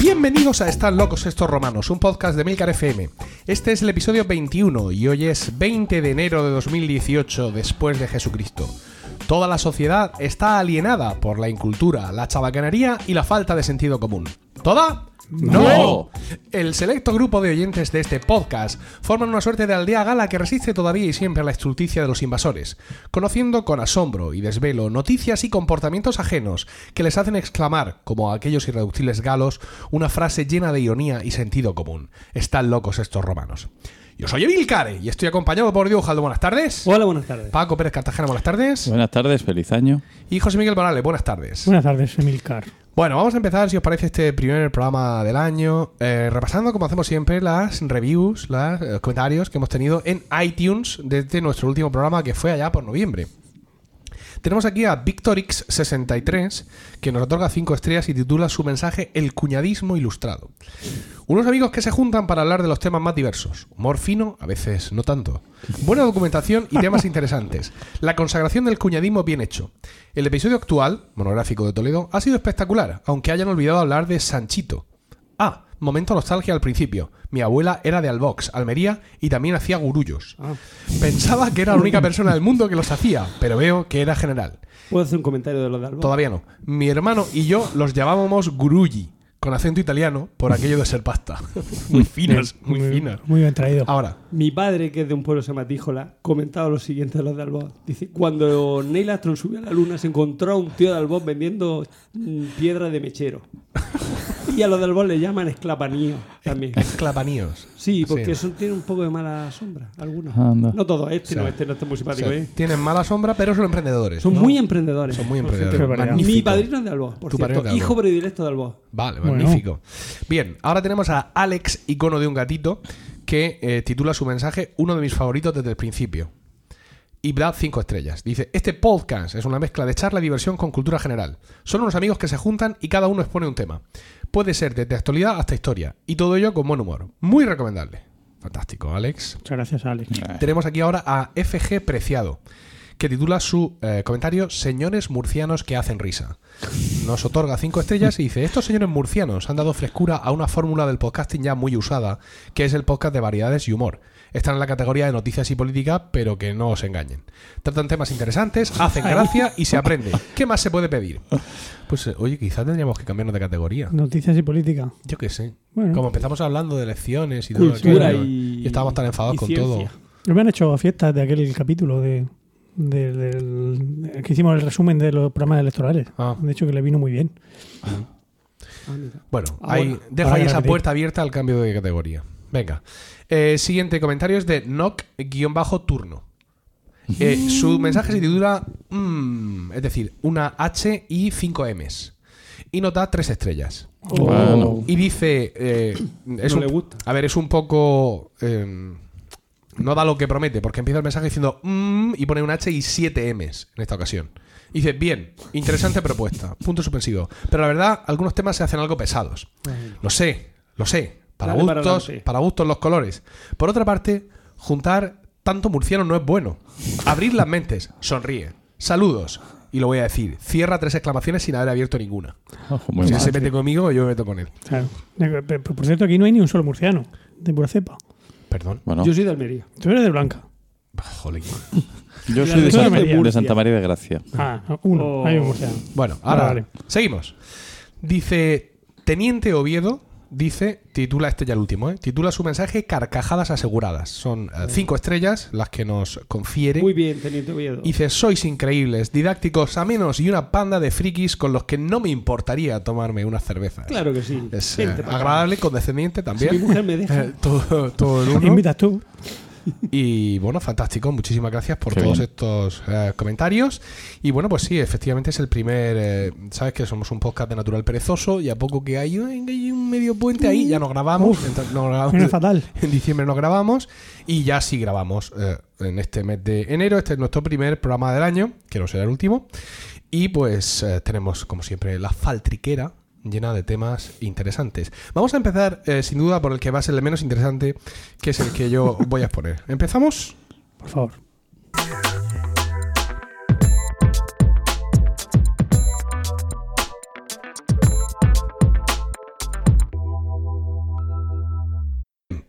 Bienvenidos a Están locos estos romanos, un podcast de Milcar FM. Este es el episodio 21 y hoy es 20 de enero de 2018 después de Jesucristo. Toda la sociedad está alienada por la incultura, la chabacanería y la falta de sentido común. ¿Toda? No. El selecto grupo de oyentes de este podcast forman una suerte de aldea gala que resiste todavía y siempre a la estulticia de los invasores, conociendo con asombro y desvelo noticias y comportamientos ajenos que les hacen exclamar, como a aquellos irreductibles galos, una frase llena de ironía y sentido común. Están locos estos romanos. Yo soy Emil Care y estoy acompañado por Diego Jaldo. Buenas tardes. Hola, buenas tardes. Paco Pérez Cartagena, buenas tardes. Buenas tardes, feliz año. Y José Miguel Morales, buenas tardes. Buenas tardes, Emilcar. Bueno, vamos a empezar, si os parece, este primer programa del año, eh, repasando, como hacemos siempre, las reviews, las, eh, los comentarios que hemos tenido en iTunes desde nuestro último programa, que fue allá por noviembre. Tenemos aquí a Victorix63, que nos otorga 5 estrellas y titula su mensaje El cuñadismo ilustrado. Unos amigos que se juntan para hablar de los temas más diversos. Humor fino, a veces no tanto. Buena documentación y temas interesantes. La consagración del cuñadismo bien hecho. El episodio actual, monográfico de Toledo, ha sido espectacular, aunque hayan olvidado hablar de Sanchito. Ah, momento nostalgia al principio. Mi abuela era de Albox, Almería, y también hacía gurullos. Ah, Pensaba que era la única persona del mundo que los hacía, pero veo que era general. ¿Puedo hacer un comentario de lo de Alba? Todavía no. Mi hermano y yo los llamábamos gurulli, con acento italiano, por aquello de ser pasta. muy finos, muy finos. Muy bien traído. Ahora, Mi padre, que es de un pueblo que se llama Tíjola, comentaba lo siguiente de los de Alba. Dice, cuando Neil Armstrong subió a la luna se encontró a un tío de Albón vendiendo mm, piedra de mechero. y a los de Albón le llaman esclapanío también. clapaníos. Sí, porque Sí. eso tiene un poco de mala sombra, algunos. Anda. No todos, este Sí. no, este no está muy O sea, simpático, ¿eh? tienen mala sombra, pero son emprendedores. Son ¿no? muy emprendedores. Son muy Qué emprendedores. barbaridad. Magnífico. Mi padrino es de Albón, por Tu padrino cierto. es de Alboa. Hijo predilecto de Albón. Vale, Bueno. magnífico. Bien, ahora tenemos a Alex, icono de un gatito, que eh, titula su mensaje Uno de mis favoritos desde el principio. Y da cinco estrellas. Dice, este podcast es una mezcla de charla y diversión con cultura general. Son unos amigos que se juntan y cada uno expone un tema. Puede ser desde actualidad hasta historia. Y todo ello con buen humor. Muy recomendable. Fantástico, Alex. Muchas gracias, Alex. Eh. Tenemos aquí ahora a FG Preciado, que titula su eh, comentario Señores murcianos que hacen risa. Nos otorga cinco estrellas y dice, estos señores murcianos han dado frescura a una fórmula del podcasting ya muy usada, que es el podcast de variedades y humor. Están en la categoría de noticias y política, pero que no os engañen. Tratan temas interesantes, hacen gracia y se aprende. ¿Qué más se puede pedir? Pues eh, oye, quizás tendríamos que cambiarnos de categoría. Noticias y política. Yo qué sé. Bueno. Como empezamos hablando de elecciones y todo Mm. Cultura aquello, y- estábamos tan enfadados y con ciencia. todo. Me han hecho fiestas de aquel capítulo de, de- del- de- que hicimos el resumen de los programas electorales. Ah. De hecho, que le vino muy bien. Ah, mira. Bueno, Ah, ahí, bueno. dejo Ahora ahí ya esa repetir. puerta abierta al cambio de categoría. Venga. Eh, siguiente comentario es de knock-turno. Eh, su mensaje se titula mm, es decir, una H y 5 M's. Y nota tres estrellas. Bueno. Y dice. eh, es No un- le gusta. A ver, es un poco. eh, no da lo que promete, porque empieza el mensaje diciendo. "Mm", y pone un H y 7 M's en esta ocasión. Y dice, bien, interesante propuesta. Punto suspensivo. Pero la verdad, algunos temas se hacen algo pesados. Lo sé, lo sé. Para Dale para gustos, para, adelante. gustos los colores. Por otra parte, juntar tanto murciano no es bueno. Abrir las mentes, sonríe. Saludos. Y lo voy a decir, cierra tres exclamaciones sin haber abierto ninguna. Ojo, muy si mal. se mete conmigo, yo me meto con él. Claro. Eh, pe- pe- Por cierto, aquí no hay ni un solo murciano de pura cepa. Perdón. Bueno, Yo soy de Almería. Tú eres de Blanca. Jolín. yo soy de, la región San- de de Murcia. Santa María de Gracia. Ah, no, uno. Oh. Hay un murciano. Bueno, ahora Vale, vale. seguimos. Dice Teniente Oviedo, dice, titula este ya el último, ¿eh? titula su mensaje Carcajadas aseguradas. Son eh, cinco estrellas las que nos confiere. Muy bien, Teniente Oviedo. Dice, sois increíbles, didácticos, amenos y una panda de frikis con los que no me importaría tomarme unas cervezas. Claro que sí. Es eh, Vente para acá. agradable, condescendiente Mi también. mujer me deja. Eh, todo, todo el uno. Invitas tú. Y bueno, fantástico. Muchísimas gracias por Qué todos bien. estos eh, comentarios. Y bueno, pues sí, efectivamente es el primer. eh, Sabes que somos un podcast de natural perezoso y a poco que hay, ay, que hay un medio puente ahí, ya nos grabamos. Ento- no grabamos. Era fatal. En diciembre nos grabamos y ya sí grabamos eh, en este mes de enero. Este es nuestro primer programa del año, que no será el último. Y pues eh, tenemos, como siempre, la faltriquera llena de temas interesantes. Vamos a empezar, eh, sin duda, por el que va a ser el menos interesante, que es el que yo voy a exponer. ¿Empezamos? Por favor.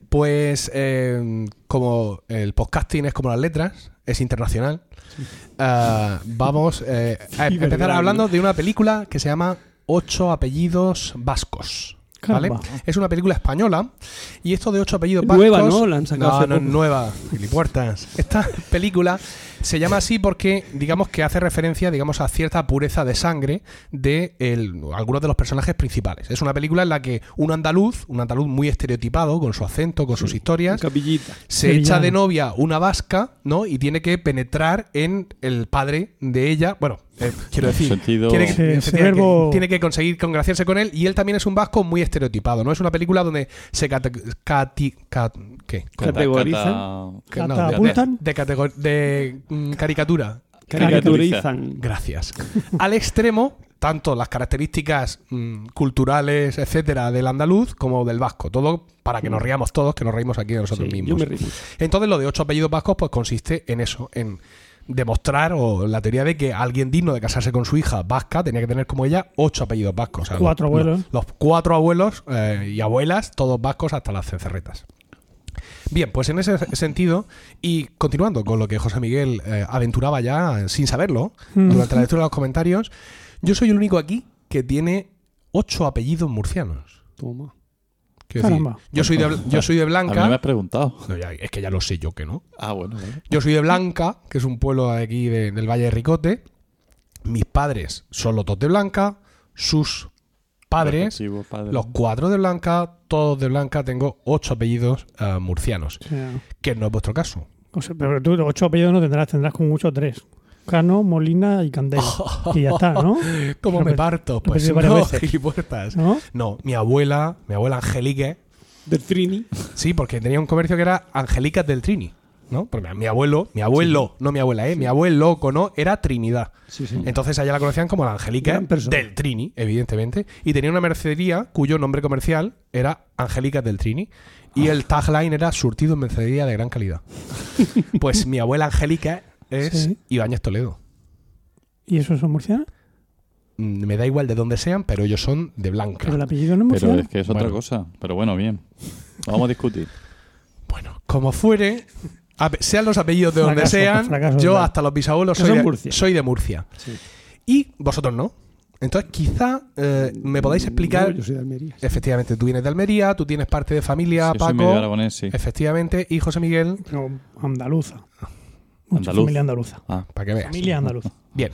Pues eh, como el podcasting es como las letras, es internacional, ah, vamos eh, a Sí, empezar verdad. hablando de una película que se llama Ocho apellidos vascos. ¿Vale? Caramba. Es una película española y esto de ocho apellidos vascos... Nueva, ¿no? La han sacado No, hace no es poco. nueva, gilipuertas. Esta película se llama así porque, digamos que hace referencia, digamos, a cierta pureza de sangre de el- algunos de los personajes principales. Es una película en la que un andaluz, un andaluz muy estereotipado, con su acento, con sus historias, Capillita. se Sevillano. echa de novia una vasca, ¿no? Y tiene que penetrar en el padre de ella. Bueno, eh, quiero decir, Sentido- tiene, que, Sí, ese efectivamente, verbo- tiene que conseguir congraciarse con él. Y él también es un vasco muy estereotipado, ¿no? Es una película donde se cate- cati- cat- ¿qué? Categorizan. Que no, de- ¿Catapultan? de, categor- de, mm, caricatura. Caricaturizan. Gracias. Al extremo, tanto las características mm, culturales, etcétera, del andaluz como del vasco. Todo para que nos riamos todos, que nos reímos aquí de nosotros Sí, mismos. yo me río. mucho. Entonces, lo de ocho apellidos vascos, pues consiste en eso, en demostrar o la teoría de que alguien digno de casarse con su hija vasca tenía que tener como ella ocho apellidos vascos. O sea, Cuatro los- abuelos. Los, cuatro abuelos eh, y abuelas, todos vascos hasta las cencerretas. Bien, pues en ese sentido, y continuando con lo que José Miguel eh, aventuraba ya eh, sin saberlo, Mm. durante la lectura de los comentarios, yo soy el único aquí que tiene ocho apellidos murcianos. Toma. Quiero decir, Caramba. yo, soy de, bl- yo soy de A mí no me Blanca. has preguntado. No, ya- es que ya lo sé yo que no. Ah, bueno, vale. Yo soy de Blanca, que es un pueblo de aquí de- del Valle de Ricote. Mis padres son los dos de Blanca, sus padres, Respectivo padre. los cuatro de Blanca, todos de Blanca. Tengo ocho apellidos eh, murcianos, O sea, que no es vuestro caso. o sea, pero tú ocho apellidos no tendrás, tendrás con mucho tres. Cano, Molina y Candela. y ya está, ¿no? ¿Cómo Lo me repet- parto? Pues repetí varias no, veces. gilipuertas. ¿No? No, mi abuela, mi abuela Angelique, Del Trini. sí, porque tenía un comercio que era Angelicas del Trini, ¿no? Porque mi abuelo, mi abuelo, no mi abuela, ¿eh? Mi abuelo, loco, ¿no? Era Trinidad. Sí, sí. Entonces allá la conocían como la Angélica Gran persona. del Trini, evidentemente, y tenía una mercería cuyo nombre comercial era Angélica del Trini y el tagline era surtido en mercería de gran calidad. pues mi abuela Angélica es Sí. Ibáñez Toledo. ¿Y esos son murcianos? Mm, Me da igual de dónde sean, pero ellos son de Blanca. Pero el apellido no es Pero murciano. es que es otra Bueno. cosa. Pero bueno, bien. Vamos a discutir. Bueno, como fuere, ape- sean los apellidos de donde Fracaso, sean, fracaso, yo claro. hasta los bisabuelos Que soy son de, Murcia. soy de Murcia. Sí. Y vosotros no. Entonces quizá eh, me podáis explicar No, Mm, yo soy de Almería. Efectivamente, tú vienes de Almería, tú tienes parte de familia, Sí, soy medio Paco. aragonés, sí. Efectivamente, y José Miguel, Pero andaluza. Mucha Andaluz. familia andaluza. Ah, para que veas. Familia andaluza. Bien.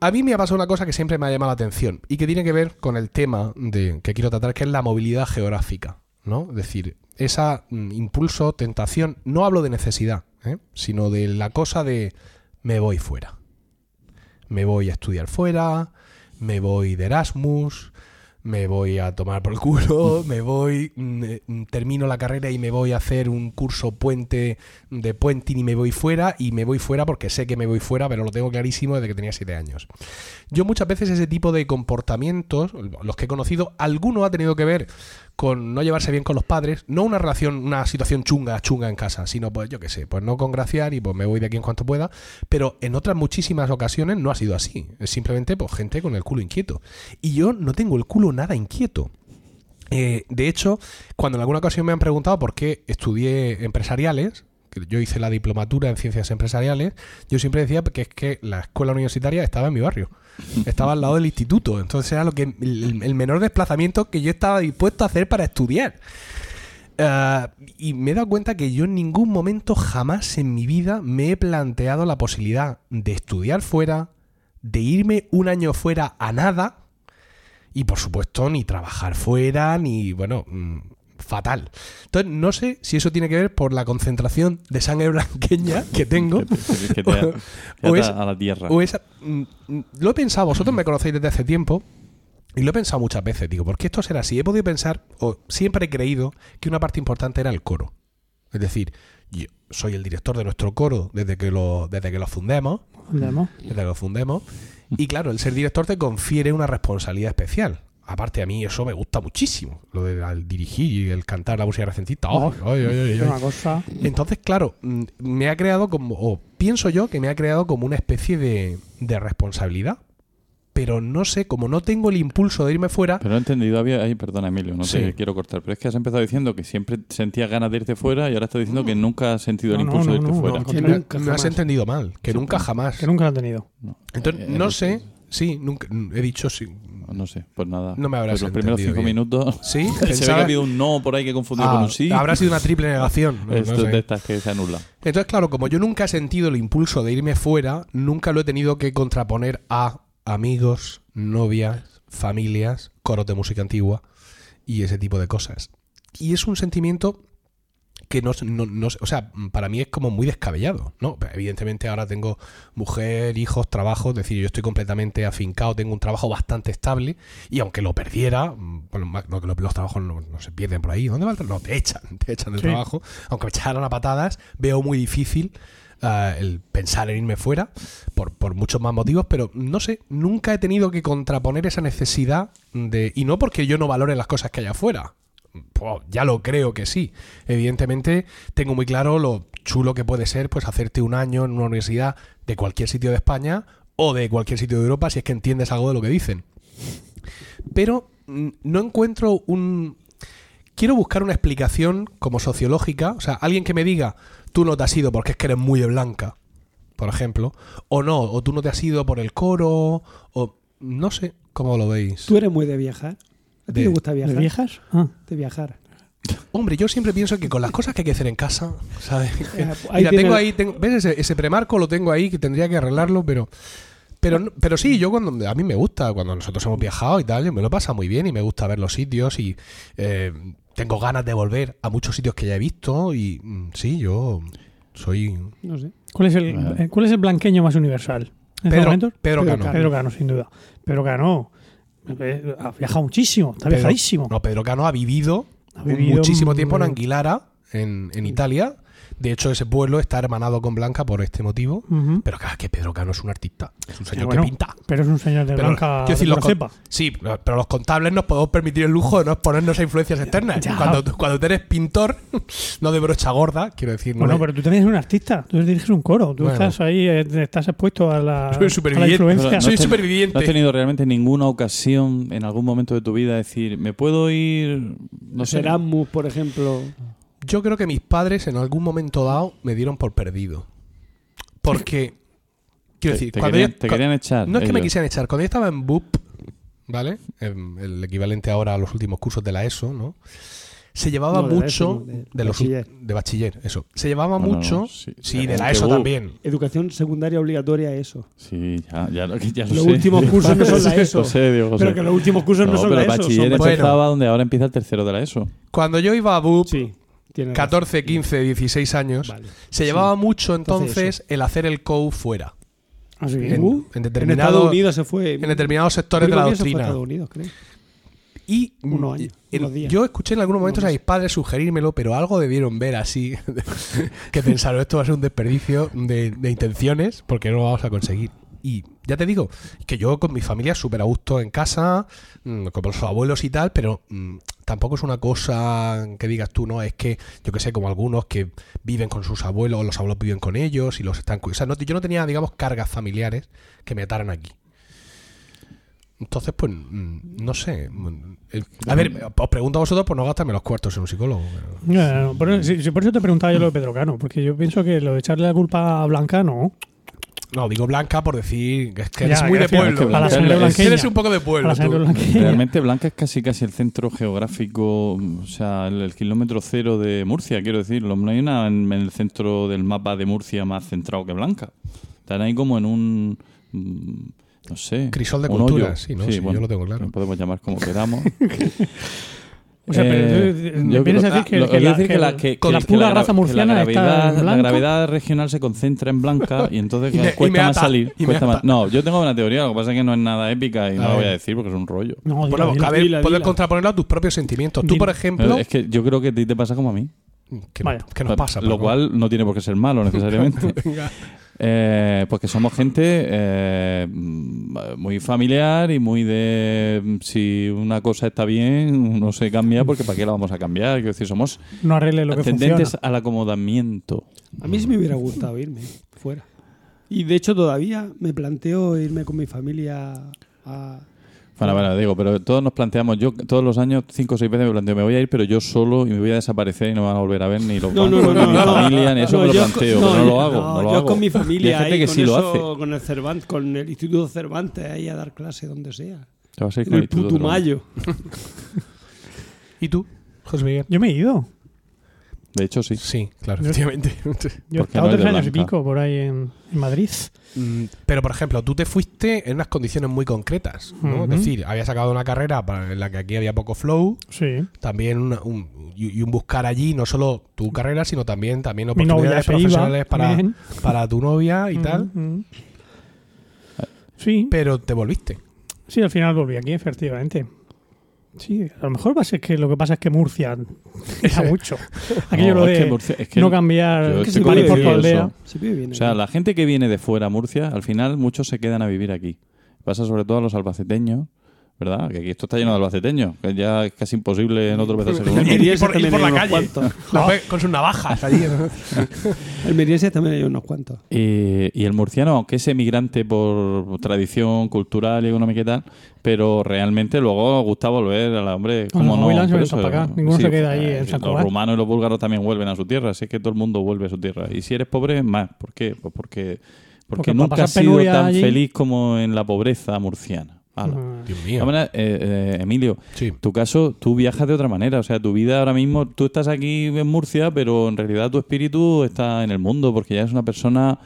A mí me ha pasado una cosa que siempre me ha llamado la atención y que tiene que ver con el tema de, que quiero tratar, que es la movilidad geográfica, ¿no? Es decir, esa mm, impulso, tentación, no hablo de necesidad, ¿eh? sino de la cosa de me voy fuera. Me voy a estudiar fuera, me voy de Erasmus, me voy a tomar por el culo, me voy, mm, eh, mm, termino la carrera y me voy a hacer un curso puente de puenting y me voy fuera, y me voy fuera porque sé que me voy fuera, pero lo tengo clarísimo desde que tenía siete años. Yo muchas veces ese tipo de comportamientos, los que he conocido, alguno ha tenido que ver con no llevarse bien con los padres, no una relación, una situación chunga, chunga en casa, sino pues yo qué sé, pues no congraciar y pues me voy de aquí en cuanto pueda, pero en otras muchísimas ocasiones no ha sido así, es simplemente pues gente con el culo inquieto. Y yo no tengo el culo nada inquieto. Eh, de hecho, cuando en alguna ocasión me han preguntado por qué estudié empresariales, que yo hice la diplomatura en ciencias empresariales, yo siempre decía que es que la escuela universitaria estaba en mi barrio, estaba al lado del instituto, entonces era lo que el, el menor desplazamiento que yo estaba dispuesto a hacer para estudiar. Ah, y me he dado cuenta que yo en ningún momento jamás en mi vida me he planteado la posibilidad de estudiar fuera, de irme un año fuera a nada, y por supuesto, ni trabajar fuera, ni, bueno, mm, fatal. Entonces, no sé si eso tiene que ver por la concentración de sangre blanqueña que tengo. que te- que te- que te O es- ata a la tierra. O esa- mm, mm, lo he pensado, vosotros me conocéis desde hace tiempo. Y lo he pensado muchas veces, digo, ¿por qué esto será así? He podido pensar, o siempre he creído, que una parte importante era el coro. Es decir, yo soy el director de nuestro coro desde que lo, desde que lo fundemos Andaluz. desde que lo fundemos. Y claro, el ser director te confiere una responsabilidad especial. Aparte, a mí eso me gusta muchísimo. Lo de al dirigir y el cantar la música recentista. ¡Ay, ay, ay, ay, Es ay! una cosa. Entonces, claro, mm, me ha creado como, o pienso yo que me ha creado como una especie de, de responsabilidad. Pero no sé, como no tengo el impulso de irme fuera, Pero no he entendido, había... Ay, perdona, Emilio, no Sí. te quiero cortar. Pero es que has empezado diciendo que siempre sentías ganas de irte fuera y ahora estás diciendo que nunca has sentido el No, no, impulso de no, irte no, fuera. no, Que me, nunca me has jamás. entendido mal, que nunca jamás. Que nunca lo han tenido. Entonces, Eh, no eh, sé, sí, nunca, he dicho sí. No sé, pues nada. No me habrás Pues Los primeros entendido cinco bien. minutos ¿Sí? se ve que Pensaba- ha habido un no por ahí que he confundido Ah, con un sí. Habrá sido una triple negación. No, no Esto es sé. de estas que se anula. Entonces, claro, como yo nunca he sentido el impulso de irme fuera, nunca lo he tenido que contraponer a amigos, novias, familias, coros de música antigua y ese tipo de cosas. Y es un sentimiento que no, no- no- o sea, para mí es como muy descabellado, ¿no? Evidentemente ahora tengo mujer, hijos, trabajo, es decir, yo estoy completamente afincado, tengo un trabajo bastante estable y aunque lo perdiera, mm, bueno, más- no, que los, los trabajos no, no se pierden por ahí, ¿dónde va el trabajo? No, te echan, te echan del Sí. trabajo, aunque me echaran a patadas, veo muy difícil ah, el pensar en irme fuera por, por muchos más motivos, pero no sé, nunca he tenido que contraponer esa necesidad de, y no porque yo no valore las cosas que hay afuera, pues, ya lo creo que sí. Evidentemente, tengo muy claro lo chulo que puede ser pues hacerte un año en una universidad de cualquier sitio de España o de cualquier sitio de Europa si es que entiendes algo de lo que dicen. Pero mm, no encuentro un... Quiero buscar una explicación como sociológica, o sea, alguien que me diga, tú no te has ido porque es que eres muy blanca, por ejemplo, o no, o tú no te has ido por el coro, o no sé cómo lo veis. ¿Tú eres muy de viajar? ¿A De- ti Eh, te gusta ¿De viajar? viejas? Ah. De viajar. Hombre, yo siempre pienso que con las cosas que hay que hacer en casa, ¿sabes? Eh, ahí Mira, tiene pues, tengo el- ahí, tengo- ¿ves? Ese, ese premarco lo tengo ahí que tendría que arreglarlo, pero. Pero, no- pero sí, yo cuando. A mí me gusta, cuando nosotros hemos viajado y tal, yo me lo pasa muy bien y me gusta ver los sitios y. eh, tengo ganas de volver a muchos sitios que ya he visto y. mm, Sí, yo. Soy. No sé. ¿Cuál es el, Vale. eh, ¿Cuál es el blanqueño más universal? ¿En estos Pedro, momentos? Pedro Pedro Cano. Cano. Pedro Cano, sin duda. Pedro Cano eh, ha viajado muchísimo, está Pedro- viajadísimo. No, Pedro Cano ha vivido, Ha vivido muchísimo tiempo en muy- Anguilara, en, en Italia. De hecho, ese pueblo está hermanado con Blanca por este motivo. Ujú. Pero claro, es que Pedro Cano es un artista. Es un señor Bueno, que pinta. Pero es un señor de Pero, blanca quiero decir, de los por cepa. con- Sí, pero pero los contables nos podemos permitir el lujo de no exponernos a influencias externas. ya. Cuando, tú- cuando tú eres pintor, no de brocha gorda, quiero decir. Bueno, de- pero tú también eres un artista, tú diriges un coro, tú Bueno. estás ahí, eh, estás expuesto a la, Soy un a la superviviente. influencia. Soy has teni- superviviente. ¿No has tenido realmente ninguna ocasión en algún momento de tu vida de decir, me puedo ir, no sé, Erasmus, por ejemplo. Yo creo que mis padres en algún momento dado me dieron por perdido. Porque. Quiero Te, decir, te cuando querían, yo- te cu- querían echar. No es que me ellos. quisieran echar. Cuando yo estaba en BUP, ¿vale? En el equivalente ahora a los últimos cursos de la ESO, ¿no? Se llevaba No, de la ESO, mucho. no, de- de, los, bachiller. de bachiller, eso. Se llevaba Bueno, mucho. no, sí, sí, de la que ESO bu- E también. Educación secundaria obligatoria, eso. Sí, ya, ya, lo- ya lo Los sé. últimos cursos no son la ESO. Lo sé, Diego José. Pero que los últimos cursos no, No, son pero la ESO. bachiller son bachiller. empezaba donde ahora empieza el tercero de la ESO. Cuando yo iba a BUP, Sí, tiene razón. 14, 15, 16 años, E Vale. se llevaba mucho entonces, Entonces, el hacer el COU fuera. Así que- En, Uh, en En determinado- Estados Unidos se fue. en determinados sectores de la Primero se fue a doctrina. Estados Unidos, creo. Y Unos años, y- unos días. yo escuché en algunos momentos Unos a mis padres sugerírmelo, pero algo debieron ver así, que pensaron, esto va a ser un desperdicio de, de intenciones, porque no lo vamos a conseguir. Y ya te digo, que yo con mi familia súper a gusto en casa, mm, con los abuelos y tal, pero mm, tampoco es una cosa que digas tú, no, es que yo que sé, como algunos que viven con sus abuelos, los abuelos viven con ellos y los están... cu- O sea, no, yo no tenía, digamos, cargas familiares que me ataran aquí. Entonces, pues, mm, no sé. mm, el- A ver, os pregunto a vosotros por no gastarme los cuartos en un psicólogo. pero- No, no, no, Por, si- si por eso te preguntaba yo lo de Pedro Cano, porque yo pienso que lo de echarle la culpa a Blanca no. No, digo blanca por decir que es que Ya, eres muy de gracias. pueblo. A la sangre Eres- blanqueña. Eres un poco de A pueblo. la sangre tú. blanqueña. Realmente Blanca es casi casi el centro geográfico, o sea, el, el kilómetro cero de Murcia, quiero decirlo. No hay una en, en el centro del mapa de Murcia más centrado que Blanca. Están ahí como en un. mm, No sé. Crisol de un cultura, hoyo. sí, ¿no? Sí, yo lo tengo claro. lo podemos llamar como queramos. O sea, pero Eh, tú- yo vienes a creo- decir que- ah, lo que quiero la- decir que la- el- que- que la que pura gra- raza que la murciana está en gravedad- La blanco. gravedad regional se concentra en Blanca y entonces Y me- y cuesta me más ata, salir. y me ata. cuesta más- No, yo tengo una teoría, lo que pasa es que no es nada épica y no A la voy ver. a decir porque es un rollo. No, dilo, Bueno, dilo. a ver, dila, puedes dila. contraponerlo a tus propios sentimientos. Tú, Dil- por ejemplo, Es que yo creo que a ti te pasa como a mí. que, Vaya. que nos pasa. Lo Paco? cual no tiene por qué ser malo necesariamente. Venga. Eh, pues que somos gente eh, mm, muy familiar y muy de mm, si una cosa está bien, no se cambia porque para qué la vamos a cambiar. Quiero decir, somos No arregle lo que funciona. tendentes al acomodamiento. A mí sí me hubiera gustado irme fuera. Y de hecho todavía me planteo irme con mi familia a... Bueno, bueno, digo, pero todos nos planteamos, yo todos los años, cinco o seis veces me planteo, me voy a ir, pero yo solo y me voy a desaparecer y no me van a volver a ver ni los No, no, bancos, no, no, ni mi no. familia, ni eso No, me lo yo planteo, pero con- no, no, lo hago. no, no lo yo hago. con mi Y hay familia gente ahí, que con sí lo eso, hace. con el Cervantes, con el Instituto Cervantes ahí a dar clase donde sea. Te vas a ir En con el actitud de Putumayo. ¿Y tú, José Miguel? Yo me he ido. broma. De hecho, sí. Sí, claro, Yo- efectivamente. Yo he Porque no estado es tres de años y Blanca. pico por ahí en, en Madrid. Mm, Pero, por ejemplo, tú te fuiste en unas condiciones muy concretas, ¿no? Ujú. Es decir, habías sacado una carrera para- en la que aquí había poco flow, Sí. también una- un, y, y un buscar allí no solo tu carrera, sino también, también Mi novia oportunidades se iba. profesionales para, también. para tu novia y tal. Mm, mm. Sí, Pero te volviste. sí, al final volví aquí, efectivamente. Sí, a lo mejor va a ser que lo que pasa es que Murcia era mucho. Aquello No, lo es que de Murcia- es que no el- cambiar yo el estoy pan y por tu convencido de aldea. eso. Se vive bien. O sea, aquí. la gente que viene de fuera a Murcia, al final muchos se quedan a vivir aquí. Pasa sobre todo a los albaceteños, ¿verdad? Que aquí esto está lleno de albaceteños, que ya es casi imposible en otro vez ser uno. Y- y por- y Almerienses por también la hay unos calle. cuantos. Ah. Los ves Con sus navajas allí. ¿no? Almerienses también hay unos cuantos. Eh, y el murciano, aunque es emigrante por tradición cultural y económica y tal, pero realmente luego gusta volver a la hombre. Cuando ¿cómo se no? jubilan, se Pero vienen eso, para acá. Ninguno se queda ahí eh, en San Los Cugat. rumanos y los búlgaros también vuelven a su tierra, así es que todo el mundo vuelve a su tierra. Y si eres pobre, más. ¿Por qué? Pues porque, porque, Porque para nunca pasar has sido penuria tan allí- feliz como en la pobreza murciana. Ala. De Ah, Dios todas mío. maneras, eh, eh, Emilio, Sí. tu caso, tú viajas de otra manera. O sea, tu vida ahora mismo, tú estás aquí en Murcia, pero en realidad tu espíritu está en el mundo porque ya es una persona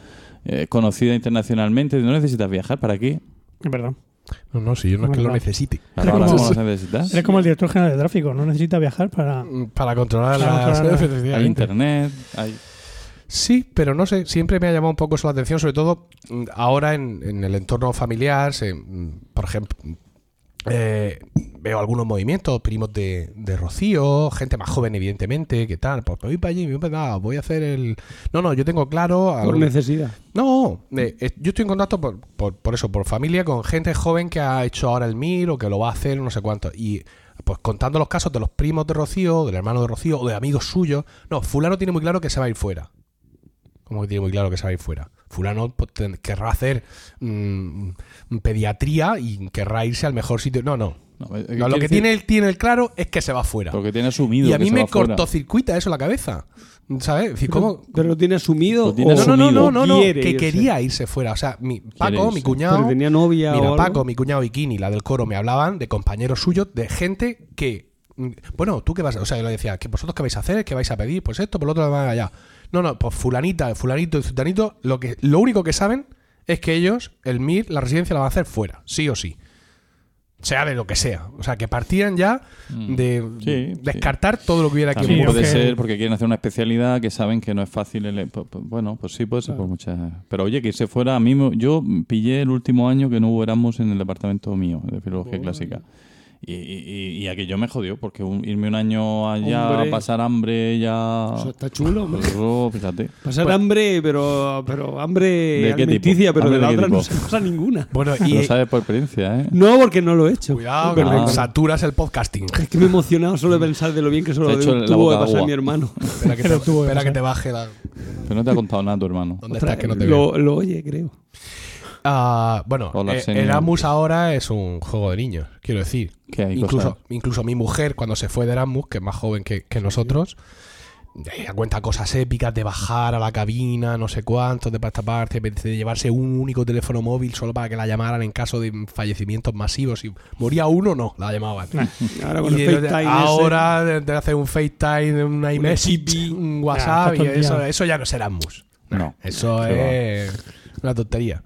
eh, conocida internacionalmente. No necesitas viajar, ¿para qué? Es verdad. No, no, si yo no es que lo Verdad. necesite. Ahora como- ¿cómo lo necesitas? Eres como el director general de tráfico, no necesita viajar para. Para controlar Para las... controlar la- Hay efectivamente. internet, hay... Sí, pero no sé, siempre me ha llamado un poco eso la atención, sobre todo mm, ahora en, en el entorno familiar, se- mm, por ejemplo, eh, veo algunos movimientos, primos de, de Rocío, gente más joven evidentemente, que tal, pues me voy para allí, me voy para allá, voy a hacer el... No, no, yo tengo claro... a- Por necesidad. no, eh, eh, yo estoy en contacto por, por, por eso, por familia, con gente joven que ha hecho ahora el MIR o que lo va a hacer, no sé cuánto. Y pues contando los casos de los primos de Rocío, del hermano de Rocío o de amigos suyos. No, fulano tiene muy claro que se va a ir fuera. Como que tiene muy claro que se va a ir fuera. Fulano pues, ten- querrá hacer mm, pediatría y querrá irse al mejor sitio. No, no. No, eh, No, quiero lo que decir, tiene él tiene el claro es que se va fuera. Porque tiene asumido Y a que mí se me va fuera. cortocircuita eso en la cabeza. ¿Sabes? Es decir, ¿cómo, Pero lo tiene asumido. Lo tiene o- no, no, no, no, no, no, quiere que irse. quería irse fuera. O sea, mi Paco, mi irse. cuñado. Pero tenía novia o Mira, algo. Paco, mi cuñado y Kini, la del coro, me hablaban de compañeros suyos, de gente que. mm, Bueno, tú qué vas. O sea, yo le decía, ¿qué vosotros qué vais a hacer? ¿Qué vais a pedir? Pues esto, por lo otro, lo demás allá. No, no, pues fulanita, fulanito y fulanito, lo, que, lo único que saben es que ellos, el MIR, la residencia la van a hacer fuera, sí o sí. Sea de lo que sea. O sea, que partían ya de Sí, sí. descartar todo lo que hubiera aquí en También Sí, puede aunque- ser porque quieren hacer una especialidad que saben que no es fácil. el- pu- pu- bueno, pues sí, puede ser por muchas. Pero oye, que irse fuera a mí. me- Yo pillé el último año que no hubo Erasmus en el departamento mío de filología clásica. Y, y, y aquello me jodió porque un- irme un año allá, Hombre. pasar hambre, ya. Eso está chulo, hombre. Eso, fíjate. Pasar hambre, pero, pero hambre ¿De qué alimenticia, tipo? pero de ¿Hambre la de qué otra no se tipo? pasa ninguna. Bueno, Lo y. sabes por experiencia, ¿eh? No, porque no lo he hecho. Cuidado, que Pero Ah. saturas el podcasting. Es que me he emocionado solo de pensar de lo bien que solo Te ha lo hecho de la un tubo boca de pasar agua. a mi hermano. Espera que, te, Pero tú, espera no sé. que te baje la. Pero no te ha contado nada tu hermano. ¿Dónde Ostras, estás? Que no te veo. lo, lo oye, creo. Ah, bueno, Hola, eh, señor. Erasmus ahora es un juego de niños, quiero decir. Que hay Incluso, cosas. incluso mi mujer, cuando se fue de Erasmus, que es más joven que, que nosotros, ella cuenta cosas épicas de bajar a la cabina, no sé cuántos, de pa' esta parte, de llevarse un único teléfono móvil solo para que la llamaran en caso de fallecimientos masivos. Si moría uno, no, la llamaban. Ahora Y con de- el de- FaceTime. ese- ahora de, de hacer un FaceTime, un iMessage, un WhatsApp, está todo y el eso, día. eso ya no es Erasmus. No. Eso Qué va. es una tontería.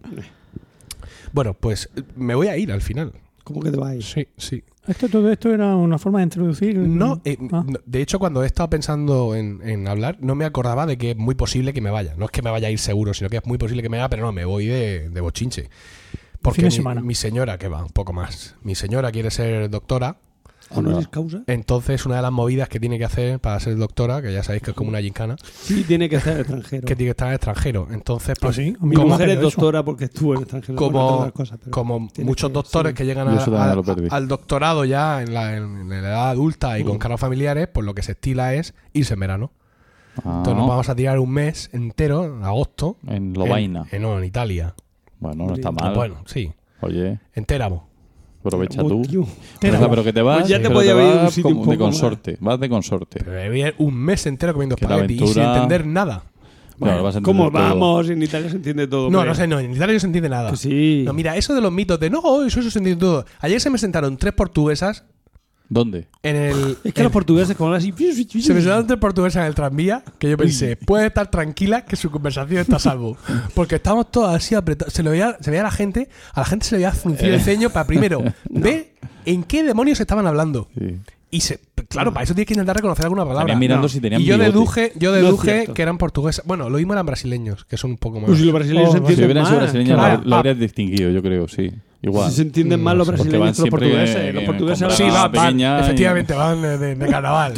Bueno, pues me voy a ir al final. ¿Cómo que te vas a ir? Sí, sí. Esto, todo esto era una forma de introducir. No, eh, Ah. no, de hecho, cuando he estado pensando en, en hablar, no me acordaba de que es muy posible que me vaya. No es que me vaya a ir seguro, sino que es muy posible que me vaya, pero no, me voy de, de bochinche. Porque Fin de mi- semana. mi señora, que va, un poco más. Mi señora quiere ser doctora Ah, ¿Honoris causa? Entonces, una de las movidas que tiene que hacer para ser doctora, que ya sabéis que es como una gincana, Sí, tiene que ser extranjero. que tiene que estar en el extranjero. Entonces, ¿Ah, pues, sí? A mí Mi no me mujer ha es salido eso. doctora porque estuvo en el extranjero. bueno, entre como, otras cosas, pero- como tiene muchos que- doctores sí. que llegan Yo a- eso también a- lo perdí. al doctorado ya en la, en la edad adulta y con cargos familiares, pues lo que se estila es irse en verano. Ah, Entonces nos vamos a tirar un mes entero, en agosto. En Lovaina. En, en- no, en Italia. Bueno, no está mal. Bueno, sí. Oye, En Téramo. aprovecha Oh, tú. tío. Pero, Téramo. pero que te vas, Pues ya te pero podía haber ido a un vas sitio un como de poco más. consorte. Vas de consorte. Pero vivir un mes entero comiendo Que la espagueti y sin aventura- entender nada. Claro, vas a entender ¿Cómo todo. vamos? En Italia se entiende todo. No, hombre. no sé, no, en Italia no se entiende nada. Que sí. No, mira, eso de los mitos de no, eso, eso se entiende todo. Ayer se me sentaron tres portuguesas ¿Dónde? en el. es que los portugueses como así... Se me sentaron tres portuguesas en el tranvía que yo pensé, puede estar tranquila que su conversación está a salvo. Porque estamos todos así apretados. Se, le veía, se veía a la gente, a la gente se le veía Eh. fruncido el ceño para primero ver en qué demonios estaban hablando. Sí. Y se, claro, para eso tienes que intentar reconocer alguna palabra. También Mm. mirando no. si tenían y yo bigote. deduje, yo No es deduje cierto. que eran portugueses. Bueno, lo mismo eran brasileños, que son un poco más. Pues si los brasileños Oh, se Si entienden hubieran sido más. brasileños, claro. lo, lo habrías distinguido, yo creo, sí. Igual. Si se entienden más los porque van brasileños que eh, los siempre portugueses. que- los que portugueses compran- sí, Ah, van, van, pequeña y- efectivamente, van de, de- de carnaval.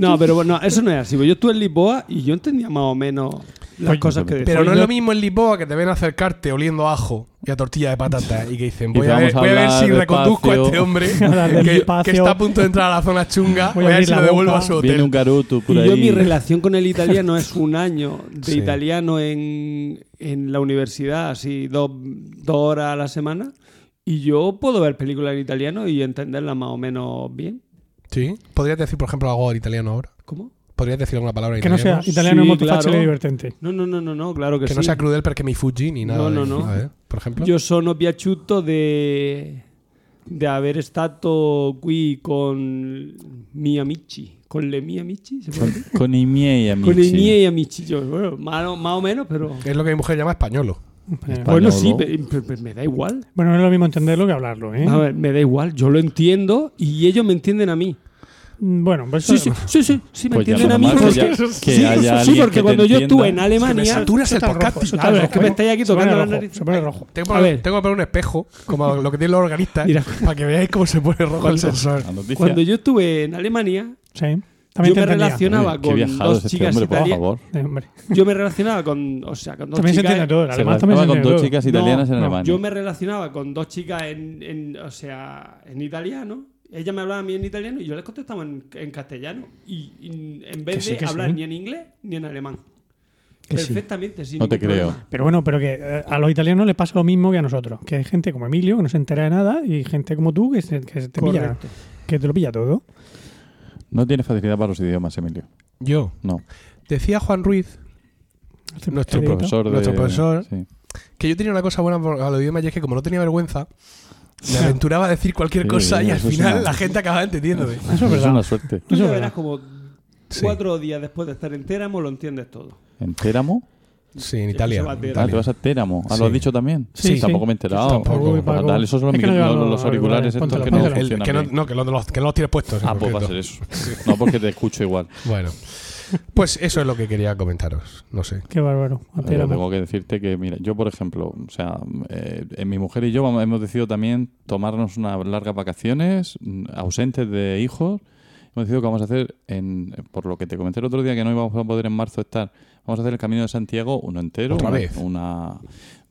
No, pero bueno, eso no es así. pues Yo estuve en Lisboa y yo entendía más o menos las Oye, cosas que decían. Pero no es lo mismo en Lisboa que te ven acercarte oliendo a ajo y a tortilla de patata y que dicen, Y voy, a vamos ver, a voy a ver hablar si reconduzco a despacio. este hombre hablar que, despacio. que está a punto de entrar a la zona chunga, voy, Voy a a ver abrir si la lo devuelvo boca. a su Viene un hotel. garoto por Y ahí. yo mi relación con el italiano es un año de Sí. italiano en, en la universidad, así dos, dos horas a la semana. Y yo puedo ver películas en italiano y entenderlas más o menos bien. ¿Sí? ¿Podrías decir, por ejemplo, algo en italiano ahora? ¿Cómo? ¿Podrías decir alguna palabra en Que no sea italiano? Sí, italiano es muy fácil claro. y divertente. No, no, no, no, no claro que, Que sí. no sea crudel porque mi Fuji ni nada. No, no, de- no. a ver, por ejemplo. Io sono piaciuto de, de aver stato qui con miei amici, con le mie amici, se può dire? Con i miei amici. con i miei amici, yo, bueno, más, más o menos, pero... Es lo que mi mujer llama españolo. Eh, Español, Bueno, sí, ¿no? pe- pe- pe- me da igual. Bueno, no es lo mismo entenderlo que hablarlo, ¿eh? A ver, me da igual, yo lo entiendo y ellos me entienden a mí. Mm, Bueno, pues Sí, eso- sí, sí, sí, sí, me Pues ya entienden lo a mí. normal Porque, que ya- que sí, haya sí, alguien porque que te cuando yo estuve en entienda. Me Alemania... saturas Eso el está podcast. rojo, eso está tío. Claro, es que me rojo, estáis aquí se pone tocando la rojo, nariz. Se pone rojo. Tengo que, A poner, ver. tengo que poner un espejo, como lo que tienen los organistas, Mira. para que veáis cómo se pone rojo el sensor. La noticia. Cuando yo estuve en Alemania, Sí. También te yo me entendía. relacionaba Qué con viajado es dos este chicas hombre, por italianas. favor. Eh, hombre. Yo me relacionaba con, o sea, con dos También se chicas. entiende todo. Se Además, también se relacionaba con entiende dos todo. chicas No, italianas en no, Alemania. Yo me relacionaba con dos chicas en, en- o sea, en italiano. Ellas me hablaban a mí en italiano y yo les contestaba en, en castellano. Y, y en vez Que sí, de que sí. hablar ni en inglés ni en alemán. Que sí. Perfectamente, sin No te ningún creo. problema. Pero bueno, pero que eh, a los italianos les pasa lo mismo que a nosotros. Que hay gente como Emilio que no se entera de nada y gente como tú que, se- que se te, pilla, Correcto. que te lo pilla todo. No tienes facilidad para los idiomas, Emilio. Yo, No. decía Juan Ruiz, Nuestro Edita. Profesor de... Nuestro profesor. Sí. que yo tenía una cosa buena por- a los idiomas y es que como no tenía vergüenza, me aventuraba a decir cualquier Sí, cosa y al eso es final una- la gente acababa entendiéndome. Eso es verdad. una suerte. Tú ya Eso es verás verdad. como Sí. cuatro días después de estar en Téramo lo entiendes todo. ¿En Téramo? Sí, en que Italia. se va a tirar. Ah, te Italia. vas a Téramo. Ah, Sí. ¿Lo has dicho también? Sí, sí. Tampoco me he enterado. Tampoco. Uy, Paco. Ah, Dale, esos son los, Es que no micro- llevan los- los los auriculares auriculares, estos que no póntelo, El- funcionan que no, bien. no, que los, los- que no los tienes puestos. en Ah, pues va a concreto. ser eso. No, porque te escucho igual. Bueno, pues eso es lo que quería comentaros. No sé. Qué bárbaro. Antes Pero éramos- tengo que decirte que, mira, yo, por ejemplo, o sea, eh, eh, mi mujer y yo vamos- hemos decidido también tomarnos unas largas vacaciones, mm, ausentes de hijos. Hemos decidido que vamos a hacer, en, por lo que te comenté el otro día, que no íbamos a poder en marzo estar. Vamos a hacer el Camino de Santiago, uno entero. ¿Otra una, vez? una-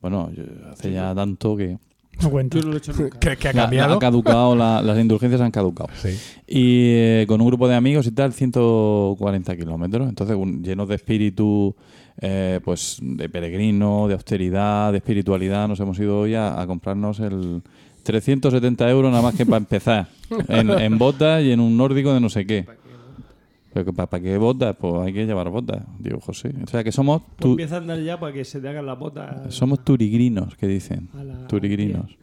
bueno, yo- hace ya tanto que... No cuento. Yo no lo he hecho nunca. ¿Crees que ha Ya- ya cambiado? ha caducado, la- las indulgencias han caducado. Sí. Y eh, con un grupo de amigos y tal, 140 kilómetros. Entonces, un- llenos de espíritu, eh, pues de peregrino, de austeridad, de espiritualidad, nos hemos ido hoy a, a comprarnos el 370 euros nada más que para empezar. en, en botas y en un nórdico de no sé qué. Pero ¿Para, qué botas? Pues hay que llevar botas, digo José. O sea que somos, Pues tu- empieza a andar ya para que se te hagan las botas. somos turigrinos, que dicen. a la- Turigrinos.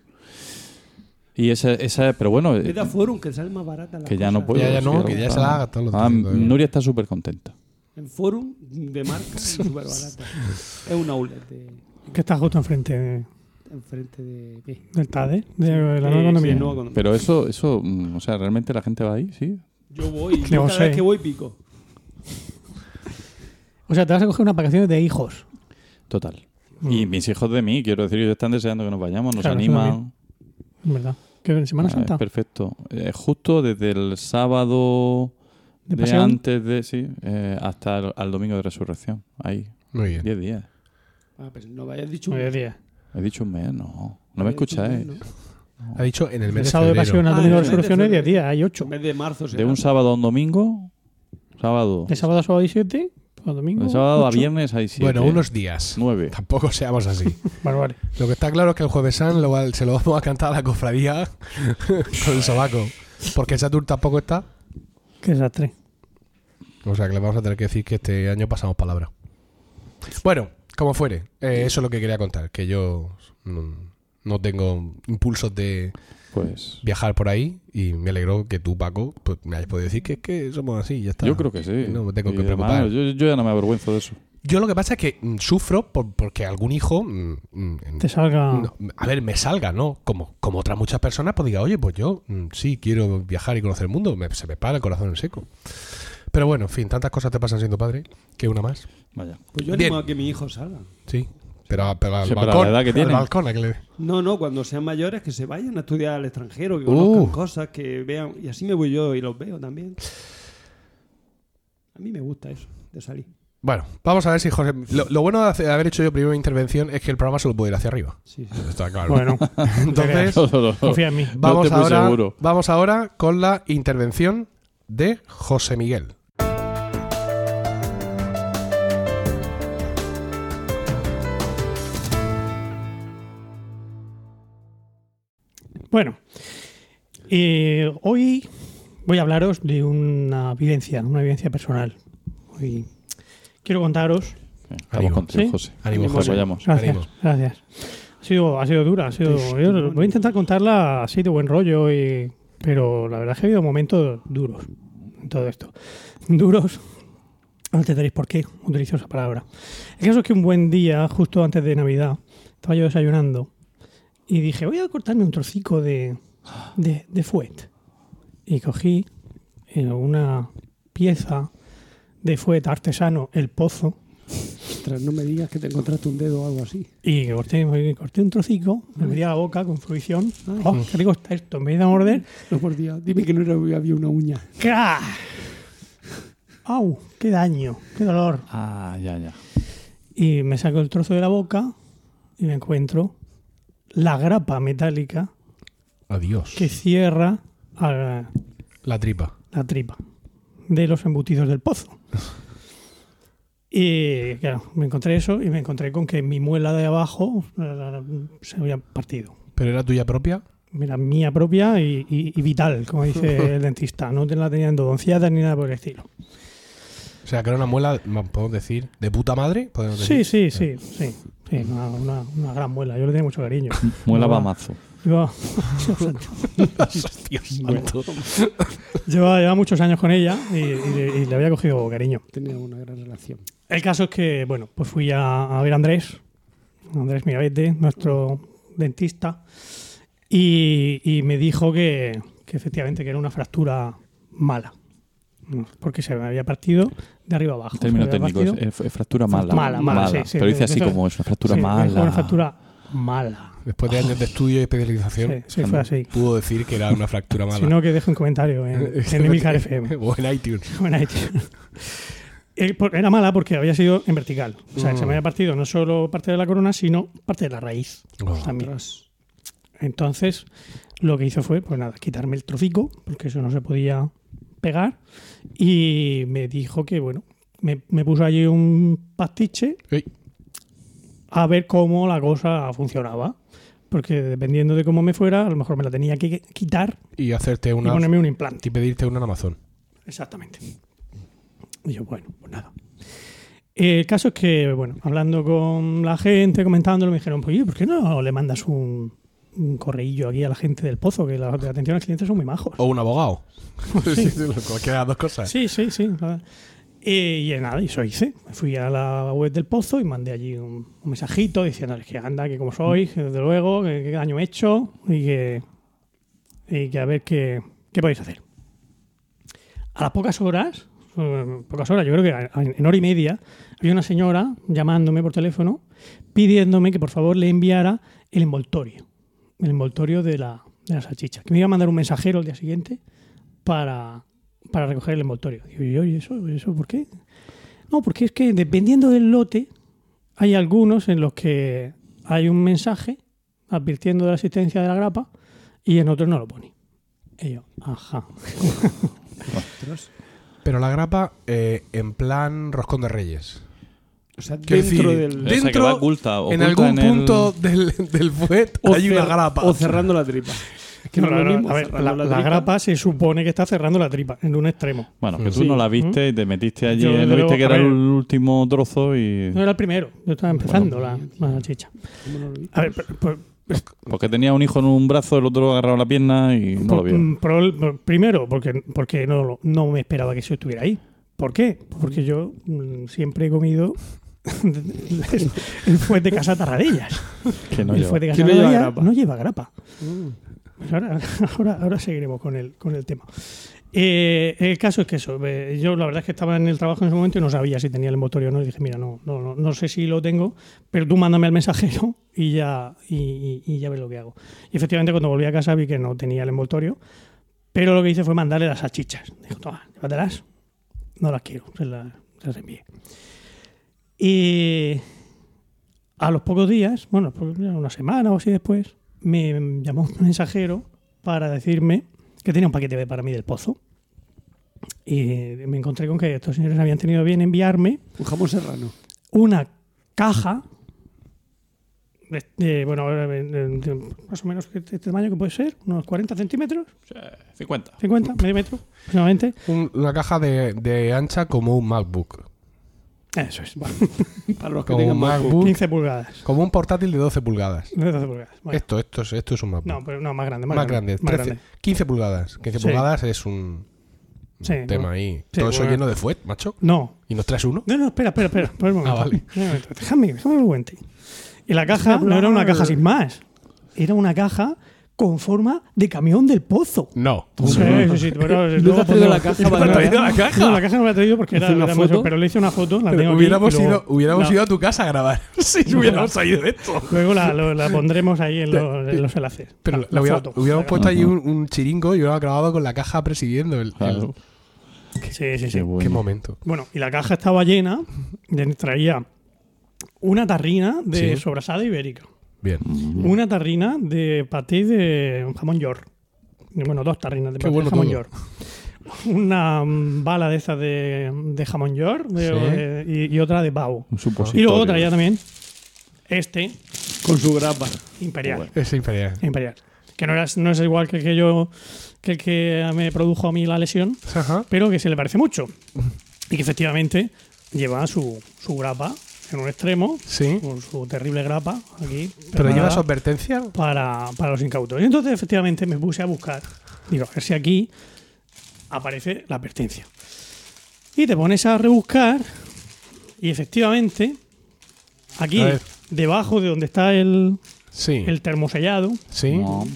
Y esa, esa pero bueno, Vete a Forum, que sale más barata las que ya no cosas. puedo. Ya, ya no, quiero. que ya se la haga todo lo Ah, tengo todavía. Nuria está súper contenta. En Forum de marca, súper barata. Es un outlet de... Que está justo enfrente de- enfrente de ¿qué? del TADE, de la Eh, nueva economía. sí, nueva economía. Pero eso, eso, mm, o sea, realmente la gente va ahí, sí. yo voy, yo Cleo cada seis. vez que voy pico. O sea, te vas a coger unas vacaciones de hijos. Mm. Total. Y mis hijos de mí, quiero decir, ellos están deseando que nos vayamos, nos Claro, eso animan. también. En Mm, verdad. que en Semana Ah, Santa. es perfecto. Eh, justo desde el sábado ¿De de, pasión? antes de. Sí, eh, hasta el al domingo de resurrección. Ahí, Muy bien. 10 días. Ah, pero no me hayas dicho. Nueve un- días. He dicho un mes, no. No me me habías dicho un escucháis. mes, ¿no? Ha dicho en el mes El de sábado de febrero. pasión al Ah, domingo de el mes de resolución hay 10 febrero. días, hay 8. En vez de marzo, será. De un sábado a un domingo. Sábado. De sábado a sábado hay 7, a domingo. De pues sábado a ocho. viernes hay siete. Bueno, unos días. 9. Tampoco seamos así. Vale, vale. Lo que está claro es que el jueves san lo va- se lo vamos a cantar a la cofradía con el sobaco. Porque el Satur tampoco está. Qué desastre. O sea que le vamos a tener que decir que este año pasamos palabra. Bueno, como fuere, eh, eso es lo que quería contar. Que yo mm, no tengo impulsos de Pues. viajar por ahí y me alegro que tú, Paco, pues me hayas podido decir que, es que somos así y ya está. Yo creo que sí. No me tengo Y que además, preocupar. yo, yo ya no me avergüenzo de eso. Yo lo que pasa es que mm, sufro por- porque algún hijo. mm, mm, en- Te salga. no, a ver, me salga, ¿no? Como, como otras muchas personas, pues diga, oye, pues yo mm, sí quiero viajar y conocer el mundo. Me- se me para el corazón en seco. Pero bueno, en fin, tantas cosas te pasan siendo padre que una más. Vaya. Pues yo Bien. animo a que mi hijo salga. Sí. Pero, a- pero al Sí, pero a balcón. la edad que al tiene. balcón, a que le- No, no, cuando sean mayores que se vayan a estudiar al extranjero, que Uh. conozcan cosas, que vean. Y así me voy yo y los veo también. A mí me gusta eso, de salir. Bueno, vamos a ver si José. Lo, lo bueno de hacer- haber hecho yo primero intervención es que el programa solo puede ir hacia arriba. Sí, sí. Está claro. Bueno, Entonces, No, no, no. confía en mí. No vamos, estoy muy ahora, seguro. vamos ahora con la intervención de José Miguel. Bueno, eh, hoy voy a hablaros de una vivencia, una vivencia personal. Hoy quiero contaros. Estamos Ánimo. contigo, ¿Sí? José. Ánimo, Nos José. apoyamos. Gracias, Ánimo. gracias. Ha sido, ha sido dura, ha sido. yo voy a intentar contarla así de buen rollo, y, pero la verdad es que ha habido momentos duros en todo esto. Duros. No entenderéis por qué utilizo esa palabra. El caso es que un buen día, justo antes de Navidad, estaba yo desayunando y dije, voy a cortarme un trocico de, de, de fuet. Y cogí eh, una pieza de fuet artesano, el pozo, Ostras, no me digas que te encontraste un dedo o algo así. y corté, corté un trocico, me metí a la boca con fruición. Ay. ¡Oh, qué rico está esto! En vez de morder, No, por Dios, dime que no era- había una uña. ¡cra! ¡Au! ¡Qué daño! ¡Qué dolor! Ah, ya, ya. Y me saco el trozo de la boca y me encuentro la grapa metálica Adiós. que cierra a la, La tripa. la tripa de los embutidos del pozo. Y claro, me encontré eso y me encontré con que mi muela de abajo eh, se había partido. ¿Pero era tuya propia? Mira, mía propia y, y- y vital, como dice el dentista. No te la tenía endodonciada ni nada por el estilo. O sea, que era una muela, ma- podemos decir, de puta madre. podemos Sí, decir. sí, sí, sí. Sí, una, una- una gran muela. Yo le tenía mucho cariño. Muela Muela. mazo. Llevaba, Dios santo. llevaba- llevaba muchos años con ella y, y le- y le había cogido cariño. Tenía una gran relación. El caso es que, bueno, pues fui a, a ver a Andrés, Andrés Mirabete, nuestro dentista, y, y me dijo que, que efectivamente que era una fractura mala, porque se me había partido de arriba abajo. se me Término había técnico, partido- es, es fractura mala. Mala, mala, sí, sí, Pero dice sí, así eso- como es una fractura Sí, mala. fue Una fractura mala. Después de años de estudio y Sí, especialización, sí, fue así. pudo decir que era una fractura mala. Eh, Si no, que deje un comentario en, en Emilcar FM. o en iTunes. Bueno, ahí tiene. Eh, por- Era mala porque había sido en vertical. O sea, Mm. se me había partido no solo parte de la corona, sino parte de la raíz Oh. también. Ostras. Entonces, lo que hizo fue, pues nada, quitarme el trocico, porque eso no se podía pegar. Y me dijo que, bueno, me, me puso allí un pastiche Ey. a ver cómo la cosa funcionaba. Porque dependiendo de cómo me fuera, a lo mejor me la tenía que quitar Y hacerte y una. ponerme un implante. Y pedirte una en Amazon. Exactamente. Y yo, bueno, pues nada. El caso es que, bueno, hablando con la gente, comentándolo, me dijeron, pues, oye, ¿por qué no le mandas un, un correillo aquí a la gente del pozo? Que los de atención al cliente son muy majos. O un abogado. Sí, sí, Cualquiera de las dos cosas. Sí, sí, sí. nada. Y, y nada, y eso hice. Me fui a la web del pozo y mandé allí un, un mensajito diciendo que anda, que como sois, que desde luego, que, que daño he hecho y que, y que a ver qué, qué podéis hacer. A las pocas horas, eh, pocas horas, yo creo que a- a- en hora y media, había una señora llamándome por teléfono pidiéndome que por favor le enviara el envoltorio, el envoltorio de la, de la salchicha. Que me iba a mandar un mensajero al día siguiente para, para recoger el envoltorio. Digo, yo, ¿y eso, eso por qué? No, porque es que dependiendo del lote, hay algunos en los que hay un mensaje advirtiendo de la existencia de la grapa y en otros no lo pone. Y yo, ajá. Pero la grapa eh, en plan roscón de reyes. O sea, Quiero dentro decir, del. O sea, que Dentro, va oculta, oculta en algún el- punto del, del fuet o hay una cer- grapa. O cerrando la tripa. Es que no, No, es no, lo no, mismo a ver, cerrando la, la tripa. grapa se supone que está cerrando la tripa en un extremo. Bueno, que tú Sí. no la viste y te metiste allí, Yo, desde no viste luego, que a era ver. el último trozo y... No era el primero, yo estaba empezando la- la, salchicha. ¿Cómo no lo vi? A ver, pero- pues, pero- Porque tenía un hijo en un brazo, el otro agarrado a la pierna y no lo vio. Mm, pro- pro- primero, porque, porque no, lo- no me esperaba que eso estuviera ahí. ¿Por qué? Porque yo mm, siempre he comido el, fuet de casa Tarradellas. Que no el lleva. fuet de casa Que no lleva Tarradellas grapa. no lleva grapa. Pues ahora, ahora, ahora seguiremos con el, con el tema. Eh, el caso es que eso, eh, yo la verdad es que estaba en el trabajo en ese momento y no sabía si tenía el motor o no. Y dije, mira, no, no, no, no sé si lo tengo, pero tú mándame al mensajero y ya, y, y- y ya ves lo que hago. Y efectivamente cuando volví a casa vi que no tenía el envoltorio, pero lo que hice fue mandarle las salchichas. Dijo, toma, llévatelas. No las quiero, se las, se las envié. Y a los pocos días, bueno, por- una semana o así después, me llamó un mensajero para decirme que tenía un paquete para mí del pozo. Y me encontré con que estos señores habían tenido bien enviarme Un jamón serrano. una caja de, de- bueno, de- de- de- más o menos este tamaño que puede ser, unos 40 centímetros, 50. 50, medio metro aproximadamente. Un- una caja de, de ancha como un MacBook. Eso es, Para los que Como tengan un más. MacBook. 15 pulgadas. Como un portátil de 12 pulgadas. 12 pulgadas. Bueno, Esto, esto, es, esto es un MacBook. no, pero no, más grande, más, Este más, grande. Más 13 grande. 15 pulgadas. 15 Sí. pulgadas es un Sí, no. tema ahí. Sí, Todo eso bueno. lleno de fuet, macho. No, ¿Y nos traes uno? No, no, espera, espera, espera. Por un momento. Ah, vale. Un momento, Déjame, déjame que lo cuente. Y la caja no era una caja sin más. Era una caja con forma de camión del pozo. No. Sí, sí, sí, pero ¿No te has traído la caja ¿Te has para que la traído veas? la caja? No, la caja no me la he traído porque era, ¿Hacer una era más- foto? pero le hice una foto, la Pero tengo aquí, hubiéramos y luego- ido, hubiéramos la- ido a tu casa a grabar. Si hubiéramos salido de esto. Luego la, lo- la pondremos ahí en, los- en los enlaces. Pero la, la hubiera- foto. hubiéramos La- puesto allí un, un chiringo y hubiéramos grabado con la caja presidiendo. El, el- Claro. Sí, sí, Qué sí. bueno. Qué momento. Bueno, y la caja estaba llena, de- traía una tarrina de Sí. sobrasada ibérica. Bien. Una tarrina de paté de jamón york. Bueno, dos tarrinas de Qué paté bueno de jamón todo. york. Una mm, bala de esas de, de jamón york de- Sí. de- y, y otra de pavo. Un Y supositorio. luego traía también este Con su grapa. imperial. Bueno. Es inferior. Imperial. Que no, era, no es igual que el que yo que el que me produjo a mí la lesión, Ajá. pero que se le parece mucho. Y que efectivamente lleva su, su grapa en un extremo, Sí. con su terrible grapa aquí. Pero preparada llevas advertencia. para, para los incautos. Y entonces, efectivamente, me puse a buscar. Digo, a ver si aquí aparece la advertencia. Y te pones a rebuscar. Y efectivamente, aquí, A ver. debajo de donde está el, Sí. el termosellado, Sí. No.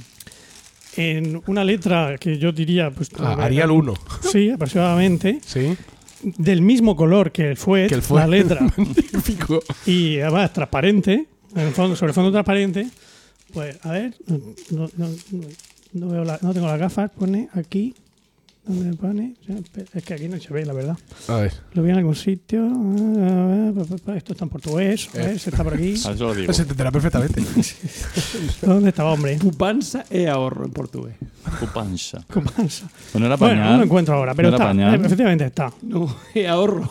en una letra que yo diría, pues. Ah, haría el uno. Sí, aproximadamente. Sí. Del mismo color que el fuet, Que el fuet. la letra. Magnífico. y además transparente, en el fondo, sobre fondo transparente, pues a ver, no, no- no- no veo la- no tengo las gafas, pone aquí, ¿dónde pone? Es que aquí no se ve, la verdad. A ver. Lo vi en algún sitio, ah, pa, pa, pa, esto está en portugués, a ver, se está por aquí. Ah, Eso lo digo. Se entenderá perfectamente. ¿Dónde estaba, hombre? Pupanza e ahorro en portugués. Pupancha. ¿Qué pasa? Bueno, era Bueno, no pañal. lo encuentro ahora, pero No era está, pañal. eh, efectivamente está. No, e ahorro.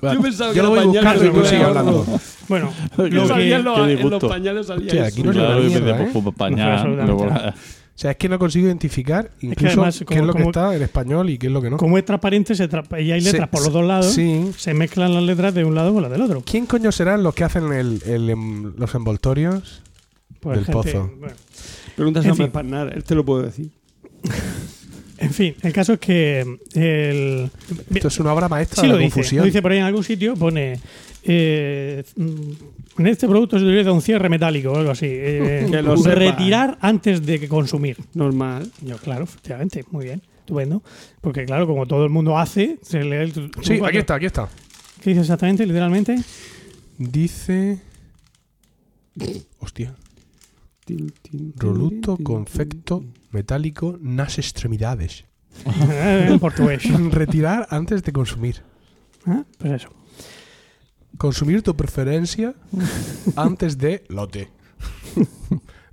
Bueno, Yo pensaba que lo era voy a pañal, buscar pero según no sigue era hablando. ahorro. Bueno, Qué lo desastre. que- Salían los- en los disgusto. pañales salía Hostia, eso. aquí no se Claro, ve y mierda, decía, ¿eh? pues, pues, pañal, No se ve absolutamente luego- nada. O sea, es que no consigo identificar incluso además, qué como- es lo que como- está en español y qué es lo que no. como es transparente se tra- y hay Se- letras por los dos lados, Sí. se mezclan las letras de un lado con las del otro. ¿Quién coño serán los que hacen el- el em- los envoltorios? Pues Del pozo. bueno. Preguntas En a fin. Panar, él te este lo puedo decir. En fin, el caso es que mm, el... Esto es una obra maestra Sí de lo la dice, confusión. lo dice por ahí en algún sitio, pone... eh, mm, en este producto se utiliza un cierre metálico o algo así. eh, Que lo sepa. retirar antes de que consumir. Normal. Yo, claro, efectivamente, muy bien, estupendo. Porque claro, como todo el mundo hace, se lee el... Sí, aquí está, aquí está. ¿Qué dice exactamente, literalmente? Dice. Hostia. tin, tin, tin, Roluto, tin, confecto, tin, tin. metálico, nas extremidades. en portugués. Retirar antes de consumir. Ah, Pues eso. Consumir tu preferencia antes de lote.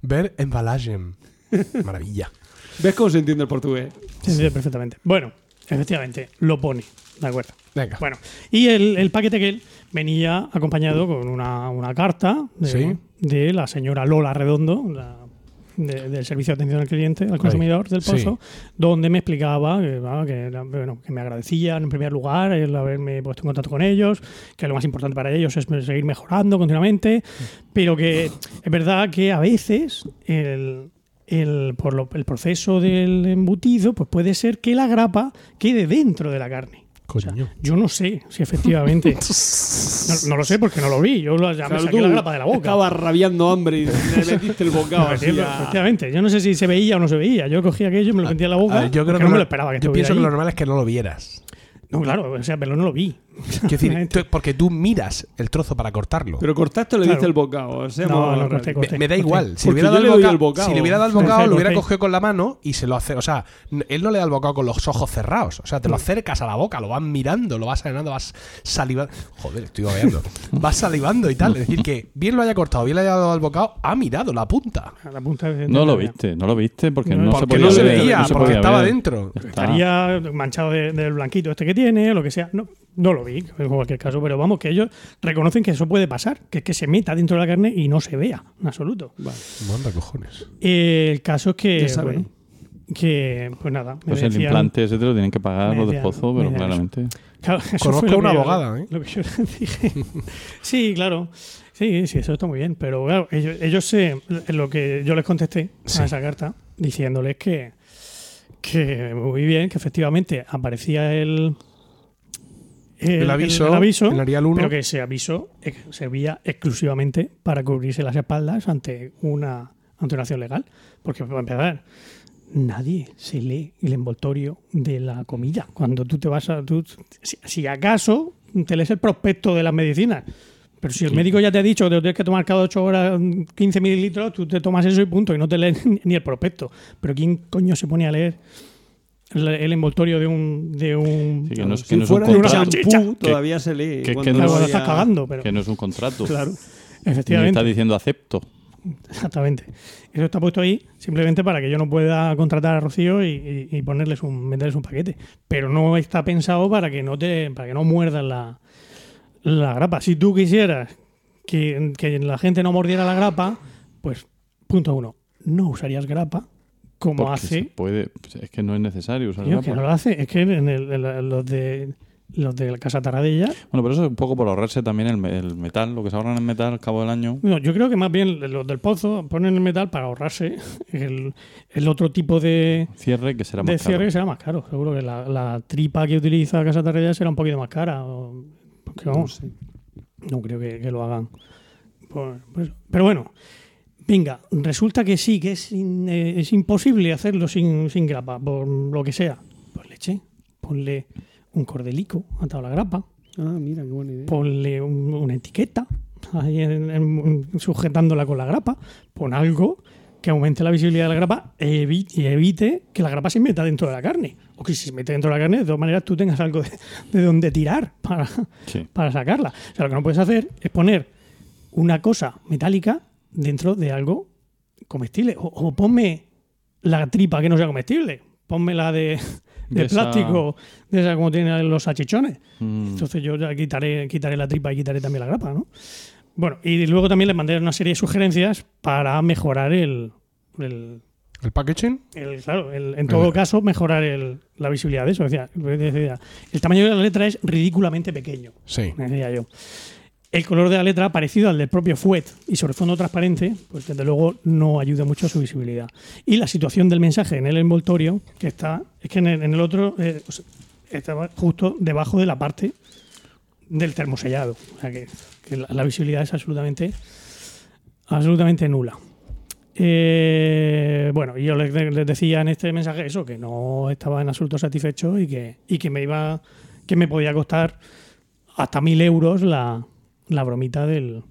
Ver embalaje. Maravilla. ¿Ves cómo se entiende el portugués? Sí, sí, perfectamente. Bueno, efectivamente, lo pone. De acuerdo. Venga. Bueno, y el, el paquete que venía acompañado con una, una carta de, Sí. de la señora Lola Redondo, la- de- del servicio de atención al cliente, al consumidor del Sí. pozo, donde me explicaba que, ah, que, era- bueno, que me agradecían en primer lugar el haberme puesto en contacto con ellos, que lo más importante para ellos es seguir mejorando continuamente, pero que es verdad que a veces el, el- por lo- el proceso del embutido pues puede ser que la grapa quede dentro de la carne. Coño. Yo no sé si efectivamente. No, no lo sé porque no lo vi. Yo lo- ya me Claro, saqué tú la grapa de la boca. Estabas rabiando hambre y le metiste el bocado Efectivamente, así a- Efectivamente. Yo no sé si se veía o no se veía. Yo cogí aquello, me lo metí en la boca. A ver, Ah, yo creo porque que no me lo- lo esperaba que yo estuviera pienso que ahí. lo normal es que no lo vieras. No, claro, o sea, pero no lo vi. Quiero decir, Efectivamente. tú- porque tú miras el trozo para cortarlo. Pero cortaste o le diste Claro. el bocado. O sea, No, vamos a no, rabiar. corté, Me, corté. me da corté. igual. Si Porque le, hubiera yo dado le el doy bocado, el bocado. si le hubiera dado el Corté, bocado, lo hubiera corté. cogido con la mano y se lo hace. O sea, n- él no le da el bocado con los ojos cerrados. O sea, te lo acercas a la boca, lo vas mirando, lo vas sanando, vas salivando. Joder, estoy babeando. vas salivando y tal. Es decir, que bien lo haya cortado, bien le haya dado el bocado, ha mirado la punta. A la punta de- No lo de- viste, no lo viste porque No, no, se porque podía no se ver, veía, no se porque podía estaba ver. dentro. Ya está. Estaría manchado de- del blanquito este que tiene, lo que sea. No, no lo vi, en cualquier caso, pero vamos, que ellos reconocen que eso puede pasar, que es que se meta dentro de la carne y no se vea, en absoluto. Vale. Manda cojones. Eh, el caso es que. Ya saben. bueno, que, pues nada. me Pues el decían- implante ese te lo tienen que pagar me los de decían- pozo, me pero decían claramente. Claro, eso Conozco fue lo una que yo- abogada, ¿eh? Lo que yo les dije. sí, claro. Sí, sí, eso está muy bien. Pero claro, ellos, ellos se, lo que yo les contesté Sí. a esa carta, diciéndoles que, que muy bien, que efectivamente aparecía el, el, El, el- aviso, el aviso, en Arial 1. pero que ese aviso ex- servía exclusivamente para cubrirse las espaldas ante una, ante una acción legal. Porque, para empezar, nadie se lee el envoltorio de la comida. Cuando tú te vas a. tú- si, si acaso te lees el prospecto de las medicinas. Pero si el médico ya te ha dicho que te lo tienes que tomar cada 8 horas mm, 15 mililitros, tú te tomas eso y punto, y no te lees ni el prospecto. Pero ¿quién coño se pone a leer el, el envoltorio de un. De un Sí, que no es, que Si no es un fuera de una contrato. salchicha. champú, todavía se lee. que- Claro, no cuando había- estás cagando, pero. Que no es un contrato. Claro. Ni está Efectivamente. diciendo acepto. Exactamente. Eso está puesto ahí simplemente para que yo no pueda contratar a Rocío y, y- y ponerles un, venderles un paquete. Pero no está pensado para que no te, para que no muerdas la, la grapa. Si tú quisieras que, que la gente no mordiera la grapa, pues punto uno, no usarías grapa como Porque se hace. puede, pues, es que no es necesario usar Tío, grapa. que no lo hace. Es que en el- en la- los de los de la Casa Taradella Bueno, pero eso es un poco por ahorrarse también el, me- el metal, lo que se ahorran en metal al cabo del año. No, yo creo que más bien los del pozo ponen el metal para ahorrarse el, el otro tipo de, Cierre que será más de cierre caro. que será más caro. Seguro que la, la tripa que utiliza Casa Tarrella será un poquito más cara. o- porque No vamos, sé. no creo que, que lo hagan. por- por eso. pero bueno, venga, resulta que sí, que es, in- eh, es imposible hacerlo sin, sin grapa, por lo que sea. Pues leche, ponle un cordelico atado a la grapa, Ah, mira, qué buena idea. ponle un- una etiqueta ahí en- en- sujetándola con la grapa, pon algo que aumente la visibilidad de la grapa e evi- y evite que la grapa se meta dentro de la carne. O que si se mete dentro de la carne, de todas maneras tú tengas algo de, de donde tirar para, Sí. para sacarla. O sea, lo que no puedes hacer es poner una cosa metálica dentro de algo comestible. O, o ponme la tripa que no sea comestible. Ponme la de, de De esa- plástico, de esa como tienen los salchichones. Mm. Entonces yo ya quitaré, quitaré la tripa y quitaré también la grapa, ¿no? Bueno, y luego también les mandé una serie de sugerencias para mejorar el. el- El packaging. el- claro, el- en verdad. todo caso, mejorar el- la visibilidad de eso. Decía, decía, el tamaño de la letra es ridículamente pequeño, Sí. decía yo. El color de la letra, parecido al del propio FUET y sobre fondo transparente, pues desde luego no ayuda mucho a su visibilidad. Y la situación del mensaje en el envoltorio, que está, es que en el, en el otro eh, o sea, estaba justo debajo de la parte del termosellado. O sea que, que la, la visibilidad es absolutamente, absolutamente nula. Eh, bueno, y yo les, les decía en este mensaje eso, que no estaba en absoluto satisfecho y que, y que me iba, que me podía costar hasta mil euros la, la bromita del,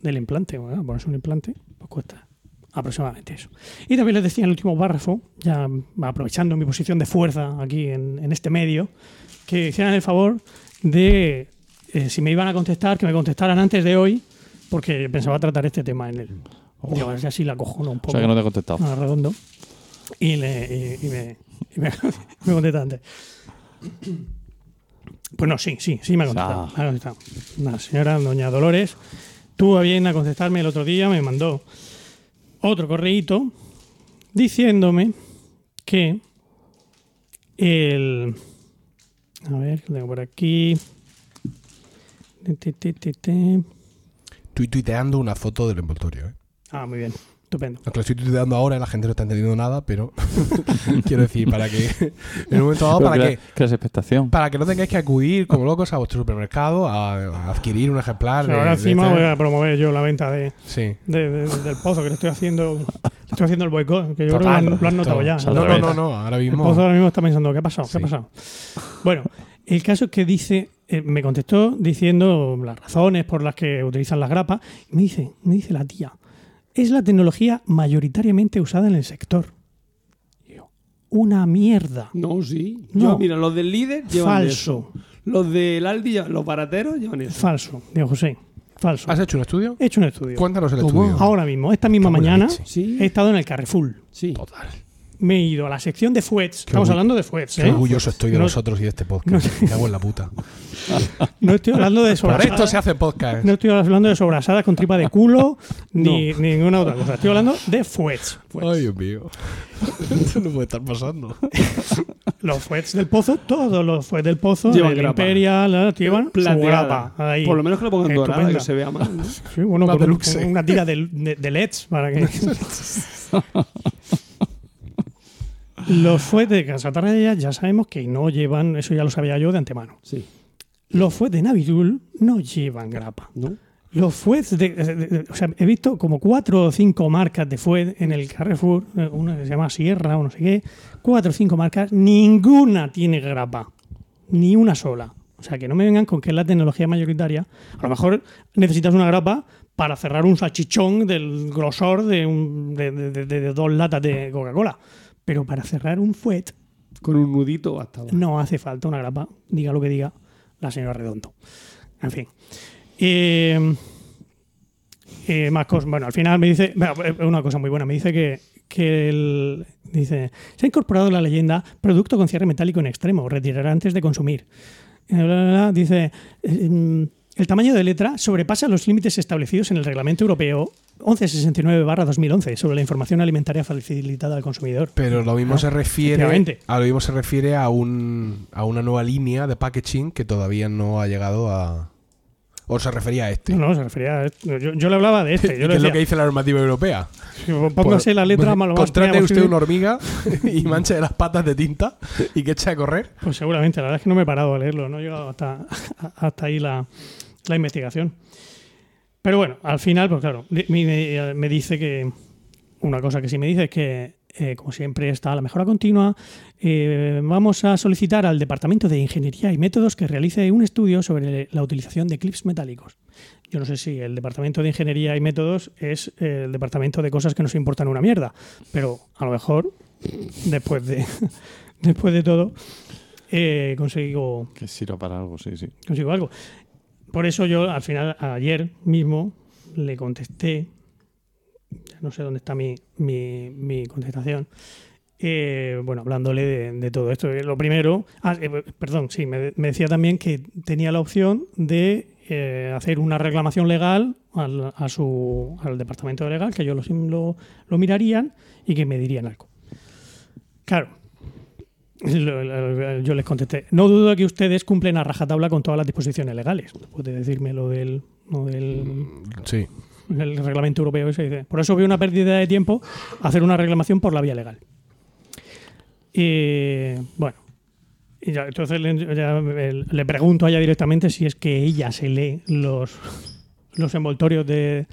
del implante. Bueno, ponerse un implante, pues cuesta Aproximadamente eso. Y también les decía en el último párrafo, ya aprovechando mi posición de fuerza aquí en, en este medio, que hicieran el favor de, eh, si me iban a contestar, que me contestaran antes de hoy, porque pensaba tratar este tema en el. Digo, a ver si así la cojo un O poco. sea que no te he contestado. Ah, redondo. Y, le, y, y me, y me, me contesta antes. Pues no, sí, sí, sí me ha contestado. Ah. me ha contestado. La señora Doña Dolores tuvo a bien a contestarme el otro día, me mandó otro correíto diciéndome que el... A ver, que tengo por aquí. Te, te, te, te, te. Estoy tuiteando una foto del envoltorio. ¿eh? Ah, muy bien, estupendo. Aunque lo estoy tuiteando ahora, la gente no está entendiendo nada, pero quiero decir, para que en un momento dado, Pero para crea- que, creas expectación. para que no tengáis que acudir como locos a vuestro supermercado a, a adquirir un ejemplar. de- Ahora de encima este- voy a promover yo la venta de, Sí. de- de- del pozo que le estoy haciendo le estoy haciendo el boicot que yo creo Total, que lo han, lo han notado todo. ya No, no, no, no, ahora el mismo. pozo ahora mismo está pensando qué ha pasado qué ha Sí. pasado bueno el caso es que dice eh, me contestó diciendo las razones por las que utilizan las grapas y me dice me dice la tía es la tecnología mayoritariamente usada en el sector Y yo, una mierda No, sí. No. Yo, mira, los del líder llevan falso eso. Los del Aldi, llevan- los barateros llevan eso. falso digo José falso ¿Has hecho un estudio? he hecho un estudio Cuéntanos el ¿Cómo? estudio. ahora mismo esta misma Cago en la mañana leche. Sí, he estado en el Carrefour sí. Total. ¿Eh? me he ido a la sección de fuets. Estamos orgu- hablando de fuets, Qué ¿eh? orgulloso estoy de No- vosotros y de este podcast. Me cago en la puta. No estoy hablando de Por esto sobrasadas. se hace podcast. No estoy hablando de sobrasadas con tripa de culo ni ni ninguna otra cosa. Estoy hablando de fuets. Ay, Dios mío. Esto no puede estar pasando. Los fuets del pozo, todos los fuets del pozo, Llevan el grapa. Imperial, la, llevan su Plateada. grapa ahí. Por lo menos que lo pongan dorada, Estupenda. que se vea mal. ¿no? Sí, bueno, Más con, un- deluxe. con una tira de, de- de LEDs para que. Los fuets de Casa Tarradellas ya sabemos que no llevan, eso ya lo sabía yo de antemano. Sí. Los fuets de Navidul no llevan grapa. ¿No? Los fuets de, de- de- o sea, he visto como cuatro o cinco marcas de fuet en el Carrefour, eh, una que se llama Sierra o no sé qué, cuatro o cinco marcas, ninguna tiene grapa, ni una sola. O sea, que no me vengan con que es la tecnología mayoritaria. A lo mejor necesitas una grapa para cerrar un salchichón del grosor de, un- de- de- de- de dos latas de Coca-Cola. Pero para cerrar un fuet Con un nudito bastaba. no hace falta una grapa, diga lo que diga la señora Redondo. En fin. Eh, eh, más cosas. Bueno, al final me dice, bueno, eh, una cosa muy buena, me dice que, que el- dice, se ha incorporado la leyenda producto con cierre metálico en extremo, retirar antes de consumir. Eh, bla, bla, bla, dice, eh, mm, el tamaño de letra sobrepasa los límites establecidos en el Reglamento Europeo 1169-2011 sobre la información alimentaria facilitada al consumidor. Pero lo mismo Ah, se refiere efectivamente. a lo mismo se refiere a un a una nueva línea de packaging que todavía no ha llegado a o se refería a este. No, no, se refería a esto. Yo, yo le hablaba de este. ¿Y Yo qué le es lo decía, que dice la normativa europea? Sí, Póngase Por- la letra más lo más Contrate fea usted posible. una hormiga y manche las patas de tinta y que eche a correr. Pues seguramente, la verdad es que no me he parado a leerlo, no he llegado hasta, hasta ahí la, la investigación. Pero bueno, al final, pues claro, di- mi- me, me dice que una cosa que sí me dice es que, eh, como siempre, está la mejora continua. eh, vamos a solicitar al Departamento de Ingeniería y Métodos que realice un estudio sobre la utilización de clips metálicos. Yo no sé si el Departamento de Ingeniería y Métodos es eh, el departamento de cosas que nos importan una mierda, pero a lo mejor después de, después de todo eh, consigo Que sirva para algo, sí, sí. consigo algo. Por eso yo al final, ayer mismo, le contesté, ya no sé dónde está mi, mi- mi contestación, eh, bueno, hablándole de, de todo esto. Eh, Lo primero, ah, eh, perdón, sí, me, me decía también que tenía la opción de eh, hacer una reclamación legal al, a su, al departamento legal, que ellos lo, sim- lo, lo mirarían y que me dirían algo. Claro, lo- lo- Yo les contesté. No dudo que ustedes cumplen a rajatabla con todas las disposiciones legales. Después de decirme lo del, lo del Sí. el reglamento europeo, ese, dice. Por eso veo una pérdida de tiempo hacer una reclamación por la vía legal. Eh, bueno. Y ya, entonces le, ya me- le pregunto a ella directamente si es que ella se lee los, los envoltorios de,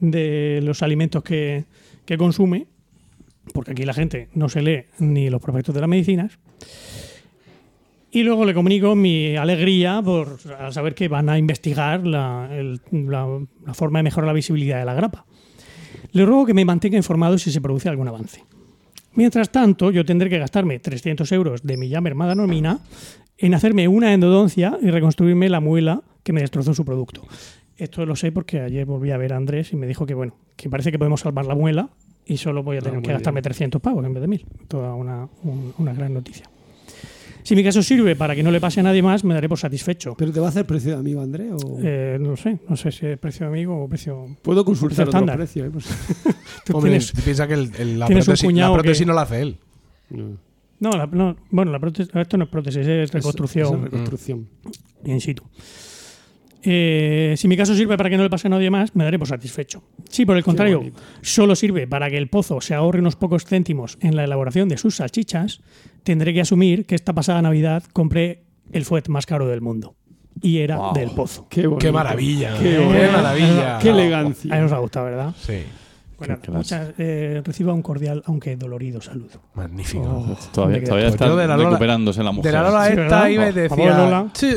de los alimentos que, que consume, porque aquí la gente no se lee ni los prospectos de las medicinas. Y luego le comunico mi alegría por al saber que van a investigar la, el- la- la forma de mejorar la visibilidad de la grapa. Le ruego que me mantenga informado si se produce algún avance. Mientras tanto, yo tendré que gastarme 300 euros de mi ya mermada nómina en hacerme una endodoncia y reconstruirme la muela que me destrozó su producto. Esto lo sé porque ayer volví a ver a Andrés y me dijo que, bueno, que parece que podemos salvar la muela y solo voy a Ah, tener muy que gastarme bien. 300 pavos en vez de 1000. Toda una, un- una gran noticia. Si mi caso sirve para que no le pase a nadie más, me daré por satisfecho. ¿Pero te va a hacer precio de amigo, Andrés? O... Eh, no sé, no sé si es precio amigo o precio... Puedo consultar otro estándar. precio. ¿eh? Pues- Tú Hombre, tienes- piensa que el- el- la, tienes un prótesis, la cuñado prótesis que- no la hace él. Mm. No, la- no, bueno, la prótesis- esto no es prótesis, es reconstrucción. Mm. Es- es reconstrucción. in situ. Eh, si mi caso sirve para que no le pase a nadie más, me daré por satisfecho. Si por el contrario bonito. solo sirve para que el pozo se ahorre unos pocos céntimos en la elaboración de sus salchichas, tendré que asumir que esta pasada Navidad compré el fuet más caro del mundo. Y era Wow. del pozo. Qué, bonito. ¡Qué maravilla! Qué Eh, ¡Qué, bueno. maravilla! Qué A mí elegancia. os ha gustado, ¿verdad? Sí, Bueno, clase. Pues muchas, eh, reciba un cordial, aunque dolorido, saludo. magnífico. Todavía, me todavía quedo. Yo está de la Lola- recuperándose la De mujer. la Lola Sí, esta ¿verdad? iba y Por favor, decía, Lola. "Sí,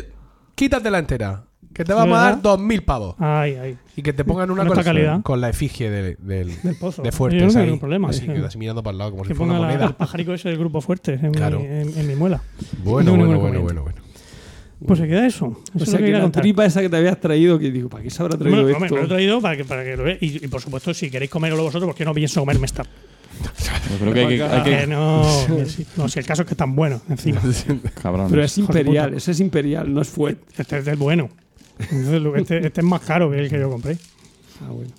quítatela entera, que te vamos a dar ¿Verdad? 2.000 pavos. Ay, ay. Y que te pongan una Con con, esta calidad. con la efigie del, del, Del pozo. de Yo no fuertes tengo ahí. ningún problema. Así, Sí. que así mirando para el lado como Que si fuera ponga una la- el moneda. pájaro ese del grupo fuerte en, Claro. mi, en- en mi muela. Bueno, no, bueno, no, bueno, no, bueno, bueno. Pues se queda eso. Eso O es sea, lo que que quería la contar. tripa esa que te habías traído, que digo, ¿para qué se habrá traído Hombre, esto? hombre, me lo he traído para que, para que lo veáis. Y, y, por supuesto, si queréis comerlo vosotros, porque no pienso comerme esta. Yo creo que hay que. Ah, hay que- Que no, si- no, si el caso es que es tan bueno, encima. Cabrón. Pero es Hijo de imperial, puta. ese es imperial, no es fuet. Este es del bueno. Entonces, lo- Este, este es más caro que el que yo compré. Ah, bueno.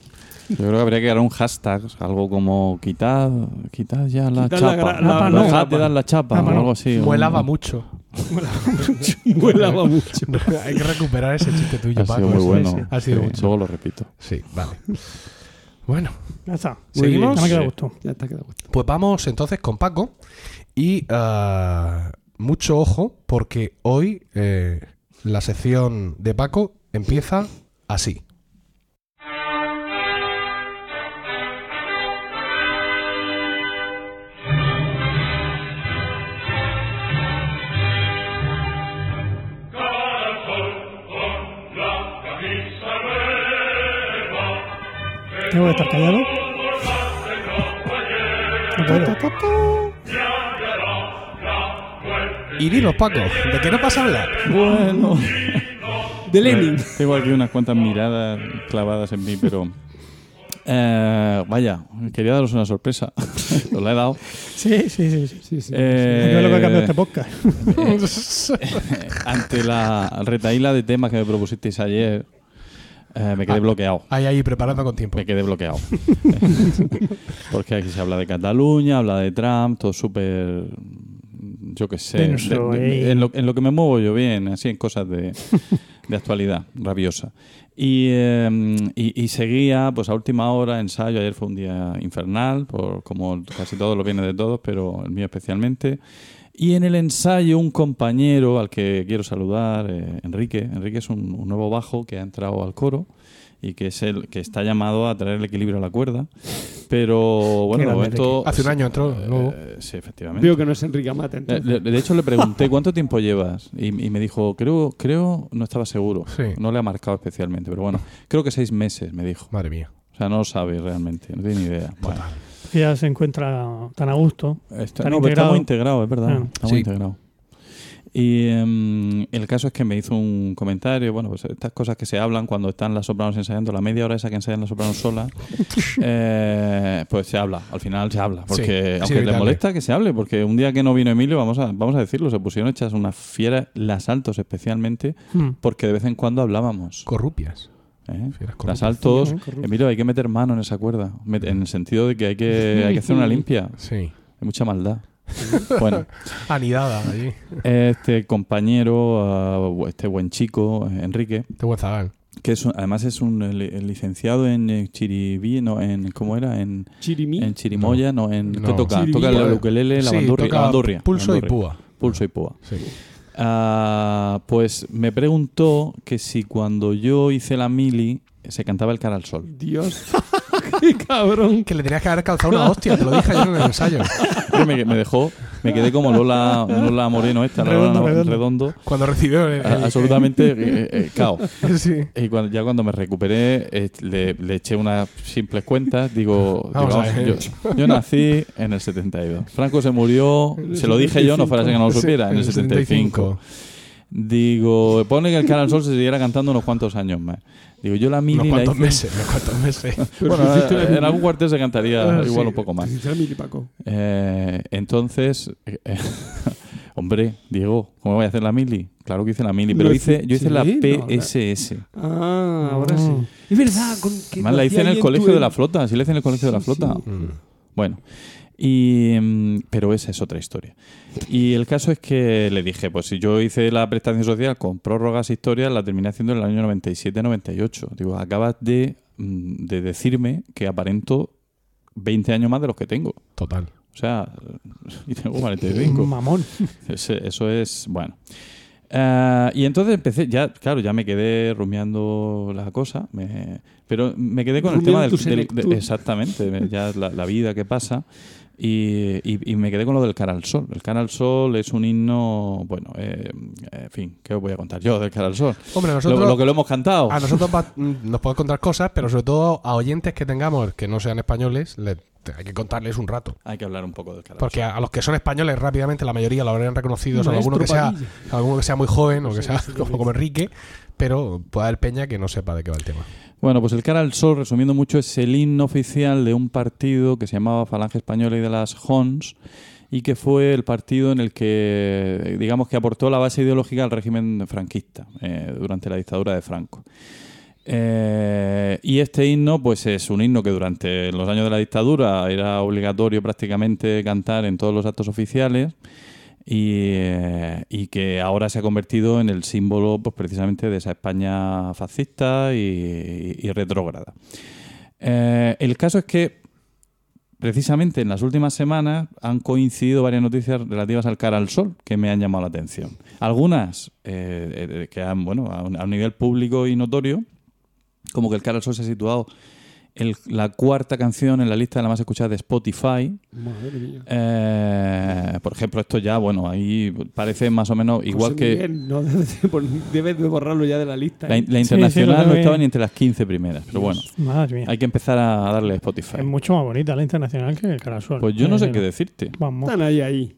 Yo creo que habría que dar un hashtag, algo como quitar, quitar ya la Quitar la chapa. gra- La, la- no, dejad chapa. de dar la chapa Chapa, o no. algo así. Muelaba Un- mucho. Vuelaba mucho. Hay que recuperar ese chiste tuyo, Ha sido Paco. muy Sí, bueno. sí. Ha sido Sí, mucho. Luego lo repito. Sí, vale. Bueno, Ya está. Muy bien. ¿seguimos? Ya me queda Sí. gusto. Ya está quedado. Pues vamos entonces con Paco. Y ah, mucho ojo, porque hoy eh, la sección de Paco empieza así. Tengo que estar callado. No puedo. Y dinos, Paco, ¿de qué no pasa hablar? Bueno. De Lenin. Tengo aquí unas cuantas miradas clavadas en mí, pero. eh, vaya, quería daros una sorpresa. Os la he dado. Sí, sí, sí. sí. Sí, sí. Eh, Yo lo que ha cambiado este podcast. Eh. Ante la retaíla de temas que me propusisteis ayer, eh, me quedé Ah. bloqueado. Ahí, ahí, preparando con tiempo. Me quedé bloqueado. Porque aquí se habla de Cataluña, habla de Trump, todo súper. Yo qué sé. Denso, de- de- eh. en, lo, en lo que me muevo yo bien, así en cosas de, de actualidad rabiosa. Y, eh, y- y seguía, pues a última hora, ensayo. Ayer fue un día infernal, por, como casi todos los bienes de todos, pero el mío especialmente. Y en el ensayo, un compañero al que quiero saludar, eh, Enrique. Enrique es un, un nuevo bajo que ha entrado al coro y que es el que está llamado a traer el equilibrio a la cuerda. Pero Qué bueno, grande, esto. Hace un año entró, Eh, nuevo. sí, efectivamente. Veo que no es Enrique Amate. Eh, entonces. le- De hecho, le pregunté cuánto tiempo llevas y, y me dijo, creo, creo, no estaba seguro. Sí. No le ha marcado especialmente, pero bueno, creo que seis meses, me dijo. Madre mía. O sea, no lo sabe realmente, no tiene ni idea. Bueno, Ya se encuentra tan a gusto. está, Tan no, pero está integrado. muy integrado, es verdad. Claro. Está muy Sí. integrado. Y em, el caso es que me hizo un comentario, bueno, pues estas cosas que se hablan cuando están las sopranos ensayando, la media hora esa que ensayan las sopranos solas, eh, pues se habla, al final se habla, porque Sí, sí, aunque le evitable. molesta que se hable, porque un día que no vino Emilio, vamos a, vamos a decirlo, se pusieron hechas unas fieras, las altos especialmente, Hmm. Mm. porque de vez en cuando hablábamos. Corrupias. ¿eh? Fieras Las corrupias. altos, Sí, corrupción. Emilio, hay que meter mano en esa cuerda, met- en el sentido de que hay que, hay que hacer una limpia, Sí. hay mucha maldad. Bueno, Anidada allí. este compañero, uh, este buen chico, eh, Enrique, Este buen zagal. que es un- además es un eh, li- licenciado en eh, Chiribí, no, en, ¿cómo era? En, Chirimí. en Chirimoya, no, en... No. ¿Qué toca? Chiribí, toca eh. el ukelele, la Sí, bandurria. toca la bandurria, Pulso la y bandurria. púa. Pulso y púa. Sí. Ah, pues me preguntó que si cuando yo hice la mili se cantaba el cara al sol. Dios. Qué cabrón. Que le tenías que haber calzado una hostia, te lo dije ayer en el ensayo. Yo me, me dejó Me quedé como Lola, Lola Moreno esta, la Redondo, Lola redondo. redondo. Cuando recibió el- el- A- absolutamente eh, eh, caos. sí. Y cuando, ya cuando me recuperé, eh, le, le eché unas simples cuentas. Digo, Vamos digo, a ver. yo, yo nací en el 72. Franco se murió, En el se lo dije yo, no 75. fuera que no lo Sí, supiera, en el 75. Digo, pone que el Canal Sol se siguiera cantando unos cuantos años más. Digo, yo la mini Unos la cuantos hice- meses, unos cuantos meses. Pero Bueno, eh, si hiciste la en mini- algún cuartel se cantaría Ah, igual sí. un poco más. Hiciste la mini, Paco. Eh, entonces, eh, eh, hombre, Diego, ¿cómo voy a hacer la mili? Claro que hice la mili, pero Lo hice, yo hice hice- la sí, no, la- PSS. Ah, ahora Mm. sí. Es verdad. Con, que Además, lo la hacía hice en ahí el tu colegio de la em- flota, sí la hice en el colegio de la Sí, flota. sí. Mm. Bueno, y, mm, pero esa es otra historia. Y el caso es que le dije, pues si yo hice la prestación social con prórrogas e historias, la terminé haciendo en el año 97-98. Digo, acabas de, mm, de decirme que aparento 20 años más de los que tengo. Total. O sea, y tengo Un 45. Mamón. Ese- eso es, bueno. Ah, y entonces empecé, ya, claro, ya me quedé rumiando la cosa, me- pero me quedé con Rumiando el tu tema del- del, senectud. de- exactamente, me- ya la, la vida que pasa, y, y- y me quedé con lo del Cara al Sol. El Cara al Sol es un himno, bueno, eh, en fin, ¿qué os voy a contar yo del Cara al Sol? Hombre, Lo, nosotros, lo que lo hemos cantado. a nosotros va- mm, nos puedes contar cosas, pero sobre todo a oyentes que tengamos que no sean españoles, le- te- hay que contarles un rato. Hay que hablar un poco del Cara al Sol. Porque a, a los que son españoles rápidamente la mayoría lo habrían reconocido, salvo Maestro alguno que sea, Padilla. alguno que sea muy joven o que Sí, sea sí, como, sí. como Enrique, pero puede haber peña que no sepa de qué va el tema. Bueno, pues el Cara al Sol, resumiendo mucho, es el himno oficial de un partido que se llamaba Falange Española y de las Hons y que fue el partido en el que, digamos, que aportó la base ideológica al régimen franquista eh, durante la dictadura de Franco. Eh, y este himno, pues es un himno que durante los años de la dictadura era obligatorio prácticamente cantar en todos los actos oficiales y, eh, y que ahora se ha convertido en el símbolo pues, precisamente de esa España fascista y, y retrógrada. Eh, el caso es que precisamente en las últimas semanas han coincidido varias noticias relativas al cara al sol que me han llamado la atención. Algunas eh, eh, que han, bueno, a un, a un nivel público y notorio, como que el cara al sol se ha situado el- la cuarta canción en la lista de la más escuchada de Spotify, Madre mía. eh, por ejemplo, esto ya, bueno, ahí parece más o menos igual José que Miguel, no debes de, pon- debes de borrarlo ya de la lista. la, ¿eh? in- la Sí, sí, lo internacional tengo no ahí. estaba ni entre las 15 primeras, pero bueno, Madre mía. hay que empezar a darle Spotify. Es mucho más bonita la internacional que el Carasol. Pues yo no sé Eh, qué decirte. Vamos. Están ahí, ahí.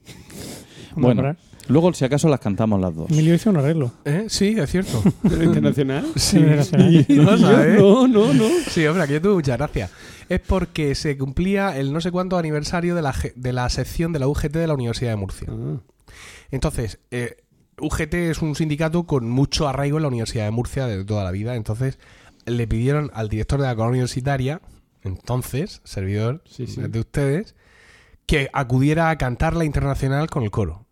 Bueno, luego si acaso las cantamos las dos. Emilio hizo un arreglo. ¿Eh? Sí, es cierto. ¿Pero internacional? sí. Internacional. Y Y yo, cosa, ¿eh? No, no, no. Sí, hombre, aquí yo tuve muchas gracias. Es porque se cumplía el no sé cuánto aniversario de la, ge- de la sección de la UGT de la Universidad de Murcia. Ah, Entonces, eh, UGT es un sindicato con mucho arraigo en la Universidad de Murcia de toda la vida. Entonces, le pidieron al director de la colonia universitaria, entonces, servidor Sí, sí. de ustedes, que acudiera a cantar la internacional con el coro.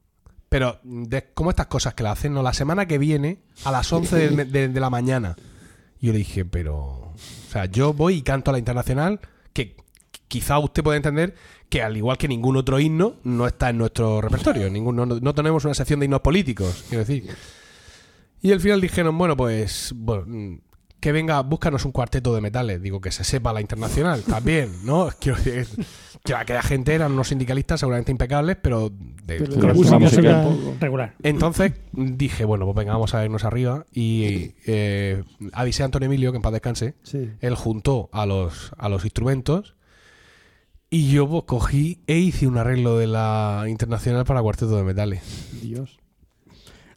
Pero, de- ¿cómo estas cosas que la hacen? No, la semana que viene, a las 11 de, de- de la mañana. Yo le dije, pero. O sea, yo voy y canto a la internacional, que quizá usted pueda entender que, al igual que ningún otro himno, no está en nuestro repertorio. Ningún, no, no tenemos una sección de himnos políticos, quiero decir. Y al final dijeron, bueno, pues. bueno, mm, que venga, búscanos un cuarteto de metales. Digo, que se sepa la internacional también, ¿no? Quiero decir. Que aquella gente eran unos sindicalistas seguramente impecables, pero de, Pero con de la música música Música tampoco. regular. entonces dije, bueno, pues venga, vamos a irnos arriba. Y eh, avisé a Antonio Emilio, que en paz descanse. sí. Él juntó a los, a los instrumentos. Y yo pues, cogí e hice un arreglo de la Internacional para Cuarteto de Metales. Dios.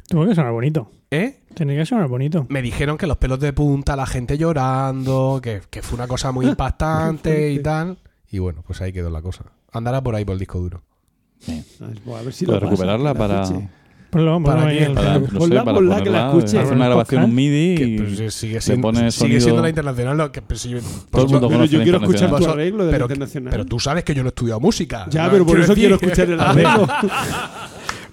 Tuvo que sonar bonito. ¿Eh? Tenía que sonar bonito. Me dijeron que los pelos de punta, la gente llorando, que, que fue una cosa muy impactante y tal. Y bueno, pues ahí quedó la cosa. Andará por ahí por el disco duro. Ah, es- bueno, a ver si Para lo pasan, recuperarla, la para, fiche. Ponlo, ¿Para ponlo ahí qué? el- para, no sé, Ponla, para ponla, que la ponerla, escuche. hacer una grabación MIDI Que, y pues, pero si- sigue, le siendo, pone sigue sonido- siendo la internacional. lo que- pero si yo- Todo el mundo Pero conoce yo la quiero escuchar internacional. tu arreglo de la pero, internacional. pero tú sabes que yo no he estudiado música. ya, No, pero por eso decir- quiero escuchar el arreglo.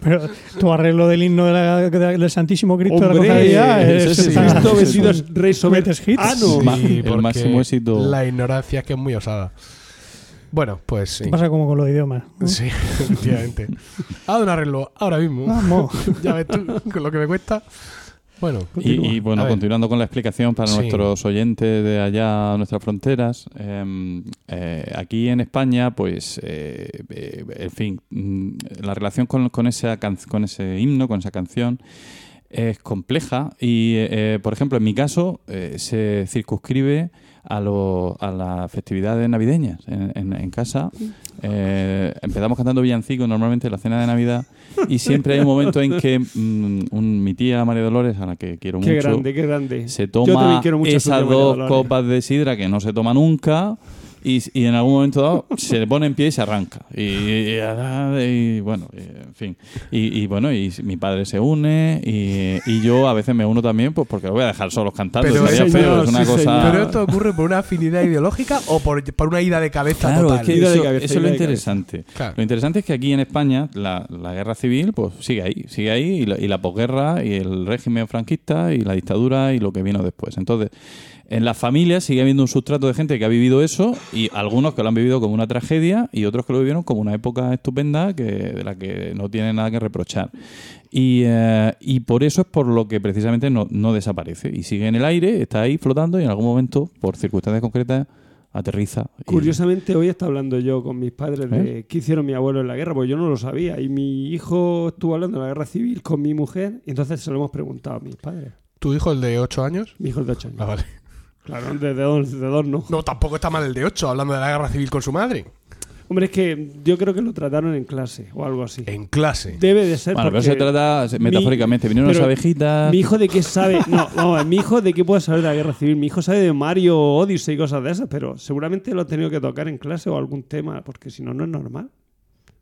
Pero tu arreglo del himno de la- de la- del Santísimo Cristo de Hombre, la Cofradía ese es sí. está- Cristo Esto vestido sí, es rey Metes hits. soberano. Ah, Ma- Sí, Ah, el porque máximo éxito. La ignorancia es que es muy osada. Bueno, pues sí. Pasa como con los idiomas. ¿no? Sí, efectivamente. Haz un arreglo ahora mismo. Vamos. ya ves tú, con lo que me cuesta. Bueno, Y, continúa. y, A bueno, ver. continuando con la explicación para Sí. nuestros oyentes de allá, nuestras fronteras, eh, eh, aquí en España, pues, eh, eh, en fin, mm, la relación con, con, esa can- con ese himno, con esa canción, es compleja y, eh, por ejemplo, en mi caso, eh, se circunscribe a, lo- a las festividades navideñas en, en- en casa. Eh, empezamos cantando villancicos normalmente en la cena de Navidad y siempre hay un momento en que mm, un- mi tía María Dolores, a la que quiero Qué mucho, grande, qué grande. se Yo también toma quiero mucho a su tía esas María dos Dolores. copas de sidra que no se toma nunca y, y en algún momento dado se le pone en pie y se arranca. Y, y- y bueno, y, en fin. Y, y bueno, y mi padre se une y, y yo a veces me uno también pues porque lo voy a dejar solos cantando. Pero estaría señor, feo, es una sí, cosa... señor. Pero esto ocurre por una afinidad ideológica o por, por una ida de cabeza Claro, total. es que Ida de eso, cabeza, eso ida es lo de interesante. Claro. Lo interesante es que aquí en España la, la guerra civil pues sigue ahí, sigue ahí y la, y la posguerra y el régimen franquista y la dictadura y lo que vino después. Entonces, en las familias sigue habiendo un sustrato de gente que ha vivido eso y algunos que lo han vivido como una tragedia y otros que lo vivieron como una época estupenda que, de la que no tienen nada que reprochar. Y, eh, y por eso es por lo que precisamente no, no desaparece y sigue en el aire, está ahí flotando y en algún momento, por circunstancias concretas, aterriza. y- Curiosamente, hoy estaba hablando yo con mis padres ¿Eh? de qué hicieron mi abuelo en la guerra, porque yo no lo sabía. Y mi hijo estuvo hablando de la guerra civil con mi mujer, y entonces se lo hemos preguntado a mis padres. ¿Tu hijo, el de 8 años? Mi hijo es de 8 años. Ah, vale. Claro, de, de dos, de dos no. No, tampoco está mal el de 8, hablando de la guerra civil con su madre. Hombre, es que yo creo que lo trataron en clase o algo así. En clase. Debe de ser Bueno, pero porque se trata se- metafóricamente. Vinieron pero unas abejitas. Mi hijo de qué sabe. No, vamos, a ver, mi hijo de qué puede saber de la guerra civil. Mi hijo sabe de Mario Odyssey y cosas de esas, pero seguramente lo ha tenido que tocar en clase o algún tema, porque si no, no es normal.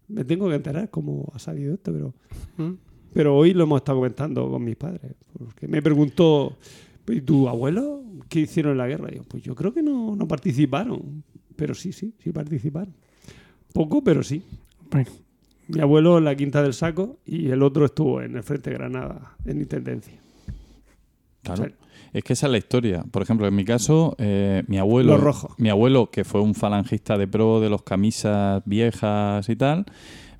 Me tengo que enterar cómo ha salido esto, pero. Pero hoy lo hemos estado comentando con mis padres. Porque me preguntó, ¿y tu abuelo qué hicieron en la guerra? Y yo, pues yo creo que no, no participaron. Pero sí, sí, sí participaron. Poco, pero sí. Bueno, Mi abuelo en la Quinta del Saco y el otro estuvo en el Frente de Granada, en Intendencia. Claro. Sí. Es que esa es la historia. Por ejemplo, en mi caso, eh, mi abuelo. Los rojos. Mi abuelo, que fue un falangista de pro de los camisas viejas y tal,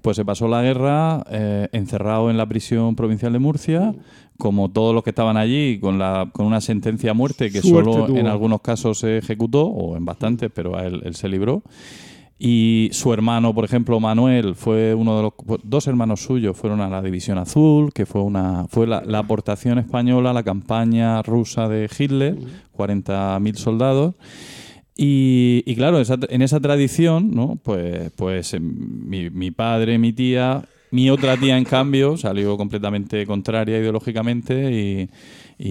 pues se pasó la guerra eh, encerrado en la prisión provincial de Murcia, como todos los que estaban allí, con, la, con una sentencia a muerte que Suerte solo tuvo. en algunos casos se ejecutó, o en bastantes, pero a él, él se libró. Y su hermano, por ejemplo, Manuel, fue uno de los pues, dos hermanos suyos fueron a la División Azul, que fue una fue la, la aportación española a la campaña rusa de Hitler, 40.000 soldados. Y, y claro, esa- en esa tradición, ¿no? Pues, pues em, mi, mi padre, mi tía, mi otra tía, en cambio, salió completamente contraria ideológicamente y,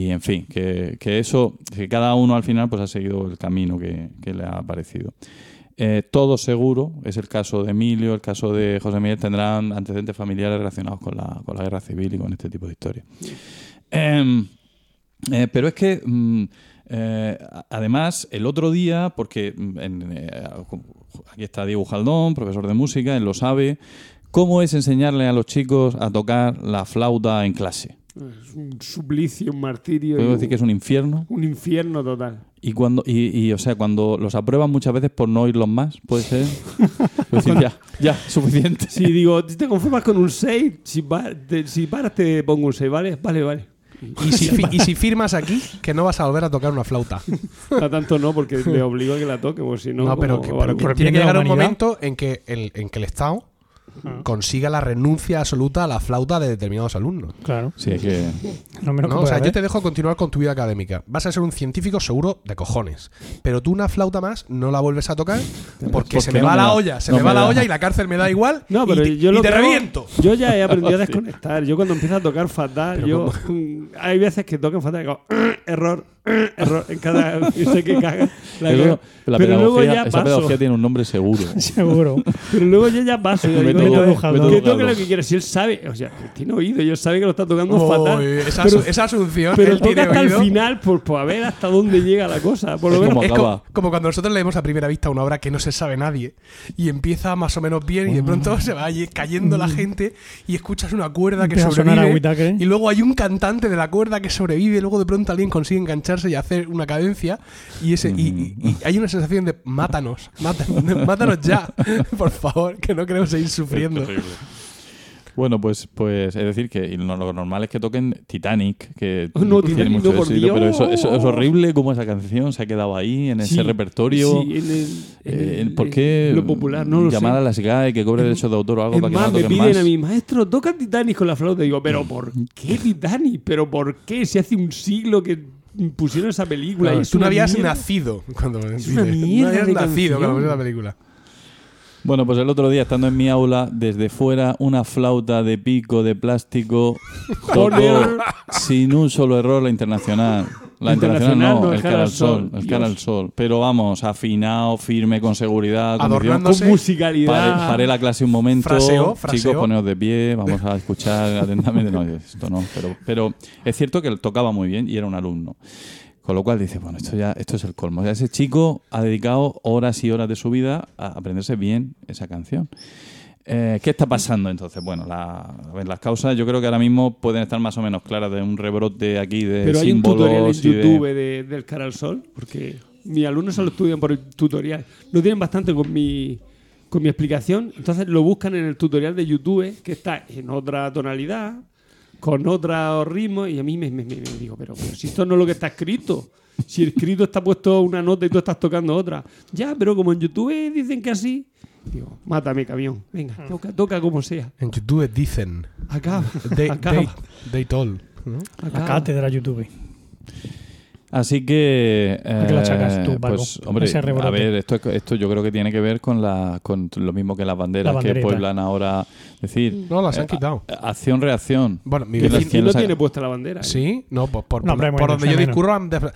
y, en fin, que, que eso, que cada uno al final pues ha seguido el camino que, que le ha parecido. Eh, todo seguro, es el caso de Emilio, el caso de José Miguel, tendrán antecedentes familiares relacionados con la, con la guerra civil y con este tipo de historias. Em, eh, pero es que, mm, eh, a- además, el otro día, porque mm, en, eh, aquí está Diego Jaldón, profesor de música, él lo sabe, ¿cómo es enseñarle a los chicos a tocar la flauta en clase? Es un suplicio, un martirio, y Puedo un, decir que es un infierno. un infierno total. Y cuando y, y, o sea, cuando los aprueban muchas veces por no oírlos más, puede ser. Pues decir, ya, ya, suficiente. Si digo, "Si te conformas con un 6, si, va- te- si paras te pongo un 6, ¿vale? Vale, vale. ¿Y si, fi- y si firmas aquí, que no vas a volver a tocar una flauta. A tanto no, porque le obligo a que la toque, porque si no... No, pero, como- que, pero que por tiene bien de que la llegar un humanidad. momento en que el, en que el Estado consiga la renuncia absoluta a la flauta de determinados alumnos. claro. Sí, es que. Lo menos ¿no? que O puede sea, yo haber. te dejo continuar con tu vida académica. Vas a ser un científico seguro de cojones. Pero tú una flauta más no la vuelves a tocar porque, se me no va me la da. olla, se No me, me va la da. olla y la cárcel me da igual. No, pero y te, yo y lo te que hago- reviento. Yo ya he aprendido a desconectar. Yo cuando empiezo a tocar fatal, Pero yo mm, hay veces que tocan fatal y digo, "Ah, error, ah, error, en cada yo sé que caga. la eso- caga. la pero luego pedagogía, ya esa paso. pedagogía tiene un nombre seguro. Seguro. Pero luego yo ya paso. Yo digo, Método- "Venga, a ver, método que toque Galdo". lo que quiera. Si él sabe, o sea, tiene oído, yo sabe que lo está tocando Uy, fatal. esa, pero- asu- esa asunción, Pero él toca tiene hasta el oído. final por, por a ver hasta dónde llega la cosa. Por lo Es menos como Es co- acaba. como, cuando nosotros leemos a primera vista una obra que no se sabe nadie y empieza más o menos bien y de pronto se va allí cayendo la gente y escuchas una cuerda que Empieza a sonar ¿eh? a sobrevive Whitaker. y luego hay un cantante de la cuerda que sobrevive luego de pronto alguien consigue engancharse y hacer una cadencia y ese y, y- y hay una sensación de mátanos mátanos, mátanos ya por favor que no creo seguir sufriendo Bueno, pues, pues es decir que y lo, lo normal es que toquen Titanic, que No, tiene Titanic, mucho no, por éxito, pero eso, Dios. eso es horrible como esa canción se ha quedado ahí en Sí, ese repertorio. sí, en el- en Eh, el- ¿Por qué Lo popular, no lo sé. llamar a las GAE que cobre derechos de autor o algo Es para que más, no me la toquen piden más? Mm. a mi maestro, toca Titanic con la flauta. Digo, ¿pero por qué Titanic? ¿Pero por qué? Si hace un siglo que pusieron esa película. y es Tú no una habías mierda. nacido cuando una No mierda habías de nacido cuando canción. viste la película. Bueno, pues el otro día, estando en mi aula, desde fuera, una flauta de pico de plástico tocó Joder. sin un solo error la internacional. La Internacional, internacional no, no, el cara al sol. El Dios. cara al sol. Pero vamos, afinado, firme, con seguridad. con Adornando- Dios. No sé. Con musicalidad. Paré, paré la clase un momento. Fraseo, fraseo. Chicos, poneos de pie, vamos a escuchar atentamente. No, esto no. Pero, pero es cierto que él tocaba muy bien y era un alumno. Con lo cual dice, bueno, esto ya esto es el colmo. O sea, ese chico ha dedicado horas y horas de su vida a aprenderse bien esa canción. Eh, ¿Qué está pasando entonces? Bueno, la- a ver, las causas yo creo que ahora mismo pueden estar más o menos claras de un rebrote aquí de Pero hay un símbolos tutorial en y eh, de- YouTube de- del cara al sol, porque mis alumnos se lo estudian por el tutorial. No tienen bastante con mi, con mi explicación, entonces lo buscan en el tutorial de YouTube, que está en otra tonalidad, con otro ritmo, y a mí me, me- me- me digo, pero, pero si esto no es lo que está escrito. Si escrito está puesto una nota y tú estás tocando otra. Ya, pero como en YouTube dicen que así. Digo, mátame, camión. Venga, toca, toca como sea. En YouTube dicen. Acaba. They, acaba, they, they told. ¿no? La acaba. cátedra YouTube. Así que. ¿A qué lo achacas tú, eh, Paco? Pues, hombre, Ese rebrote. a ver, esto, esto yo creo que tiene que ver con, la, con lo mismo que las banderas La que banderita. pueblan ahora. Es decir, No, las han eh, quitado. a- acción-reacción. ah, Bueno, mi Que El las- vecino. que vecino las- tiene puesta la bandera. eh, Sí, no, por, por, No, hombre, por bueno, donde yo menos. discurro. han def-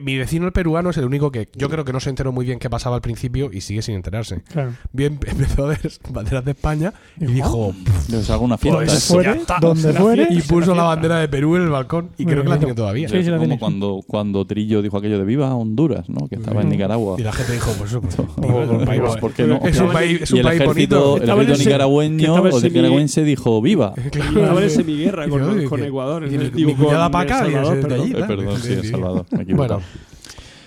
Mi vecino el peruano es el único que yo creo que no se enteró muy bien qué pasaba al principio y sigue sin enterarse. Claro. Bien, empezó a ver banderas de España y dijo, Les hago una fiesta. pues Eso. ya fuere, está. donde fuere. Y puso la bandera de Perú en el balcón y Muy creo que la bien. tiene todavía. Sí, sí, la como tienes. cuando, cuando Trillo dijo aquello de Viva Honduras, ¿no? Que estaba en Nicaragua. Y la gente dijo, pues eso, pues, Pues, un país- pues, ¿por qué no? Es un país, es un y el país ejército, bonito. el Estaba en ejército ese- que nicaragüeño estaba en o ese- nicaragüense dijo Viva. Claro, a ver ese mi guerra Y yo, con, oye, con que- Ecuador. y mi- digo, mi cuñada con pa' acá, El y Salvador, es de perdón. allí. Eh, perdón, sí, El Salvador. Me he equivocado. Bueno.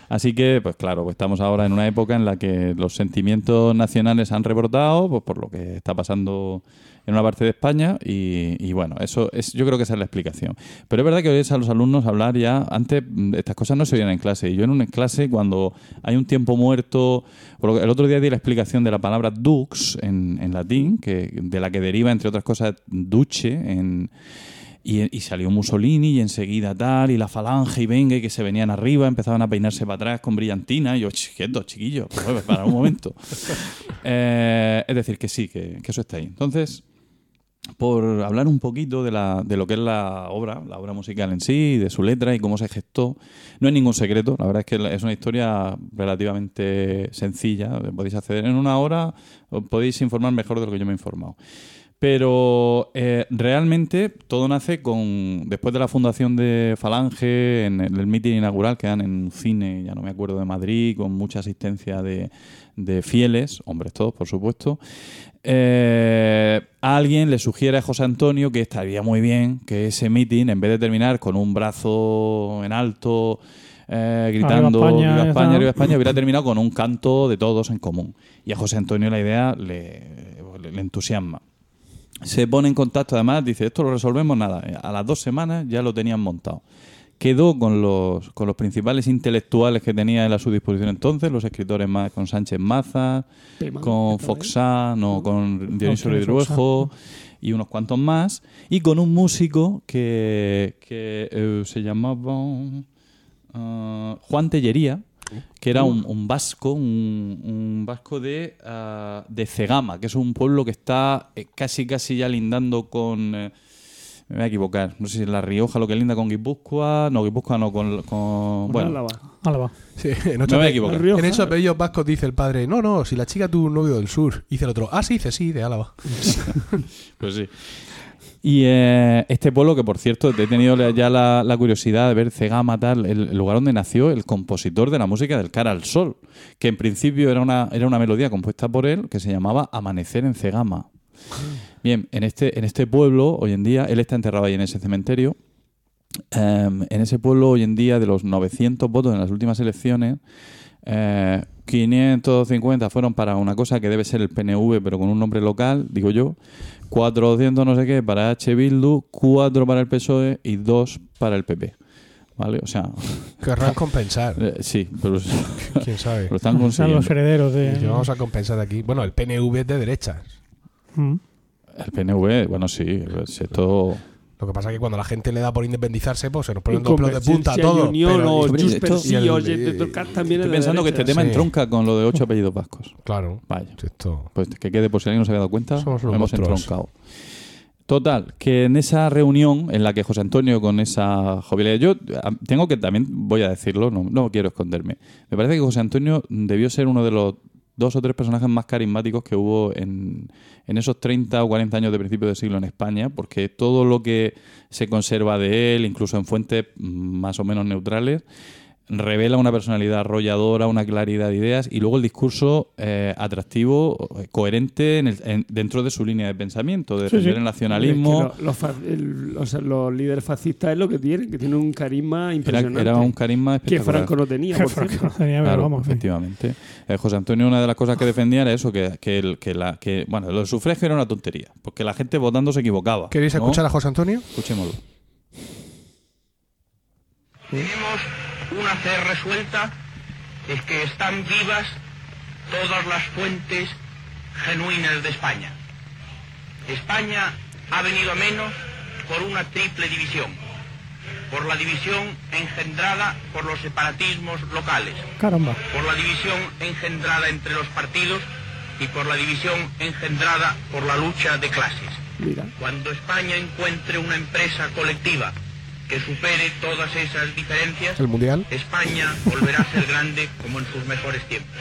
Así que, pues claro, pues estamos ahora en una época en la que los sentimientos nacionales han rebrotado pues, por lo que está pasando en una parte de España y, y, bueno, eso es, yo creo que esa es la explicación. Pero es verdad que oyes a los alumnos hablar ya, antes mm, estas cosas no se oían en clase y yo en una clase cuando hay un tiempo muerto, por lo que- el otro día di la explicación de la palabra dux en, en latín, que, de la que deriva entre otras cosas duche en, y, y salió Mussolini y enseguida tal, y la falange y venga, y que se venían arriba, empezaban a peinarse para atrás con brillantina, y yo, "Ch, quietos, chiquillos, pues, para un momento. Eh, es decir, que sí, que, que eso está ahí. Entonces, por hablar un poquito de, la- de lo que es la obra, la obra musical en sí, de su letra y cómo se gestó, no es ningún secreto, la verdad es que la- es una historia relativamente sencilla, podéis acceder en una hora, os podéis informar mejor de lo que yo me he informado. Pero eh, realmente todo nace con. Después de la fundación de Falange, en el, el mitin inaugural que dan en un cine, ya no me acuerdo, de Madrid, con mucha asistencia de, de fieles, hombres todos, por supuesto. eh, alguien le sugiere a José Antonio que estaría muy bien que ese mitin, en vez de terminar con un brazo en alto, eh, gritando España, Viva ya España, está". arriba España hubiera terminado con un canto de todos en común. Y a José Antonio la idea le, le entusiasma. Se pone en contacto, además, dice, esto lo resolvemos nada. Eh, A las dos semanas ya lo tenían montado. Quedó con los, con los principales intelectuales que tenía él a su disposición entonces, los escritores más, con Sánchez Maza, Pema, con esta vez. Foxán o con Dionisio Foxán, Ridruejo y unos cuantos más, y con un músico que, que, eh, se llamaba ah, Juan Tellería, que era un, un vasco, un, un vasco de, ah, de Cegama, que es un pueblo que está eh, casi casi ya lindando con... eh, me voy a equivocar, no sé si es La Rioja lo que linda con Guipúzcoa, no, Guipúzcoa no, con... con- Con bueno, Álava. Álava. Sí, en me ocho voy a apell- equivocar. La Rioja. en ocho apellidos vascos dice el padre, no, no, si la chica tuvo un novio del sur, dice el otro, ah, sí, dice sí, de Álava. Pues sí. Y eh, este pueblo, que por cierto, he tenido la- ya la, la curiosidad de ver Cegama, tal, el, el lugar donde nació el compositor de la música del Cara al Sol, que en principio era una, era una melodía compuesta por él que se llamaba Amanecer en Cegama. Bien, en este, en este pueblo, hoy en día, él está enterrado ahí en ese cementerio. Em, en ese pueblo, hoy en día, de los 900 votos en las últimas elecciones, eh, 550 fueron para una cosa que debe ser el PNV, pero con un nombre local, digo yo. 400 no sé qué para H. Bildu, 4 para el PSOE E y 2 para el PP. ¿Vale? O sea, Querrán compensar, eh, sí, pero quién sabe. lo están Son consiguiendo. los herederos de. Y vamos a compensar aquí. Bueno, el PNV es de derechas. Mm. El PNV, bueno, sí, es esto... Lo que pasa es que cuando la gente le da por independizarse, pues se nos ponen Y dos pelos de punta a Convergencia todos. y Unión, pero- o Hombre, Junts esto- per sí, y el- o Gent de Torcat también es eh, Estoy de pensando que derecha. este tema Sí. entronca con lo de ocho apellidos vascos. Claro. Vaya. si Esto. Pues que quede por si alguien no se había dado cuenta, Somos unos hemos monstruos. entroncado. Total, que en esa reunión en la que José Antonio con esa jovialidad, yo ah, tengo que también, voy a decirlo, no, no quiero esconderme. Me parece que José Antonio debió ser uno de los dos o tres personajes más carismáticos que hubo en, en esos 30 o 40 años de principio de siglo en España, porque todo lo que se conserva de él, incluso en fuentes mm, más o menos neutrales, revela una personalidad arrolladora, una claridad de ideas y luego el discurso eh, atractivo, eh, coherente en el- en- dentro de su línea de pensamiento, de Sí, sí. defender el nacionalismo. Es que lo- los, fa- el- o sea, los líderes fascistas es lo que tienen, que tienen un carisma Era, impresionante. era un carisma que espectacular. Franco no tenía, por cierto. Tenía, pero Claro, vamos, en fin. efectivamente. Eh, José Antonio, una de las cosas que defendía era eso, que, que, el, que, la, que bueno, lo del sufragio era una tontería, porque la gente votando se equivocaba. ¿Queréis ¿no? escuchar a José Antonio? Escuchémoslo. Tenemos una fe resuelta, es que están vivas todas las fuentes genuinas de España. España ha venido a menos por una triple división, por la división engendrada por los separatismos locales, Caramba. por la división engendrada entre los partidos y por la división engendrada por la lucha de clases. Mira, Cuando España encuentre una empresa colectiva que supere todas esas diferencias, El mundial. España volverá a ser grande como en sus mejores tiempos.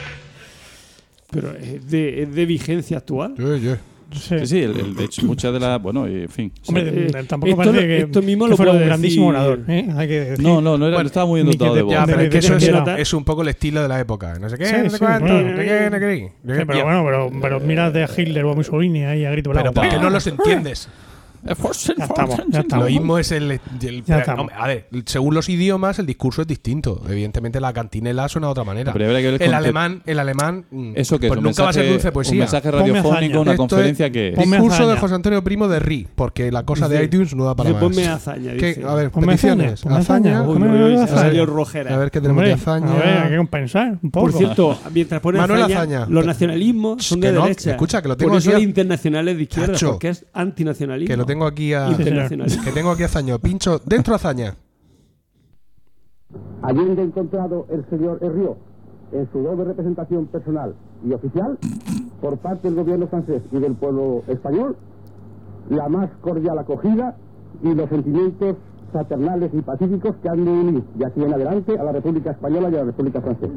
pero es de, es de vigencia actual. Yo, yo. Sí. Sí, sí, el- el- de hecho, muchas de las... Bueno, y, en fin. Hombre, Eh, de- tampoco esto parece lo- que, esto mismo que lo fuera un puede grandísimo decir- orador. ¿eh? Hay que decir. No, no, no, era, Bueno, estaba muy ni que dotado te- de voz. Ya, pero me- es que eso me- es, me- era- me- es un poco el estilo de la época. No sé qué, Sí, no sé sí, cuánto, bueno. no sé qué, no sé qué. Sí, pero Ya. bueno, pero, pero mira de a Hitler o a Mussolini ahí a grito. Pero blanco. porque no los entiendes. Eh, Ya estamos, ya Lo estamos. mismo es el. el- Ya estamos. a ver, según los idiomas, el discurso es distinto. Evidentemente, la cantinela suena de otra manera. Pero habrá que ver el el conte- alemán, el alemán. mm, Eso que pues es un nunca va a ser mensaje- dulce Un poesía. mensaje Ponme hazaña. radiofónico, una Esto conferencia es que es. Ponme Discurso de hazaña. José Antonio Primo de Ri, porque la cosa de Dice- iTunes no da para dice, más. ponme hazaña, ¿Qué? dice. A ver, Ah, Ponme hazaña, peticiones. ponme hazaña. Hazaña. Uy, uy, uy, se A ver, salió rojera. A ver qué tenemos Hombre, de a hazaña. ver, hay que compensar un poco. Por cierto, mientras pones Manuel hazaña, Hazaña. los nacionalismos son de Que no, derecha. escucha, que lo tengo Por eso aquí a- el internacional es de izquierda, Chacho. porque es antinacionalismo. Que lo tengo aquí a. Inter- Internacionalismo. Que tengo aquí a Hazaño. Pincho, dentro Hazaña. Allende ha encontrado el señor Herrió en su doble representación personal y oficial por parte del gobierno francés y del pueblo español la más cordial acogida y los sentimientos fraternales y pacíficos que han de unir de aquí en adelante a la República Española y a la República Francesa.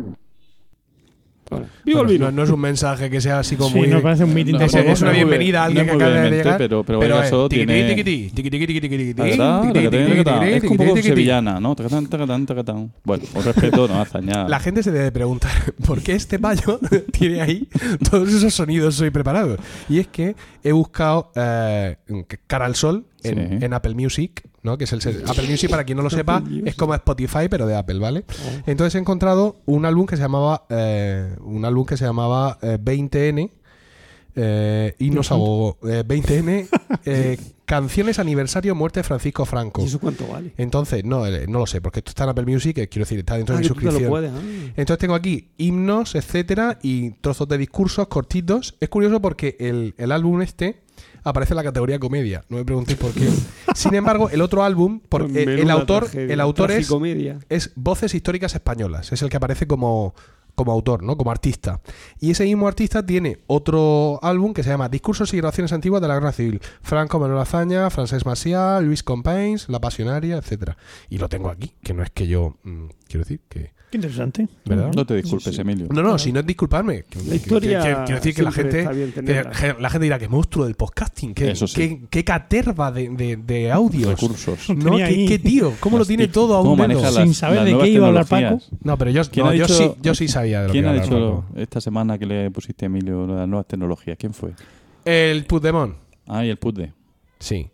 Ahora, Viva el Bueno, vino. no, no es un mensaje que sea así como. Sí, muy- no parece un meeting No, Es, tampoco. es una no es muy bienvenida a bien- alguien no es que muy acaba de vehemente, llegar. eh, pero- pero vaya, es eso tiquití, tiene- tiquití, tiquití, tiquití, tiquití, Ta, ta, ta, ta, ta, tiquití, ta, ta, ta. Es tiquití, como un poco tiquití, tiquití. sevillana, ¿no? Ta, ta, ta, ta, ta, ta. Bueno, con respeto, no, hazaña. La gente se debe preguntar por qué este payo tiene ahí todos esos sonidos soy preparado. Y es que he buscado eh, Cara al Sol en, Sí. en Apple Music, ¿no? Que es el ser- Apple Music, para quien no lo sepa, es como Spotify, pero de Apple, ¿vale? Entonces he encontrado un álbum que se llamaba. eh, un álbum que se llamaba eh, 20N. eh, y nos ahogó. Eh, 20N. eh, canciones aniversario muerte de Francisco Franco. ¿Y eso cuánto vale? Entonces, no, eh, no lo sé, porque esto está en Apple Music, eh, quiero decir, está dentro Ah, de mi que tú te suscripción. lo puedes. ah. Entonces tengo aquí himnos, etcétera, y trozos de discursos cortitos. Es curioso porque el, el álbum este aparece en la categoría comedia. No me preguntéis por qué. Sin embargo, el otro álbum, por- eh, Pues el, el menuda autor, tragedia, el autor es, tragicomedia. es Voces Históricas Españolas. Es el que aparece como, como autor, ¿no? Como artista. Y ese mismo artista tiene otro álbum que se llama Discursos y Grabaciones Antiguas de la Guerra Civil. Franco Manuel Azaña, Francés Maciá, Luis Compains, La Pasionaria, etcétera. Y lo tengo aquí, que no es que yo... mm, quiero decir que... Qué interesante. ¿Verdad? No te disculpes, Emilio. No, no, si no es disculparme. La historia Quiero, quiero decir que la siempre gente, está bien que tenerla. la- la gente dirá que monstruo del podcasting, que, Eso sí. que- que caterva de, de, de audios. Recursos. No, Tenía que, ahí. que tío, ¿cómo lo tiene Y todo a cómo un dedo? maneja Sin las- saber las de qué nuevas iba a hablar tecnologías. Paco. No, pero yo, ¿Quién no, ha yo dicho- sí, yo sí sabía de lo ¿Quién que ha iba a dicho hablar, lo- Paco. esta semana que le pusiste a Emilio las nuevas tecnologías? ¿Quién fue? El Puigdemont. Ah, y el Putde. Sí.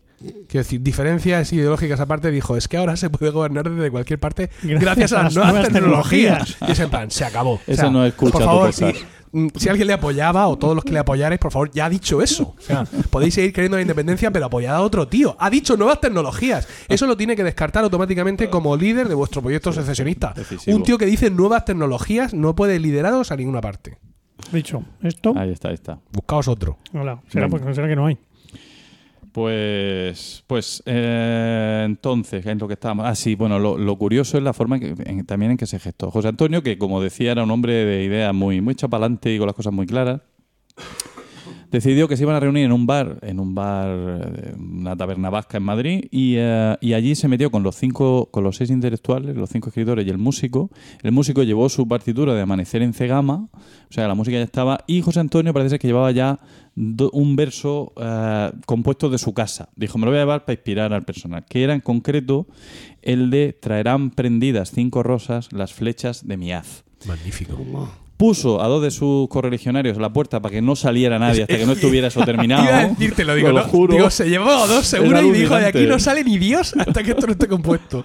Quiero decir, diferencias ideológicas aparte, dijo, es que ahora se puede gobernar desde cualquier parte gracias, a las nuevas, tecnologías. Y es en plan, se acabó. Eso no he escuchado Por favor, si, cosas. mm, si alguien le apoyaba o todos los que le apoyarais, por favor, ya ha dicho eso. O sea, podéis seguir creyendo en la independencia, pero apoyad a otro tío. Ha dicho nuevas tecnologías. Eso lo tiene que descartar automáticamente como líder de vuestro proyecto secesionista. Decisivo. Un tío que dice nuevas tecnologías no puede lideraros a ninguna parte. Dicho esto, Ahí está, ahí está. Buscaos otro. hola, será Venga. porque será que no hay. Pues, pues eh, entonces, en lo que estábamos. Ah, sí, bueno, lo, lo curioso es la forma que- en- también en que se gestó. José Antonio, que como decía, era un hombre de ideas muy, muy chapalante y con las cosas muy claras, decidió que se iban a reunir en un bar, en un bar, eh, una taberna vasca en Madrid, y, eh, y allí se metió con los cinco, con los seis intelectuales, los cinco escritores y el músico. El músico llevó su partitura de Amanecer en Cegama, o sea, la música ya estaba, y José Antonio parece ser que llevaba ya do- un verso eh, compuesto de su casa. Dijo, me lo voy a llevar para inspirar al personal, que era en concreto el de traerán prendidas cinco rosas las flechas de mi haz Magnífico. puso a dos de sus correligionarios a la puerta para que no saliera nadie hasta que no estuviera eso terminado. Iba a decirte, lo digo, Os ¿no? juro. Digo, se llevó a dos seguro y Es dijo, de alucinante. aquí no sale ni Dios hasta que esto no esté compuesto.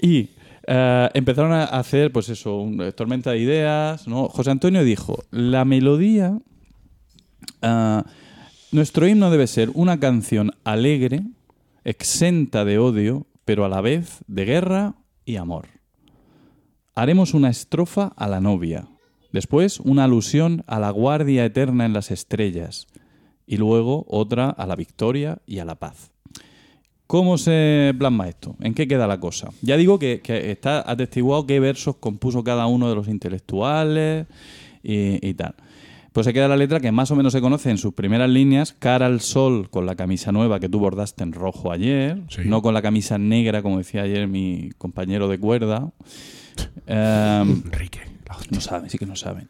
Y eh, empezaron a hacer, pues eso, un- eh, tormenta de ideas. ¿no? José Antonio dijo, la melodía, ah, nuestro himno debe ser una canción alegre, exenta de odio, pero a la vez de guerra y amor. Haremos una estrofa a la novia, después una alusión a la guardia eterna en las estrellas, y luego otra a la victoria y a la paz. ¿Cómo se plasma esto? ¿En qué queda la cosa? Ya digo que, que está atestiguado qué versos compuso cada uno de los intelectuales y, y tal. Pues se queda la letra que más o menos se conoce en sus primeras líneas, cara al sol con la camisa nueva que tú bordaste en rojo ayer, Sí. no con la camisa negra como decía ayer mi compañero de cuerda. Em, Enrique. no saben, sí que no saben.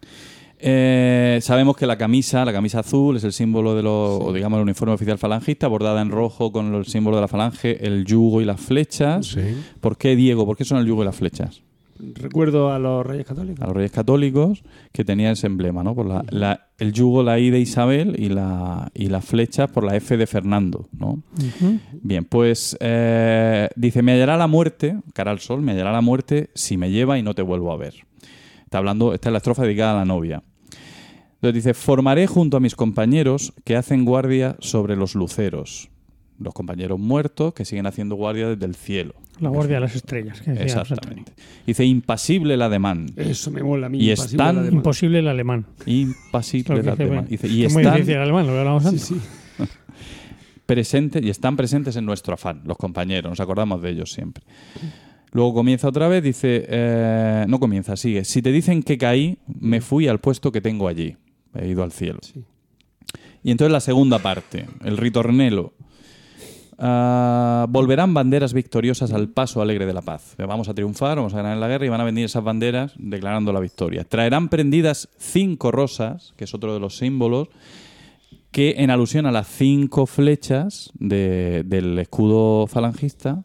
Eh, sabemos que la camisa, la camisa azul, es el símbolo de los, o digamos, el uniforme oficial falangista, bordada en rojo con el símbolo de la falange, el yugo y las flechas. Sí. ¿Por qué, Diego? ¿Por qué son el yugo y las flechas? Recuerdo a los Reyes Católicos. A los reyes católicos que tenían ese emblema, ¿no? Por la- la- el yugo, la I de Isabel y, la, y las flechas por la F de Fernando, ¿no? Bien, pues eh, dice, me hallará la muerte, cara al sol, me hallará la muerte si me lleva y no te vuelvo a ver. Está hablando, esta es la estrofa dedicada a la novia. Entonces dice, formaré junto a mis compañeros que hacen guardia sobre los luceros. Los compañeros muertos que siguen haciendo guardia desde el cielo. La guardia de las estrellas. que decía Exactamente. Dice, impasible la demanda. Eso me mola a mí. Y impasible están- la Antonio. demanda. Imposible el alemán. Lo Impasible que la dice, demanda. bueno, Dice, y es muy están difícil el alemán, lo que hablábamos Sí, antes. sí. presentes y están presentes en nuestro afán, los compañeros, nos acordamos de ellos siempre. Luego comienza otra vez, dice, eh, no comienza, sigue. Si te dicen que caí, me fui al puesto que tengo allí. He ido al cielo. Sí. Y entonces la segunda parte, el ritornelo. Ah, volverán banderas victoriosas al paso alegre de la paz. Vamos a triunfar, vamos a ganar en la guerra y van a venir esas banderas declarando la victoria. Traerán prendidas cinco rosas, que es otro de los símbolos, que en alusión a las cinco flechas de- del escudo falangista,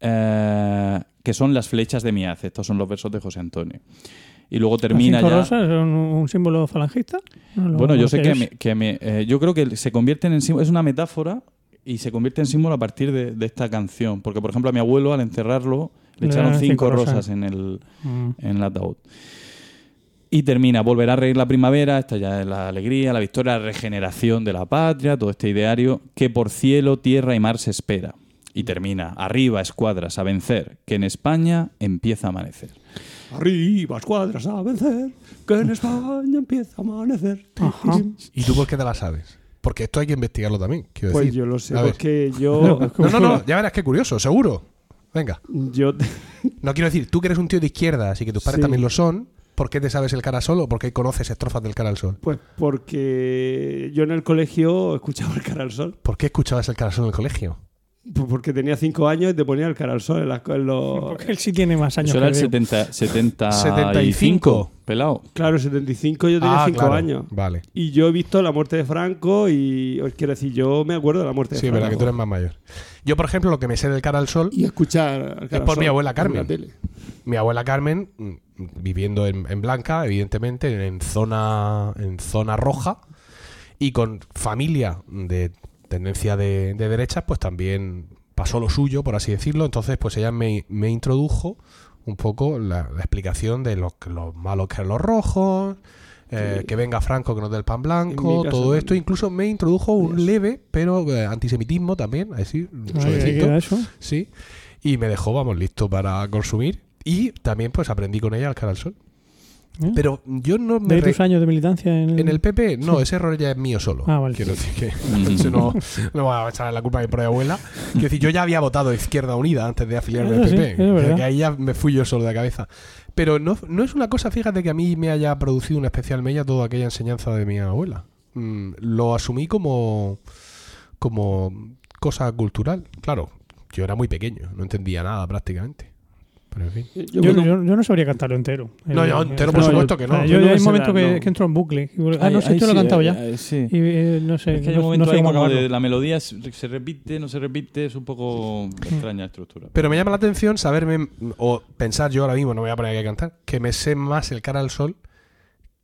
eh, que son las flechas de Miaz. Estos son los versos de José Antonio. Y luego Las termina cinco ya. rosas son un, un símbolo falangista? No lo Bueno, yo sé que, conocéis. me- que me- eh, yo creo que se convierten en símbolo, es una metáfora y se convierte en símbolo a partir de, de esta canción. Porque, por ejemplo, a mi abuelo al encerrarlo le, Le echaron daban cinco, cinco rosas, rosas. en el, Mm. en el ataúd. Y termina, volverá a reír la primavera, esta ya es la alegría, la victoria, la regeneración de la patria, todo este ideario que por cielo, tierra y mar se espera. Y termina, arriba, escuadras, a vencer, que en España empieza a amanecer. Arriba, escuadras a vencer, que en España empieza a amanecer. Ajá. ¿Y tú por qué te la sabes? Porque esto hay que investigarlo también. Quiero Pues decir. yo lo sé, A ver. porque yo. No, no, no, ya verás qué curioso, seguro. Venga. Yo. No quiero decir, tú que eres un tío de izquierda, así que tus padres Sí. también lo son, ¿por qué te sabes el cara al sol o por qué conoces estrofas del cara al sol? Pues porque yo en el colegio escuchaba el cara al sol. ¿Por qué escuchabas el cara al sol en el colegio? Pues Porque tenía cinco años y te ponía el cara al sol en, las co- en los. Porque él sí tiene más años Eso era que el yo. 70, 75, 75. pelado. Claro, 75, yo tenía Ah, cinco claro. años. Vale. Y yo he visto la muerte de Franco y os quiero decir, yo me acuerdo de la muerte de Sí, es Franco. verdad que tú eres más mayor. Yo, por ejemplo, lo que me sé del cara al sol, Y escuchar al cara por al mi sol abuela en Carmen. la tele. mi abuela Carmen, mm, viviendo en, en Blanca, evidentemente, en zona, en zona roja, y con familia de tendencia de, de derechas, pues también pasó lo suyo, por así decirlo. Entonces, pues ella me, me introdujo un poco la, la explicación de los, los malos que eran los rojos, eh, que venga Franco que nos dé el pan En mi blanco, caso todo también. esto. Incluso me introdujo un leve, pero eh, antisemitismo también, a decir, Ay, suavecito. ¿qué era eso? Sí. Y me dejó, vamos, listo para consumir. Y también, pues, aprendí con ella al Canal Sol. ¿Eh? Pero yo no ¿De me... re- tus años de militancia en el, En el PP, no, ese error ya es mío solo. Ah, vale. Quiero decir que entonces no, no voy a echar la culpa a mi propia abuela. Quiero decir, yo ya había votado Izquierda Unida antes de afiliarme Eso al Ah, sí, PP. es O sea, verdad. que ahí ya me fui yo solo de cabeza. Pero no, no es una cosa, fíjate, que a mí me haya producido una especial mella toda aquella enseñanza de mi abuela. Mm, lo asumí como, como cosa cultural. Claro, yo era muy pequeño, no entendía nada prácticamente. Pero en fin. Yo, Yo, cuando- yo- yo no sabría cantarlo entero. No, El- yo el- entero, por yo- supuesto que no. ah, Yo Yo, no hay sé un momento nada, que, no. que entro en bucle. Ah, no Ahí- sé, ahí esto lo he sí, cantado ahí- ya. ahí sí. Y eh, no sé, Es que hay no, un momento no sé ahí cómo como acabarlo. de la melodía se se repite, no se repite, es un poco extraña la estructura. Pero me llama la atención saberme, o pensar yo ahora mismo, no me voy a poner aquí a cantar, que me sé más el cara al sol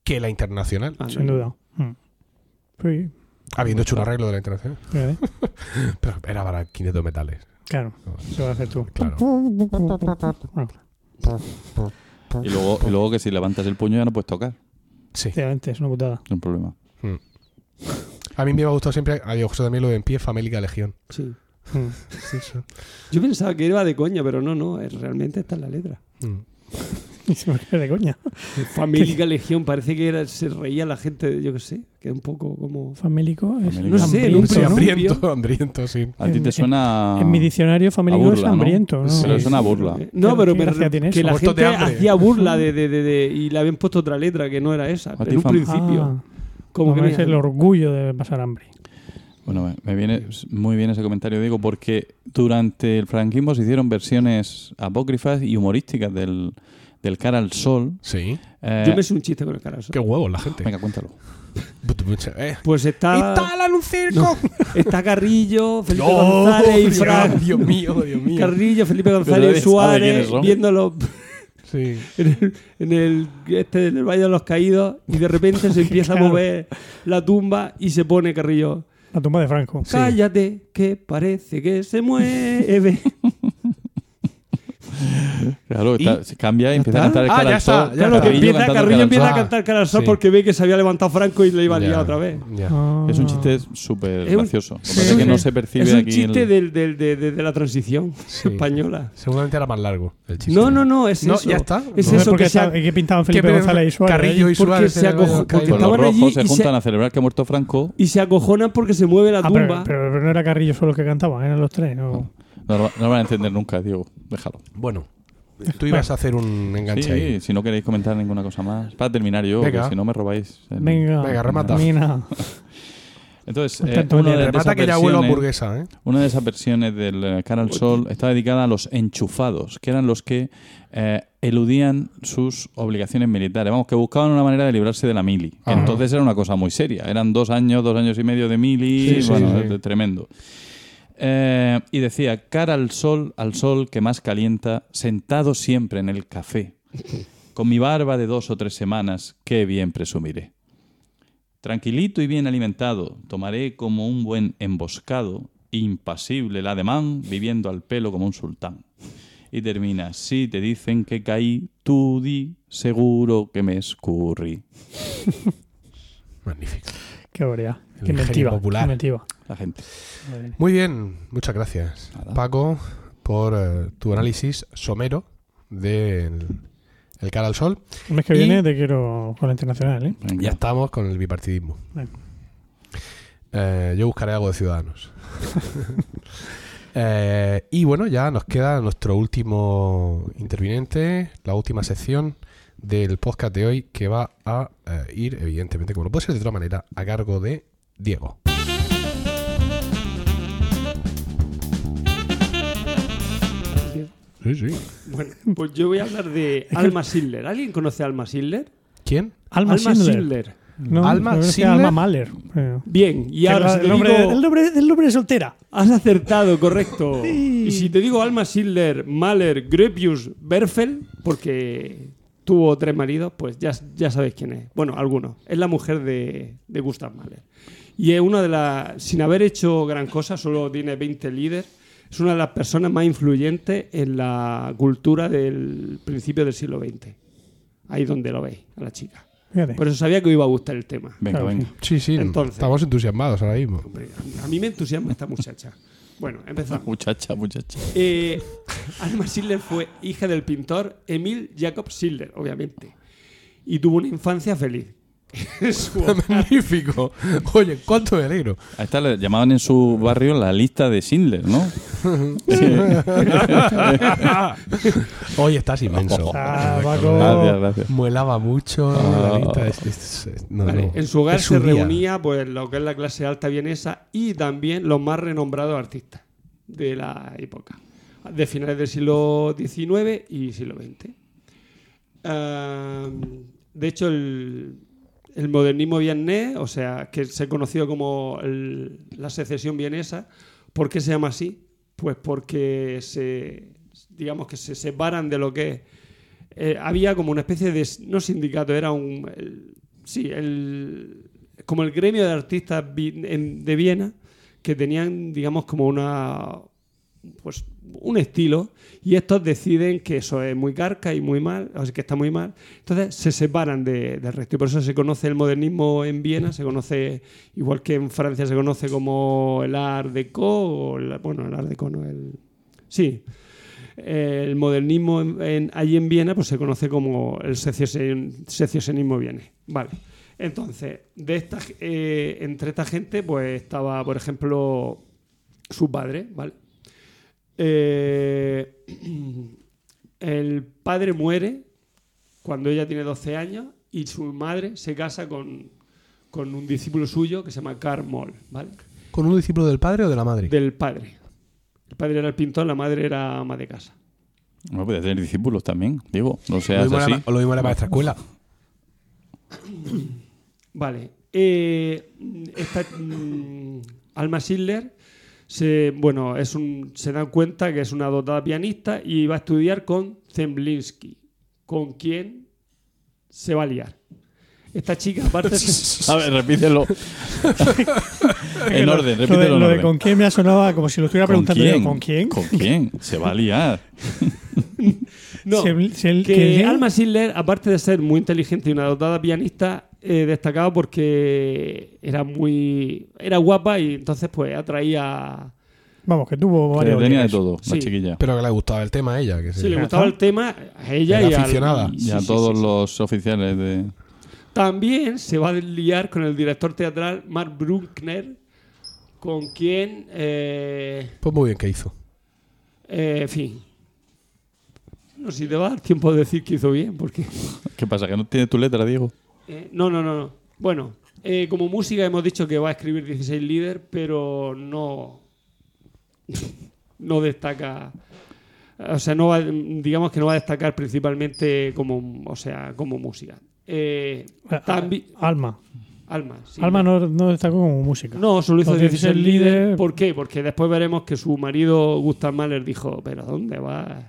que la internacional, Ah, no, Sin no. duda. Mm. Sí, habiendo hecho un arreglo de la internacional. ¿eh? Ah, Pero era para 500 metales. Claro, se va a hacer tú. Claro. Bueno, Y luego, y luego que si levantas el puño ya no puedes tocar, no Sí. efectivamente, es una putada. es un problema. A mí me ha gustado siempre, a Dios José también lo de en pie, famélica legión. Sí. Mm. Yo pensaba que iba de coña, pero no, no. es- Realmente está en la letra. Mm. Y se me cae de coña. Famélica Legión, parece que era, se reía la gente, yo qué sé, que un poco como. Famélico es Famélico. No sé, en hambriento, un Sí, ¿no? hambriento, hambriento, sí. A ti En- te en- suena. En mi diccionario, famélico Ah, burla, es ¿no? hambriento. ¿no? Sí. Pero es una burla. Eh, No, ¿Qué- pero qué me- gracia tiene que eso? la Muertos gente de hambre. hacía burla de, de- de- de- y le habían puesto otra letra que no era esa. ti, En un fam- principio. Ah, Como que no, es mira, el orgullo de pasar hambre. Bueno, me- me viene muy bien ese comentario, digo, porque durante el franquismo se hicieron versiones apócrifas y humorísticas del, del cara al sol. Sí. Eh, Yo me hice un chiste con el carajo. Qué huevos la gente. Venga, cuéntalo. Eh. Pues Ah. está, ¡Instalan un circo! está Carrillo, Felipe ¡No! González y Dios, Frank. Dios mío, Dios mío. Carrillo, Felipe nadie sabe González, Suárez, quiénes son. viéndolo Sí. en el, en el- este, en el Valle de los Caídos y de repente se empieza a Claro. mover la tumba y se pone Carrillo. La tumba de Franco. Cállate, que parece que se mueve. Claro, ¿Y? está- se cambia y empieza a está? cantar el Ah, cara ya al está, sol. ya Claro, que Carrillo empieza, cantando el Carrillo cara al empieza sol. a cantar cara al sol Sí. porque ve que se había levantado Franco y le iba a liar Ya, otra vez. ya. Ah. sol. Es un chiste súper Es un- gracioso. Lo que sí, pasa es que sí. no se percibe es un aquí chiste el- del- del- de, de- de la transición Sí. española. Seguramente era más largo el chiste. No, no, no, es No, eso. ya está. Es No, No sé eso por que qué se, estaba- ha- ¿Qué pintaban Felipe pero- González y Suárez? ¿eh? Carrillo ahí? y Suárez. se en el Valle de los acojo- porque Caídos. Pues los estaban allí rojos y se se- juntan a celebrar que ha muerto Franco. y se acojonan porque se mueve la Ah, pero, tumba. pero- pero no era Carrillo solo el que cantaba, eran los tres. ¿no? No, lo- no lo van a entender nunca, Diego. Déjalo. Bueno, tú ibas a hacer un enganche ahí. Sí, si no queréis comentar ninguna cosa más. Para terminar yo, Venga. que si no me robáis. el- Venga, Venga, remata. Mina. Entonces, Pues eh, tanto una, bien, de, de Remata esas que ya vuelo versiones- hamburguesa, ¿eh? una de esas versiones del eh, Cara al Sol está dedicada a los enchufados, que eran los que eh, eludían sus obligaciones militares. Vamos, que buscaban una manera de librarse de la mili. que Ah. entonces era una cosa muy seria. Eran dos años, dos años y medio de mili. Sí, sí, bueno, sí, sí. eh, tremendo. Eh, y decía, cara al sol, al sol que más calienta, sentado siempre en el café, con mi barba de dos o tres semanas, qué bien presumiré. Tranquilito y bien alimentado, tomaré como un buen emboscado, impasible el ademán, viviendo al pelo como un sultán. Y termina, si te dicen que caí, tú di, seguro que me escurrí. Magnífico. Qué barbaridad. El Qué ingenio inventiva. popular. qué inventiva. La gente. Muy bien, muchas gracias, Nada. Paco, por eh, tu análisis somero del el cara al sol. El mes que Y- viene te quiero con la internacional, ¿eh? Venga. Ya estamos con el bipartidismo. Venga. Eh, yo buscaré algo de Ciudadanos. Eh, y bueno, ya nos queda nuestro último interviniente, la última sección del podcast de hoy que va a eh, ir, evidentemente, como no puede ser de otra manera, a cargo de Diego. Sí, sí. Bueno, pues yo voy a hablar de Alma Sindler. ¿Alguien conoce a Alma Sindler? ¿Quién? Alma, Schindler. Sindler. No, Alma yo creo que es Schindler. Alma Mahler. eh. Bien, y Que ahora la- si el, te nombre, digo- el, nombre, el nombre de soltera. Has acertado, correcto. Y si te digo Alma Schindler, Mahler, Grepius, Berfel, porque tuvo tres maridos, pues ya, ya sabéis quién es. Bueno, algunos. Es la mujer de, de Gustav Mahler. Y es una de las, sin haber hecho gran cosa, solo tiene 20 líderes, es una de las personas más influyentes en la cultura del principio del siglo XX. Ahí donde lo veis, a la chica. Fíjate. Por eso sabía que os iba a gustar el tema. Venga, Claro, venga. sí. Sí, sí. Entonces. Estamos entusiasmados ahora mismo. Hombre, a mí me entusiasma esta muchacha. Bueno, empezamos. Muchacha, muchacha. Eh, Alma Schiller fue hija del pintor Emil Jacob Schiller, obviamente. Y tuvo una infancia feliz. Su hogar- Magnífico. Oye, ¿cuánto me alegro? A esta le llamaban en su barrio la lista de Schindler, ¿no? Hoy estás inmenso. Ah, Paco. Gracias, gracias. Muelaba mucho. la lista es- es- es- no, Vale, no. En su hogar Es su se día. reunía pues lo que es la clase alta vienesa y también los más renombrados artistas de la época, de finales del siglo XIX y siglo XX. Ah, de hecho, el, el modernismo viennés, o sea, que se ha conocido como el- la secesión vienesa, ¿por qué se llama así? Pues porque se, digamos que se separan de lo que es eh, había como una especie de no sindicato era un el- sí el como el gremio de artistas vi- en- de Viena que tenían digamos como una pues un estilo y estos deciden que eso es muy carca y muy mal o sea, que está muy mal entonces se separan de- del resto y por eso se conoce el modernismo en Viena se conoce igual que en Francia se conoce como el Art Deco o la- bueno el Art Deco no el sí el modernismo en, en- allí en Viena pues se conoce como el secesion- secesionismo vienés. Vale. Entonces, de esta, g- eh, entre esta gente pues estaba, por ejemplo, su padre, ¿vale? Eh, el padre muere cuando ella tiene 12 años y su madre se casa con, con un discípulo suyo que se llama Karl Moll, ¿vale? ¿Con un discípulo del padre o de la madre? Del padre. El padre era el pintor, la madre era ama de casa. No, puede tener discípulos también, digo. No lo, seas mismo así. era, lo mismo era maestra escuela. Vale. Eh, esta, mm, Alma Schiller se, bueno, es un, se dan cuenta que es una dotada pianista y va a estudiar con Zemblinsky, con quien se va a liar. Esta chica, aparte, A ver, repítelo. en orden, Lo de, repítelo en lo de orden. con quién me ha sonado como si lo estuviera ¿Con preguntando yo, quién? ¿Con quién? ¿Con quién? Se va a liar. no, Se- se- el- que que- Alma Schiller, aparte de ser muy inteligente y una dotada pianista, eh, destacaba porque era muy era guapa y entonces pues atraía Vamos, que tuvo Que varios. tenía de líderes. todo, Sí. la chiquilla. Pero que le gustaba el tema a ella. Que Sí, se- le gustaba el tema a ella Era y, al- aficionada. y a sí, sí, todos sí, sí. los oficiales de. También se va a liar con el director teatral Mark Bruckner, con quien, eh, Pues muy bien que hizo. eh, en fin, no sé si te va a dar tiempo de decir que hizo bien, porque... ¿Qué pasa? ¿Que no tiene tu letra, Diego? eh, no, no, no, no. Bueno, eh, como música hemos dicho que va a escribir 16 líder, pero no... no destaca... O sea, no va, digamos que no va a destacar principalmente como, o sea, como música. Eh, tambi- ah, Alma. Alma. sí. Alma no, no destacó como música. No, solo hizo Los 16 16 líder. líder. ¿Por qué? Porque después veremos que su marido, Gustav Mahler, dijo, pero ¿dónde vas?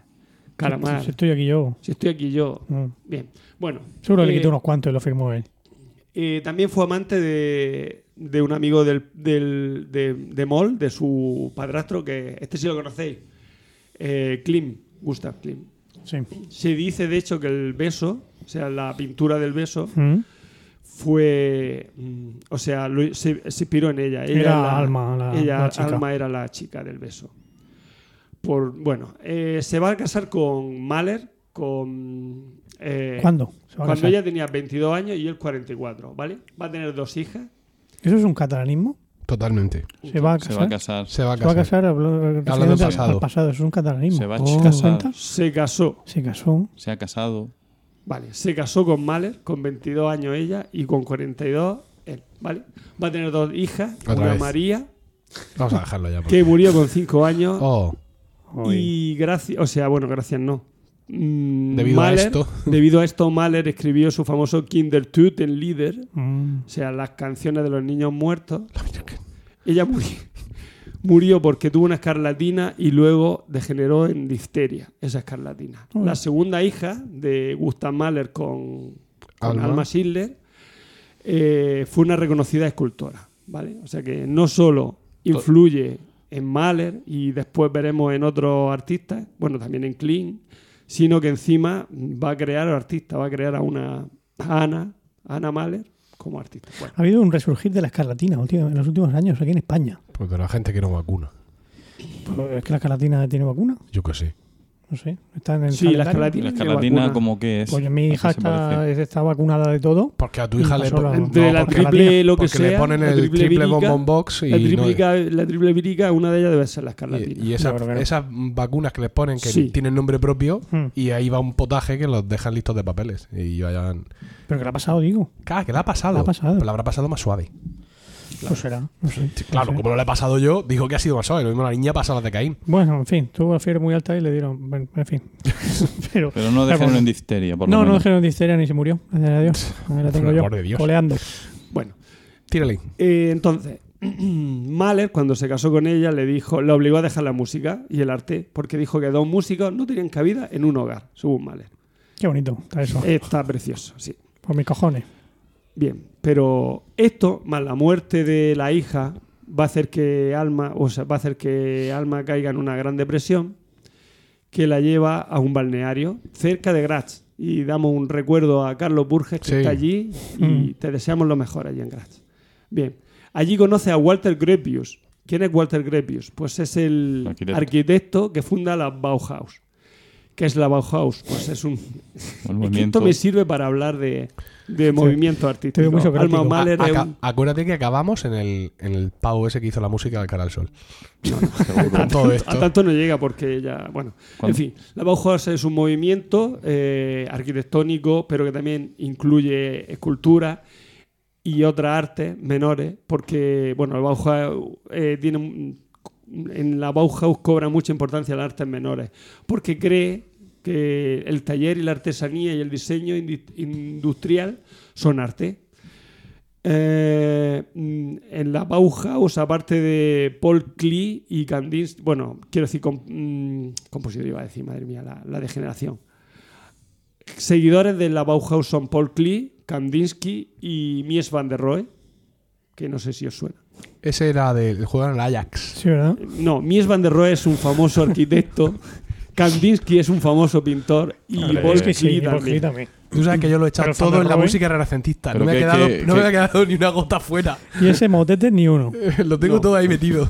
Calamar, Si estoy aquí yo. si estoy aquí yo. Mm. Bien, bueno. Seguro le eh, quitó unos cuantos y lo firmó él. eh, también fue amante de, de un amigo del, del- de, de Moll, de su padrastro, que este sí lo conocéis, eh, Klim, Gustav Klim. Sí. Se dice, de hecho, que el beso, o sea, la pintura del beso, Mm. fue. mm, O sea, lo- se, se inspiró en ella. Ella Era Alma, la- ella, la chica. Alma era la chica del beso. Por, bueno, eh, se va a casar con Mahler. Con, eh, ¿Cuándo? se va a Cuando casar? ella tenía 22 años y él 44, ¿vale? Va a tener dos hijas. ¿Eso es un catalanismo? Totalmente. ¿Se va a Se va a casar? casar. Se va a Se va casar. a casar hablando referente al- pasado. al pasado. Eso es un catalanismo. Se va a Oh, casar. ¿cuenta? Se casó. Se casó. Se ha casado. Vale, se casó con Mahler, con 22 años ella y con 42 él, ¿vale? Va a tener dos hijas, Otra una vez. María, Vamos a dejarlo ya. por- que murió con 5 años, Oh, Y gracias, o sea, bueno, gracias no. Mm, Debido a Mahler- esto. Debido a esto, Mahler escribió su famoso Kindertut en líder, Mm. o sea, las canciones de los niños muertos. la mierda que- Ella murió, murió porque tuvo una escarlatina y luego degeneró en difteria, esa escarlatina. La segunda hija de Gustav Mahler con, con Alma. Alma. Schindler eh, fue una reconocida escultora, ¿vale? O sea que no solo influye en Mahler y después veremos en otros artistas, bueno, también en Klein, sino que encima va a crear artista, va a crear a una a Ana, Ana Mahler como artista. Bueno, Ha habido un resurgir de la escarlatina últim- en los últimos años aquí en España. Pues de la gente que no vacuna. Pues, Pero Es que la escarlatina tiene vacuna, Yo qué sé. no sé. Está en el sí, la calendario. escarlatina. La tiene escarlatina, vacuna. como que es. Pues mi ¿A qué hija se parece? está, está vacunada de todo. Porque a tu hija le, pasó la- no, Entre la porque- triple lo que porque sea. le ponen la el triple, vírica, bombón box y, la, no- triplica- la triple vírica, una de ellas debe ser la escarlatina. y- y esas, No, creo que no. esas vacunas que les ponen que Sí. tienen nombre propio Hmm. y ahí va un potaje que los dejan listos de papeles y vayan... Pero que le ha pasado, digo. Claro, que le ha pasado. Le ha pasado. Pero le habrá pasado más suave. Pues será, no sé. Claro, No sé. como no le he pasado yo, dijo que ha sido más suave. Lo mismo la niña ha pasado las de Caín. Bueno, en fin, tuvo la fiebre muy alta y le dieron. bueno, en fin. Pero, Pero no dejaron en difteria, por lo No, no menos. dejaron difteria ni se murió. Gracias a Dios. Ahí la tengo Por el yo. amor de Dios. Coleando. Bueno, Tírale. eh, entonces, Mahler, cuando se casó con ella, le dijo, le obligó a dejar la música y el arte, porque dijo que dos músicos no tenían cabida en un hogar, según Mahler. Qué bonito está eso. Está precioso, sí. Por mis cojones. Bien, pero esto, más la muerte de la hija, va a hacer que Alma, o sea, va a hacer que Alma caiga en una gran depresión que la lleva a un balneario cerca de Graz. Y damos un recuerdo a Carlos Burges que Sí. está allí y Mm. te deseamos lo mejor allí en Graz. Bien, allí conoce a Walter Gropius. ¿Quién es Walter Gropius? Pues es el Arquitecto. arquitecto que funda la Bauhaus. ¿Qué es la Bauhaus? Pues es un El es que esto movimiento. me sirve para hablar de, de movimiento Te veo artístico. muy socrático. Alma Mahler A- es aca- un- Acuérdate que acabamos en el, en el pavo ese que hizo la música del Cara al Sol. Con todo a esto. tanto no llega porque ya, bueno, en ¿Cuándo? fin, la Bauhaus es un movimiento eh, arquitectónico, pero que también incluye escultura y otras artes menores, porque bueno, la Bauhaus eh, tiene un- en la Bauhaus cobra mucha importancia las artes menores, porque cree que el taller y la artesanía y el diseño indi- industrial son arte. Eh, mm, en la Bauhaus, aparte de Paul Klee y Kandinsky, bueno, quiero decir, com- mm, compositor iba a decir, madre mía, la, la degeneración. Seguidores de la Bauhaus son Paul Klee, Kandinsky y Mies van der Rohe, que no sé si os suena. Ese era del juego en el Ajax. Sí, ¿verdad? No, Mies van der Rohe es un famoso arquitecto, Kandinsky es un famoso pintor y Hombre, Paul es Pues que Klee sí, también. porque también. Tú sabes que yo lo he echado Pero Van todo der en la Rohe. música renacentista. No, Pero me ha, que- quedado, que- no me que- ha quedado ni una gota fuera. Y ese motete ni uno. lo tengo No. todo ahí metido.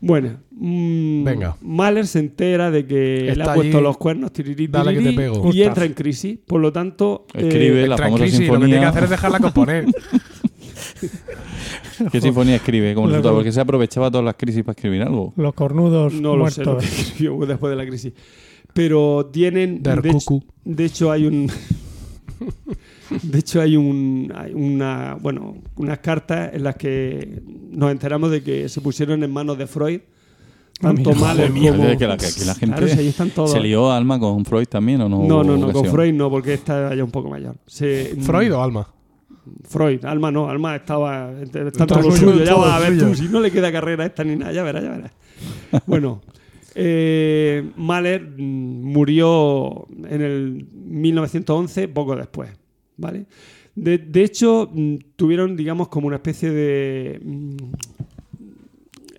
Bueno, mm, Venga. Mahler se entera de que le Está ha puesto allí. los cuernos tirirí, Dale que te tirirí, pego. y Gustav. entra en crisis. Por lo tanto, eh, Escribe la famosa Tranquilísimo, lo que tiene que sinfonía. hacer es dejarla componer. ¿Qué sinfonía escribe? Como Lo- resultado, porque se aprovechaba todas las crisis para escribir algo. Los cornudos eh, no lo sé lo muertos. que escribió después de la crisis. Pero tienen... Der de, hecho, Cuckoo. de hecho, hay un... De hecho, hay, un, hay una, bueno, unas cartas en las que nos enteramos de que se pusieron en manos de Freud, Ah, tanto Amigo, Mahler Mira, como... que la, que aquí la gente Claro, si ahí están todos. se lió alma con Freud también o no. No, hubo no, no, con ocasión? Freud no, porque está ya un poco mayor. Se- ¿Freud o Alma? Freud, Alma no, Alma estaba está en Todo todo lo suyo, suyo, ya todo vas a ver suyo. tú, si no le queda carrera a esta ni nada, ya verás, ya verás. Bueno, eh, Mahler mm, murió en el 1911, poco después, ¿vale? De, de hecho, mm, tuvieron, digamos, como una especie de... mm,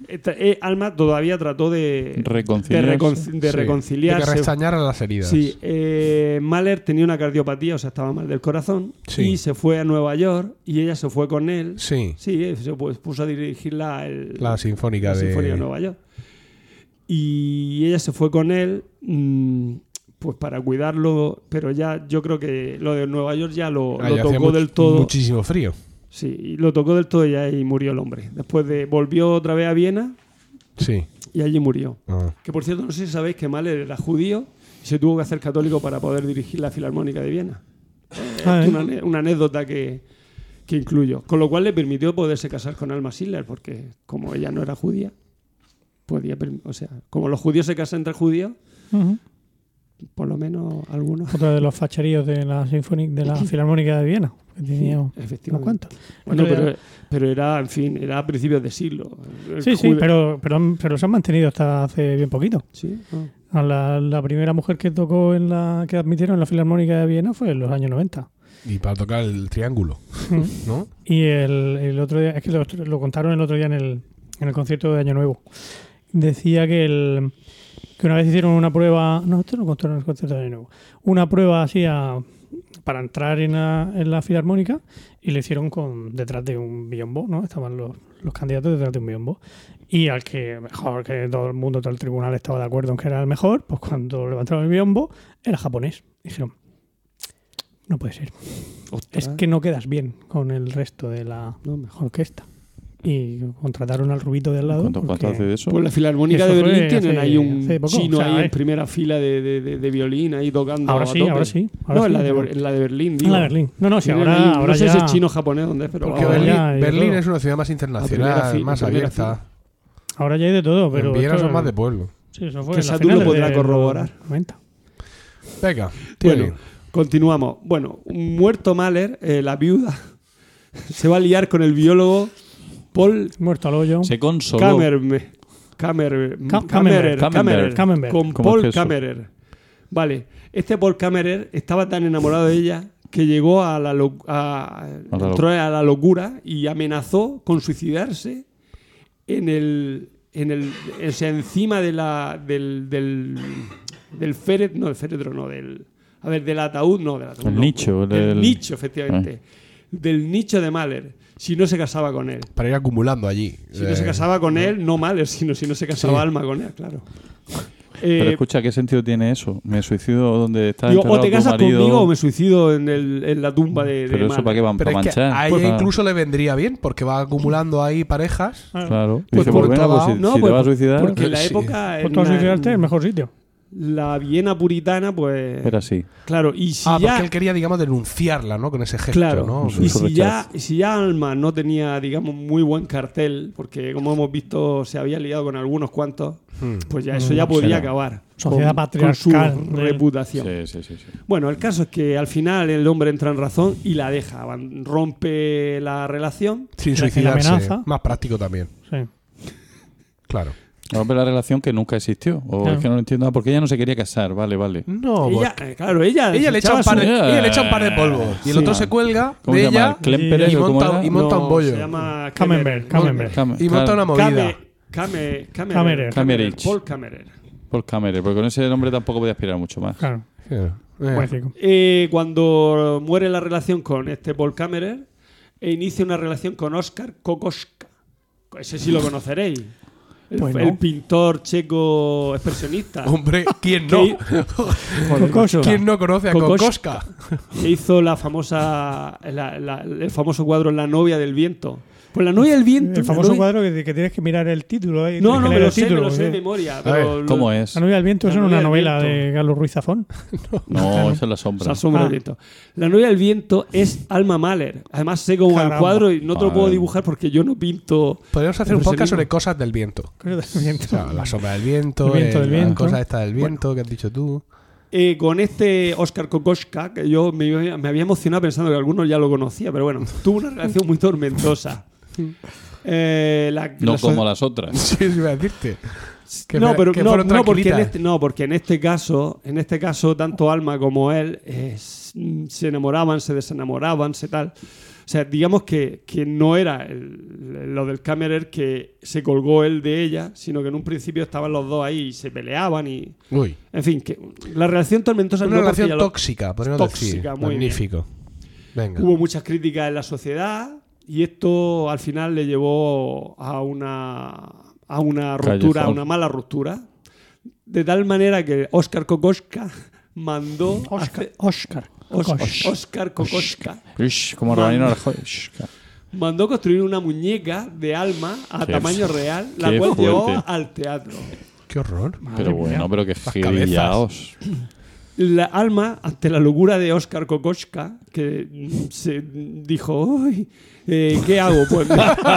esta- eh, Alma todavía trató de, de Reconciliarse. reconci- de Sí. reconciliarse. De que restañaran las heridas. Sí, eh, Mahler tenía una cardiopatía, o sea, estaba mal del corazón. Sí. Y se fue a Nueva York y ella se fue con él. Sí, Sí, eh, se pu- puso a dirigir la, el- La sinfónica la de- Sinfonía de Nueva York. Y ella se fue con él mm, pues para cuidarlo, pero ya yo creo que lo de Nueva York ya lo, lo Ahí Ah, hacía tocó much- del todo. Muchísimo frío. Sí, y lo tocó del todo ya y murió el hombre. Después de volvió otra vez a Viena Sí. y allí murió. Ah. Que por cierto, no sé si sabéis que Mahler era judío y se tuvo que hacer católico para poder dirigir la Filarmónica de Viena. Ah, ¿eh? Una, ane- una anécdota que, que incluyo. Con lo cual le permitió poderse casar con Alma Schiller, porque como ella no era judía, podía. perm- O sea, como los judíos se casan entre judíos, Ujú. por lo menos algunos. Otro de los facheríos de la Sinfonic, de la Filarmónica de Viena. Que tenía unos Efectivamente. cuantos. Bueno, Otro día- pero, pero era, en fin, era a principios de siglo. El Sí, sí, Jude- pero, pero, han- pero se han mantenido hasta hace bien poquito. Sí, no. A La, la primera mujer que tocó en la que admitieron en la Filarmónica de Viena fue en los años 90. Y para tocar el triángulo, ¿no? Y el, el otro día, es que lo, lo contaron el otro día en el, en el concierto de Año Nuevo. Decía que el que una vez hicieron una prueba, no, esto lo contaron en el concierto de Año Nuevo, una prueba así a- para entrar en la, en la filarmónica y lo hicieron con detrás de un biombo, ¿no? Estaban los, los candidatos detrás de un biombo. Y al que mejor, que todo el mundo, todo el tribunal estaba de acuerdo en que era el mejor, pues cuando levantaron el biombo era japonés. Dijeron, no puede ser. Ostras, Es que no quedas bien con el resto de la no, mejor. orquesta. Y contrataron al rubito de al lado. ¿Cuánto, cuánto porque- hace de eso? Pues la Filarmónica Eso de fue Berlín tienen hace- ahí un hace poco, chino o sea, ahí en eh. primera fila de, de- de- de violín ahí tocando. Ahora a sí, tope. ahora sí. ahora no, en, sí, la de, pero- en la de Berlín, digo. en la de Berlín. No, no, sí, Tienen ahora, ahí- ahora no sé ya. si es chino o japonés dónde es, pero Porque vamos, ahora Berlín, ya hay de Berlín todo. es una ciudad más La internacional, primera fi- más la primera abierta. Ahora ya hay de todo, pero. en Viena esto- son más de pueblo. Sí, eso fue Que en la Satu lo final podrá de- corroborar. Comenta. Venga, Bueno, Thierry. continuamos. Bueno, un muerto Mahler, eh, la viuda, se va a liar con el biólogo Paul Muerto al hoyo. Se consoló. Kammerme- Kammer- Ka- Kammerer. Kammerer. Kammerer. Kammerer. Con ¿Cómo es Paul eso? Kammerer. Vale, este Paul Kammerer estaba tan enamorado de ella que llegó a la, lo- a- A la entró a la locura y amenazó con suicidarse en el, en el o sea, encima de la, del, del, del féretro, no, del féretro no, del, a ver, del ataúd, no, del ataúd. El no. nicho, Del del- Ah. nicho, efectivamente. Del nicho de Mahler, si no se casaba con él. Para ir acumulando allí. Si no se Eh, casaba con él, no Mahler, sino si no se casaba Sí. Alma con él, claro. Pero Eh, escucha, ¿qué sentido tiene eso? Me suicido donde está digo, enterrado o te tu casas marido, conmigo o me suicido en, el- en la tumba de, de Pero eso Mahler. para qué van Pero para es que manchar. a Pues ella para- incluso le vendría bien porque va acumulando ahí parejas. Claro. Pues Dice, por pues venga, otro pues si, lado- No, si pues, te vas a suicidar, Porque en la Sí. época. Pues en todo la- suicidarte es el mejor sitio. La Viena puritana, pues. era así. Claro, y si ah, pues ya. porque él quería, digamos, denunciarla, ¿no? Con ese gesto, Claro, ¿no? Sí. y Su si ya, rechazo. y si ya Alma no tenía, digamos, muy buen cartel, porque como hemos visto se había liado con algunos cuantos, pues ya eso ya podía Mm, será. acabar. Hmm. Sociedad con- patriarcal Con su del- reputación. Sí, sí, sí. sí. Bueno, el caso es que al final el hombre entra en razón y la deja, van- rompe la relación. Sin La- suicidarse. la amenaza. Más práctico también. Sí. Claro. Rompe la relación que nunca existió. O Claro. es que no lo entiendo. Ah, porque ella no se quería casar. Vale, vale. No, ella, eh, claro, ella, ella le echa un desechaba par de, su- su- ella le echa un par de polvos. Y el Sí. otro se cuelga ¿Cómo de se llama? ella ¿Klemperer y o cómo monta, era? y monta No, un bollo. Se llama Camembert, Camembert. Cam- Y monta claro, una movida. Came- Came- Camerer, Camerer. Camerer. Paul Camerer. Por Camerer, porque con ese nombre tampoco podía aspirar mucho más. Claro. Sí. Eh. Poético. Eh, cuando muere la relación con este Paul Camerer, e inicia una relación con Oscar Kokoschka. Ese sí lo conoceréis. El, Pues no. el pintor checo expresionista Hombre, ¿quién no? ¿Qué? Pues Cocoso. ¿Quién no conoce a Kokoschka. Kokoschka? que hizo la famosa, la- la- el famoso cuadro La novia del viento. Pues la novia del viento. El la famoso novia- cuadro que, que tienes que mirar el título. No, eh, tienes no, que me leer lo el sé, me título, lo sé de porque- memoria. A ver, Pero lo- ¿Cómo es? La novia del viento La es una novia del novela viento. de Carlos Ruiz Zafón. No, esa es la O sea, sombra. asombra Ah. el viento. La novia del viento es Alma Mahler. Además, sé cómo va el Caramba. cuadro y no te lo puedo Ay. dibujar porque yo no pinto. Podríamos hacer un Pero podcast seguimos. sobre cosas del viento. Carlos del viento. O sea, la sombra del viento, El viento eh, del la viento. cosa esta del viento que has dicho tú. Eh, con este Oscar Kokoschka, que yo me, iba- me había emocionado pensando que algunos ya lo conocía, pero bueno, tuvo una relación muy tormentosa. Eh, la- No la so- como las otras. Sí, sí, iba a decirte. Que no, fuera- pero que no, fueron no, porque en tranquilitas. este, no, porque en este caso, en este caso, tanto Alma como él eh, s- se enamoraban, se desenamoraban, se tal. O sea, digamos que, que no era el- lo del Camerer que se colgó él de ella, sino que en un principio estaban los dos ahí y se peleaban y. Uy. En fin, que la relación tormentosa Una no, porque ya relación lo- tóxica, podríamos Tóxica, decir. muy bien. Magnífico. Venga. Hubo muchas críticas en la sociedad y esto al final le llevó a una, a una ruptura, Callejón. a una mala ruptura. De tal manera que Oscar Kokoschka mandó. Oscar. hacer- Oscar. Os- Kokosch. Oscar Kokoschka Ish, como Rabanino Rajoy. Ish, ca- mandó construir una muñeca de alma a Qué tamaño fu- real, la qué cual fuerte. llevó al teatro. Qué horror. Pero bueno, pero que cabezas. gilillaos. La alma, ante la locura de Oscar Kokoschka, que mm, se dijo, "Ay, eh, ¿qué hago? Pues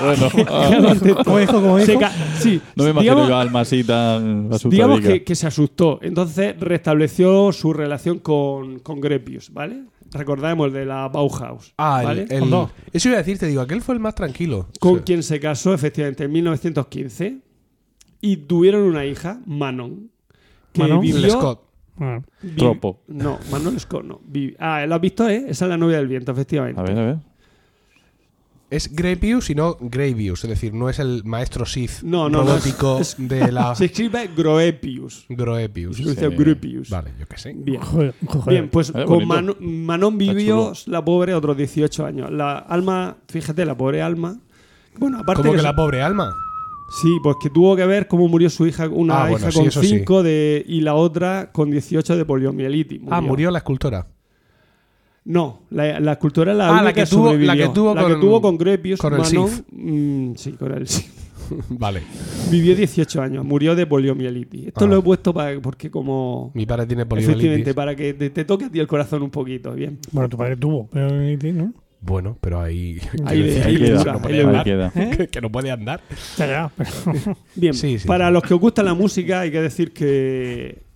bueno, claro, ante- Como dijo, como se dijo. ca- sí, no me imagino digamos- yo a Alma así tan asustadica. Digamos que, que se asustó. Entonces restableció su relación con, con Grepius, ¿vale? Recordamos el de la Bauhaus. Ah, el- ¿vale? el- Con dos. eso iba a decir, te digo, aquel fue el más tranquilo. Con Sí. quien se casó efectivamente en 1915 y tuvieron una hija, Manon. Que Manon vivió, Scott. Bueno, vi- Tropo. No, Manon Scott no. vi- ah, ¿la has visto, eh? Esa es la novia del viento, efectivamente. A ver, a ver. Es Greybius y no Greybius, es decir, no es el maestro Sith No, no, no, es- robótico es- de la Se escribe Groepius. Groepius. Se dice Sí. Groepius. Vale, yo qué sé. Bien. joder, joder. Bien, pues Eh, bonito. con Mano- Manon Está vivió chulo. la pobre otros 18 años. La alma, fíjate, la pobre alma. Bueno, aparte Como que que la su- pobre alma. Sí, pues que tuvo que ver cómo murió su hija, una Ah, hija bueno, sí, con eso sí. 5 de y la otra con 18 de poliomielitis. Ah, murió la escultora. No, la, la escultora es Ah, la, la única que tuvo- la sobrevivió. que tuvo con- con Grepius, con el Manon, SIF. mm, sí, con el SIF. vale. Vivió 18 años, murió de poliomielitis. Esto Ah. lo he puesto para, porque como... Mi padre tiene Efectivamente, poliomielitis. para que te, te toque a ti el corazón un poquito, bien. Bueno, tu padre tuvo, pero ¿no? Bueno, pero ahí. Ahí Ahí le- ahí le queda. dura, ahí ¿Eh? ahí le dura. queda. que, que no puede andar. Ya, ya, pero- Bien, Sí, sí, para sí. los que os gusta la música hay que decir que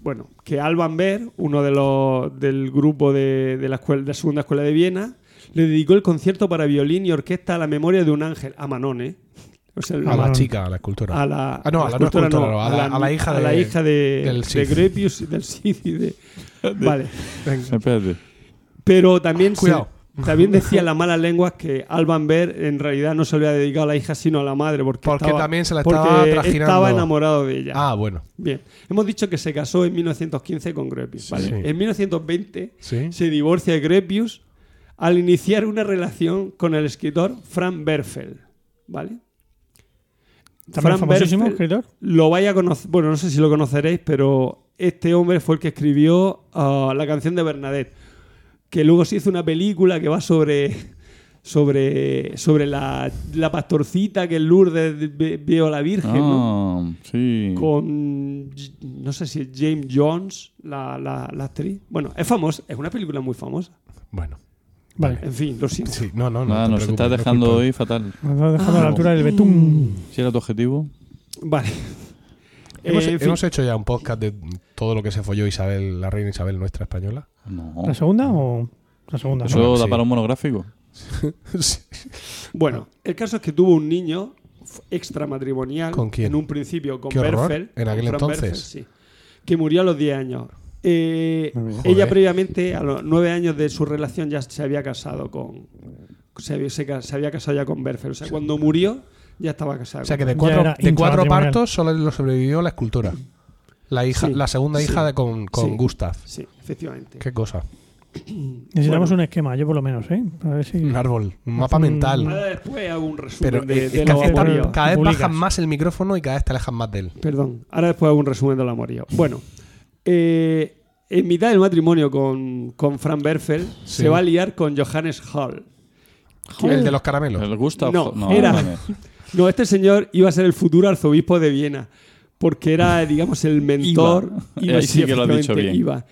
bueno, que Alban Berg, uno de los del grupo de, de la escuela, de la segunda escuela de Viena, le dedicó el concierto para violín y orquesta a la memoria de un ángel, a Manone. O sea, A la Ah. chica, a la escultora. a la, Ah, no, a la no escultora escultora, no, a la- a la hija a la de- hija de, del de Cid. Grepius y del Cid y de- Vale. Espérate. Pero también, se- Cuidado. también decía las malas lenguas que Alban Berg en realidad no se le había dedicado a la hija sino a la madre porque, Porque estaba, también se la porque estaba trajinando. estaba enamorado de ella. Ah, bueno. Bien, hemos dicho que se casó en 1915 con Grepius. Sí. vale. Sí. En 1920 Sí. se divorcia de Grepius al iniciar una relación con el escritor Frank Berfel. ¿Vale? También Frank famosísimo Berfel escritor. Lo vaya a conocer, bueno, no sé si lo conoceréis, pero este hombre fue el que escribió ah, la canción de Bernadette, que luego se hizo una película que va sobre sobre sobre la, la pastorcita que en Lourdes ve- vio a la Virgen, ¿no? Ah, sí. con J- no sé si es James Jones la, la- la actriz bueno es famosa es una película muy famosa Bueno. Vale. en fin lo siento Sí, no, no, no. te Nada, Ah, nos preocupes, estás no es dejando culpa. hoy fatal. Nos has dejado a la Ah. altura del betún. Si era tu objetivo. vale Hemos, Eh, en fin, hemos hecho ya un podcast de todo lo que se folló Isabel, la reina Isabel nuestra española. No. ¿La segunda o la segunda? Eso ¿no? da sí. para un monográfico. Sí. bueno el caso es que tuvo un niño f- extramatrimonial ¿Con quién? en un principio con Qué horror, Berfel en aquel con Fran entonces. Berfel, sí, que murió a los 10 años Eh, Joder. ella previamente a los 9 años de su relación ya se había casado con se había, se ca- se había casado ya con Berfel o sea cuando murió ya estaba casada O sea que con de Ya cuatro, era de cuatro intramatrimonial. partos solo lo sobrevivió la escultora. La hija, Sí, la segunda sí, hija de con, con sí. Gustav. sí efectivamente Qué cosa. Necesitamos un esquema, yo por lo menos, ¿eh? A ver si... Un árbol, un mapa Mm. mental. Ahora después hago un resumen Pero de, es- de es que los hace- está- amoríos. cada vez Publicas. bajan más el micrófono y cada vez te alejan más de él. Perdón, ahora después hago un resumen de los amoríos. Bueno, eh, en mitad del matrimonio con, con Fran Berfel Sí. se va a liar con Johannes Hall. El de los caramelos. ¿El Gustav? No, era- No, este señor iba a ser el futuro arzobispo de Viena, porque era, digamos, el mentor. Iba. Ahí sí que lo has dicho efectivamente, bien. iba.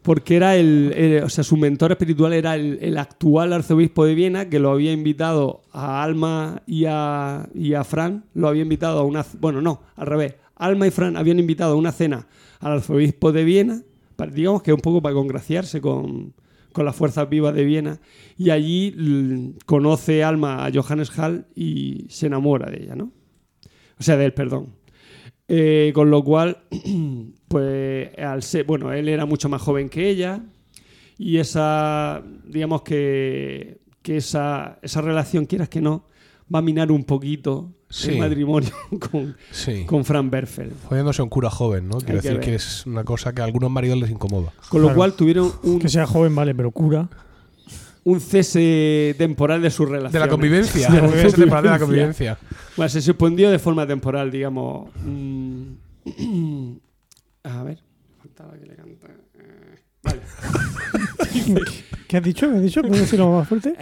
Porque era el, el- O sea, su mentor espiritual era el, el actual arzobispo de Viena, que lo había invitado a Alma y a, y a Fran. Lo había invitado a una. Bueno, no, al revés. Alma y Fran habían invitado a una cena al arzobispo de Viena, para- digamos que un poco para congraciarse con, con las fuerzas vivas de Viena. Y allí l- conoce Alma a Johannes Hall y se enamora de ella, ¿no? O sea, de él, perdón. Eh, con lo cual, pues, al ser, bueno, él era mucho más joven que ella y esa, digamos que, que esa, esa relación, quieras que no, va a minar un poquito Sí. el matrimonio con, Sí. con Fran Berfel. Jodiéndose a un cura joven, ¿no? Quiero que decir ver. que es una cosa que a algunos maridos les incomoda. Con lo Claro. cual tuvieron un, Que sea joven, vale, pero cura. un cese temporal de su relación. De la convivencia. De la Porque es el temporal de la convivencia. convivencia. Bueno, se suspendió de forma temporal, digamos. Mm, a ver, faltaba que le cantara. Eh, Vale. ¿Qué has dicho? ¿Qué has dicho? ¿Puedes decirlo más fuerte?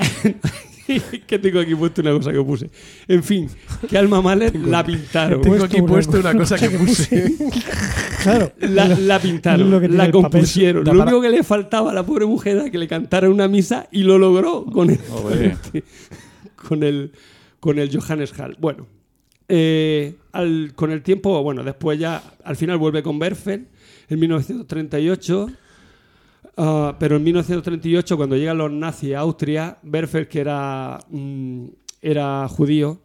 que tengo aquí puesto una cosa que puse. En fin, que Alma Mahler la pintaron. Tengo aquí una- puesto una cosa que puse. Claro. La, la pintaron, lo que tiene la el papel. compusieron. Da Lo para- único que le faltaba a la pobre mujer era que le cantara una misa y lo logró con el, Joder. con el, con el Johannes Hall. Bueno, eh, al- con el tiempo, bueno, después ya al final vuelve con Berfen en 1938. Ah, pero en 1938, cuando llegan los nazis a Austria, Berfer, que era, mm, era judío,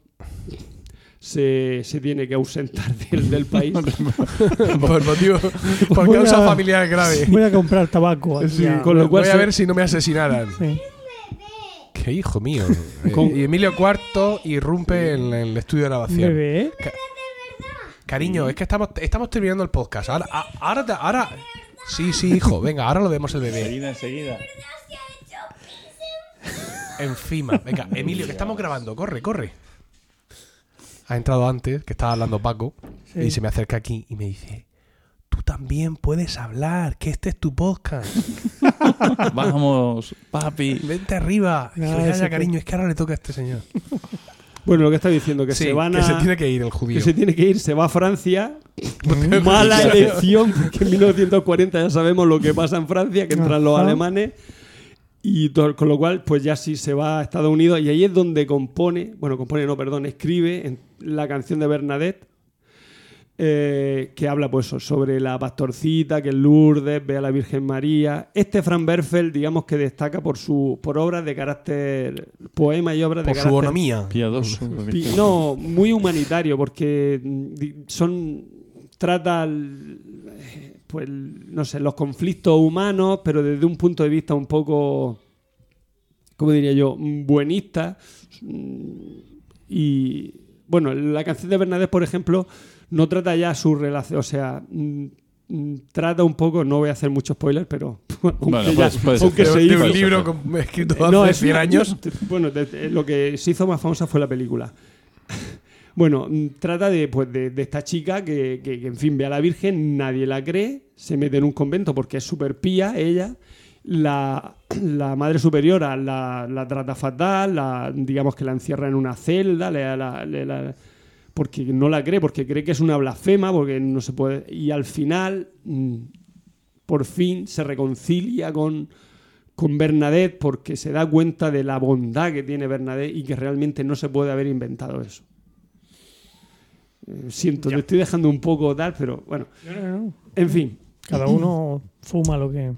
se, se tiene que ausentar del, del país. Por motivo. Por Voy causa a- familiar grave. Voy a comprar tabaco. aquí Sí, a- con lo cual voy a se- ver si no me asesinaran. Sí. ¡Qué hijo mío! Con- Y Emilio IV irrumpe en el estudio de Un grabación. bebé. ¿eh? Cariño, es que estamos, estamos terminando el podcast. Ahora, a- ahora, te- ahora. Sí, sí, hijo. Venga, ahora lo vemos el bebé. Enseguida, enseguida. Encima. Venga, Emilio, que estamos grabando. Corre, corre. Ha entrado antes, que estaba hablando Paco. Sí. Y se me acerca aquí y me dice: Tú también puedes hablar, que este es tu podcast. Vamos, papi. Vente arriba. Y yo, Nada de "Ya, eso, ya, tío". pues. cariño, es que ahora le toca a este señor. Bueno, lo que está diciendo, que Sí, se van a. que se tiene que ir el judío. que se tiene que ir, se va a Francia. Mala elección, porque en 1940 ya sabemos lo que pasa en Francia, que entran los Ajá. alemanes. Y to- con lo cual, pues ya sí se va a Estados Unidos. Y ahí es donde compone, bueno, compone, no, perdón, escribe en la canción de Bernadette. eh, que habla pues so- sobre la pastorcita, que es Lourdes, ve a la Virgen María. Este Fran Berfel, digamos que destaca por su por obras de carácter poema y obras de Por su carácter bonomía. Piadoso. Pi- No, muy humanitario, porque mm, di- son. trata. el- eh, pues, el- no sé, los conflictos humanos, pero desde un punto de vista un poco. ¿Cómo diría yo? Mm, Buenista. Mm, Y. Bueno, la canción de Bernadette, por ejemplo, no trata ya su relación. O sea. mm, mm, Trata un poco, no voy a hacer mucho spoiler, pero aunque, Bueno, ya- puedes- puedes aunque hacer- se de, de hizo, un hizo. libro con- escrito hace no, es 100 una- años. te- Bueno, te- te- lo que se hizo más famosa fue la película. Bueno, mm, trata de, pues, de, de esta chica que, que- que, en fin, ve a la Virgen, nadie la cree, se mete en un convento porque es súper pía ella. La, la madre superiora la, la trata fatal, la, digamos que la encierra en una celda, le- la- le- la- porque no la cree, porque cree que es una blasfema, porque no se puede. Y al final, mm, por fin, se reconcilia con, con Bernadette porque se da cuenta de la bondad que tiene Bernadette y que realmente no se puede haber inventado eso. Eh, siento, te estoy dejando un poco tal, pero bueno, No, no, no. en fin. Cada uno fuma lo que.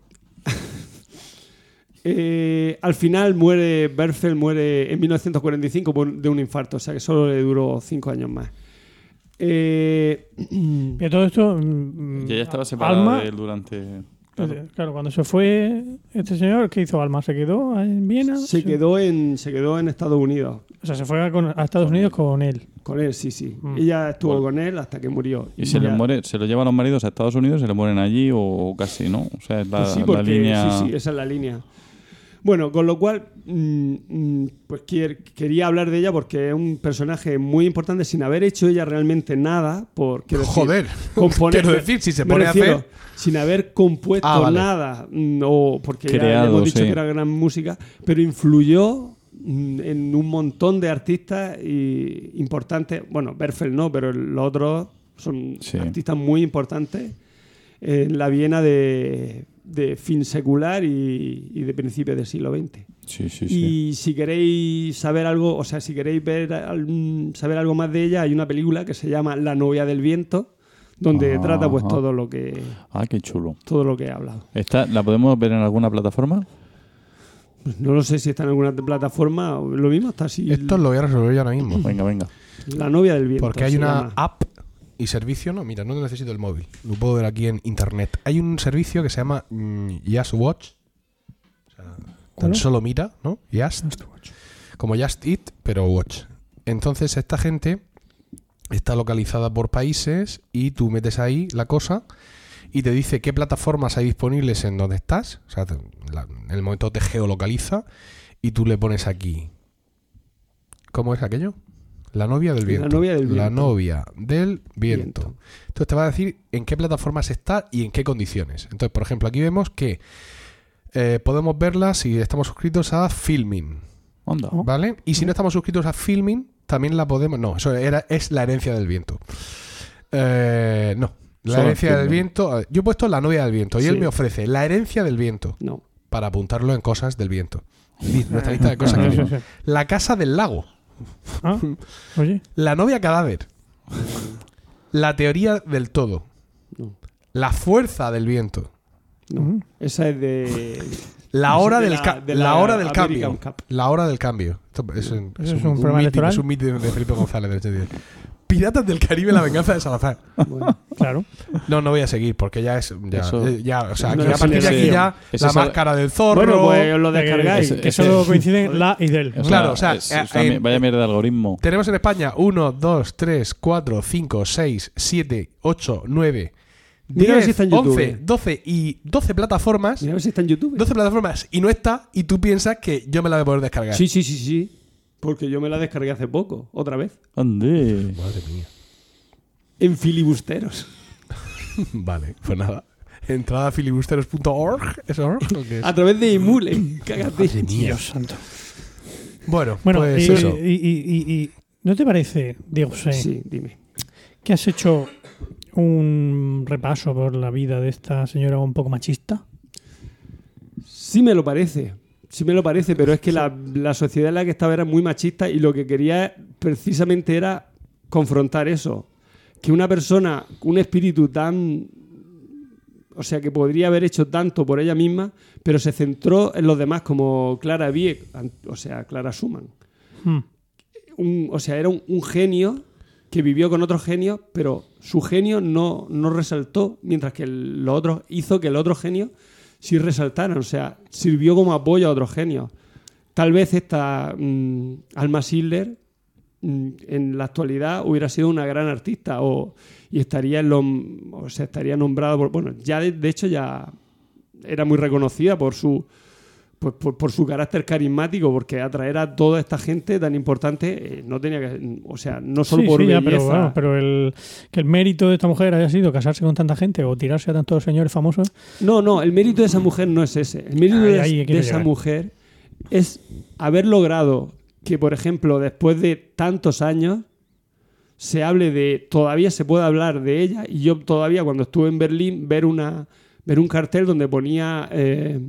Eh, al final muere Berfel muere en 1945 por- de un infarto, o sea que solo le duró cinco años más. Eh, Y todo esto. mm, Que ya estaba separada Alma. de él durante. Claro. cuando se fue este señor, ¿qué hizo Alma? ¿Se quedó en Viena? se quedó en se quedó en Estados Unidos O sea, se fue a, con- a Estados Unidos con él. con él, sí, sí. Mm. Ella estuvo con él hasta que murió. Y se le ya- muere, se lo llevan los maridos a Estados Unidos, se le mueren allí o, o casi, ¿no? O sea, es la, Pues sí, la porque- línea. sí, sí, esa es la línea. Bueno, con lo cual, mm, mm, pues quier- quería hablar de ella porque es un personaje muy importante sin haber hecho ella realmente nada. Por, quiero decir, Joder, componer- quiero decir, si se me pone a refiero, hacer- Sin haber compuesto Ah, vale. nada, mm, o porque ya- ya Creado, hemos dicho sí. que era gran música, pero influyó mm, en un montón de artistas y- importantes. Bueno, Berfel no, pero los otros son Sí. artistas muy importantes en la Viena de, de fin secular y, y de principios del siglo XX. Sí, sí, sí. Y si queréis saber algo, o sea, si queréis ver algún- saber algo más de ella, hay una película que se llama La novia del viento, Ah, donde Ajá. trata pues todo lo que Ah, qué chulo. todo lo que he hablado. ¿Está, ¿La podemos ver en alguna plataforma? No lo sé si está en alguna plataforma, o lo mismo está así. Esto lo voy a resolver yo ahora mismo. Venga, venga. La novia del viento. Porque hay se una llama. app y servicio. No, mira, no necesito el móvil. Lo puedo ver aquí en internet. Hay un servicio que se llama mm, Just Watch. O sea, tan Claro. Ah, solo mira, ¿no? Just. Como Just Eat, pero Watch. Entonces, esta gente está localizada por países y tú metes ahí la cosa y te dice qué plataformas hay disponibles en donde estás. O sea, te- la- en el momento te geolocaliza y tú le pones aquí. ¿Cómo es aquello? La novia del La viento. novia del La viento. novia del viento. Viento. Entonces te va a decir en qué plataformas está y en qué condiciones. Entonces, por ejemplo, aquí vemos que eh, podemos verla si estamos suscritos a Filmin. Onda. ¿Vale? Y si no estamos suscritos a Filming, también la podemos. No, eso era, es la herencia del viento. Eh, no. La Solo herencia del entiendo. viento. a ver, Yo he puesto la novia del viento y él Sí. me ofrece la herencia del viento No. para apuntarlo en cosas del viento. Y Nuestra lista de cosas Ah, que sí, vimos. La casa del lago. Ah, oye, La novia cadáver. La teoría del todo. No. La fuerza del viento. No. Esa es de. La No sé, hora de del, la- ca- de la la hora del American cambio. Cup. La hora del cambio. Esto es, un, ¿Eso es un programa meeting, electoral? es un meeting de Felipe González del 81. Piratas del Caribe, la venganza de Salazar. Bueno, claro. No, no voy a seguir porque ya es. Ya, Eso- eh, ya, o sea, No, aquí, a eso partir es- de aquí ya eso la es- máscara del zorro. Bueno, pues os lo descargáis. Que, que Ese- solo ese- coinciden la y del. Es Claro, una- o sea, es- es eh, una mi- en- vaya mierda de algoritmo. Tenemos en España 1, 2, 3, 4, 5, 6, 7, 8, 9, Mira a ver 10, si está en YouTube. eh. 11, 12 y 12 plataformas. Mira a ver si está en YouTube. 12 plataformas y no está y tú piensas que yo me la voy a poder descargar. Sí, sí, sí, sí. Porque yo me la descargué hace poco, otra vez. Ande. Madre mía. En filibusteros. Vale, pues nada. Entrada a filibusteros.org. ¿Es org o qué es? A través de Emule. Cágate. Dios santo. Bueno, Bueno, pues y, eso. y- y- y- y- ¿no te parece, Diego, Ah, Sé, Sí, dime. que has hecho un repaso por la vida de esta señora un poco machista? Sí me lo parece. Sí me lo parece, pero es que la, la sociedad en la que estaba era muy machista y lo que quería precisamente era confrontar eso. Que una persona, un espíritu tan... O sea, que podría haber hecho tanto por ella misma, pero se centró en los demás, como Clara Wieck, an- o sea, Clara Schumann. Hmm. un- o sea, era un, un genio que vivió con otros genios, pero su genio no, no resaltó, mientras que el- los otros hizo que los otros genios sí resaltaran, o sea, sirvió como apoyo a otros genios. Tal vez esta mm, Alma Schiller mm, en la actualidad hubiera sido una gran artista o, y estaría, en lo- o sea, estaría nombrada por... Bueno, ya de, de hecho ya era muy reconocida por su, pues por, por su carácter carismático, porque atraer a toda esta gente tan importante eh, no tenía que, o sea, no solo Sí, por sí, ya, belleza. pero, bueno, pero el, que el mérito de esta mujer haya sido casarse con tanta gente o tirarse a tantos señores famosos, No, no, el mérito de esa mujer no es ese. El mérito Ahí- de, ahí de quiero esa llegar. mujer es haber logrado que, por ejemplo, después de tantos años se hable de, todavía se puede hablar de ella y yo todavía cuando estuve en Berlín ver una ver un cartel donde ponía eh,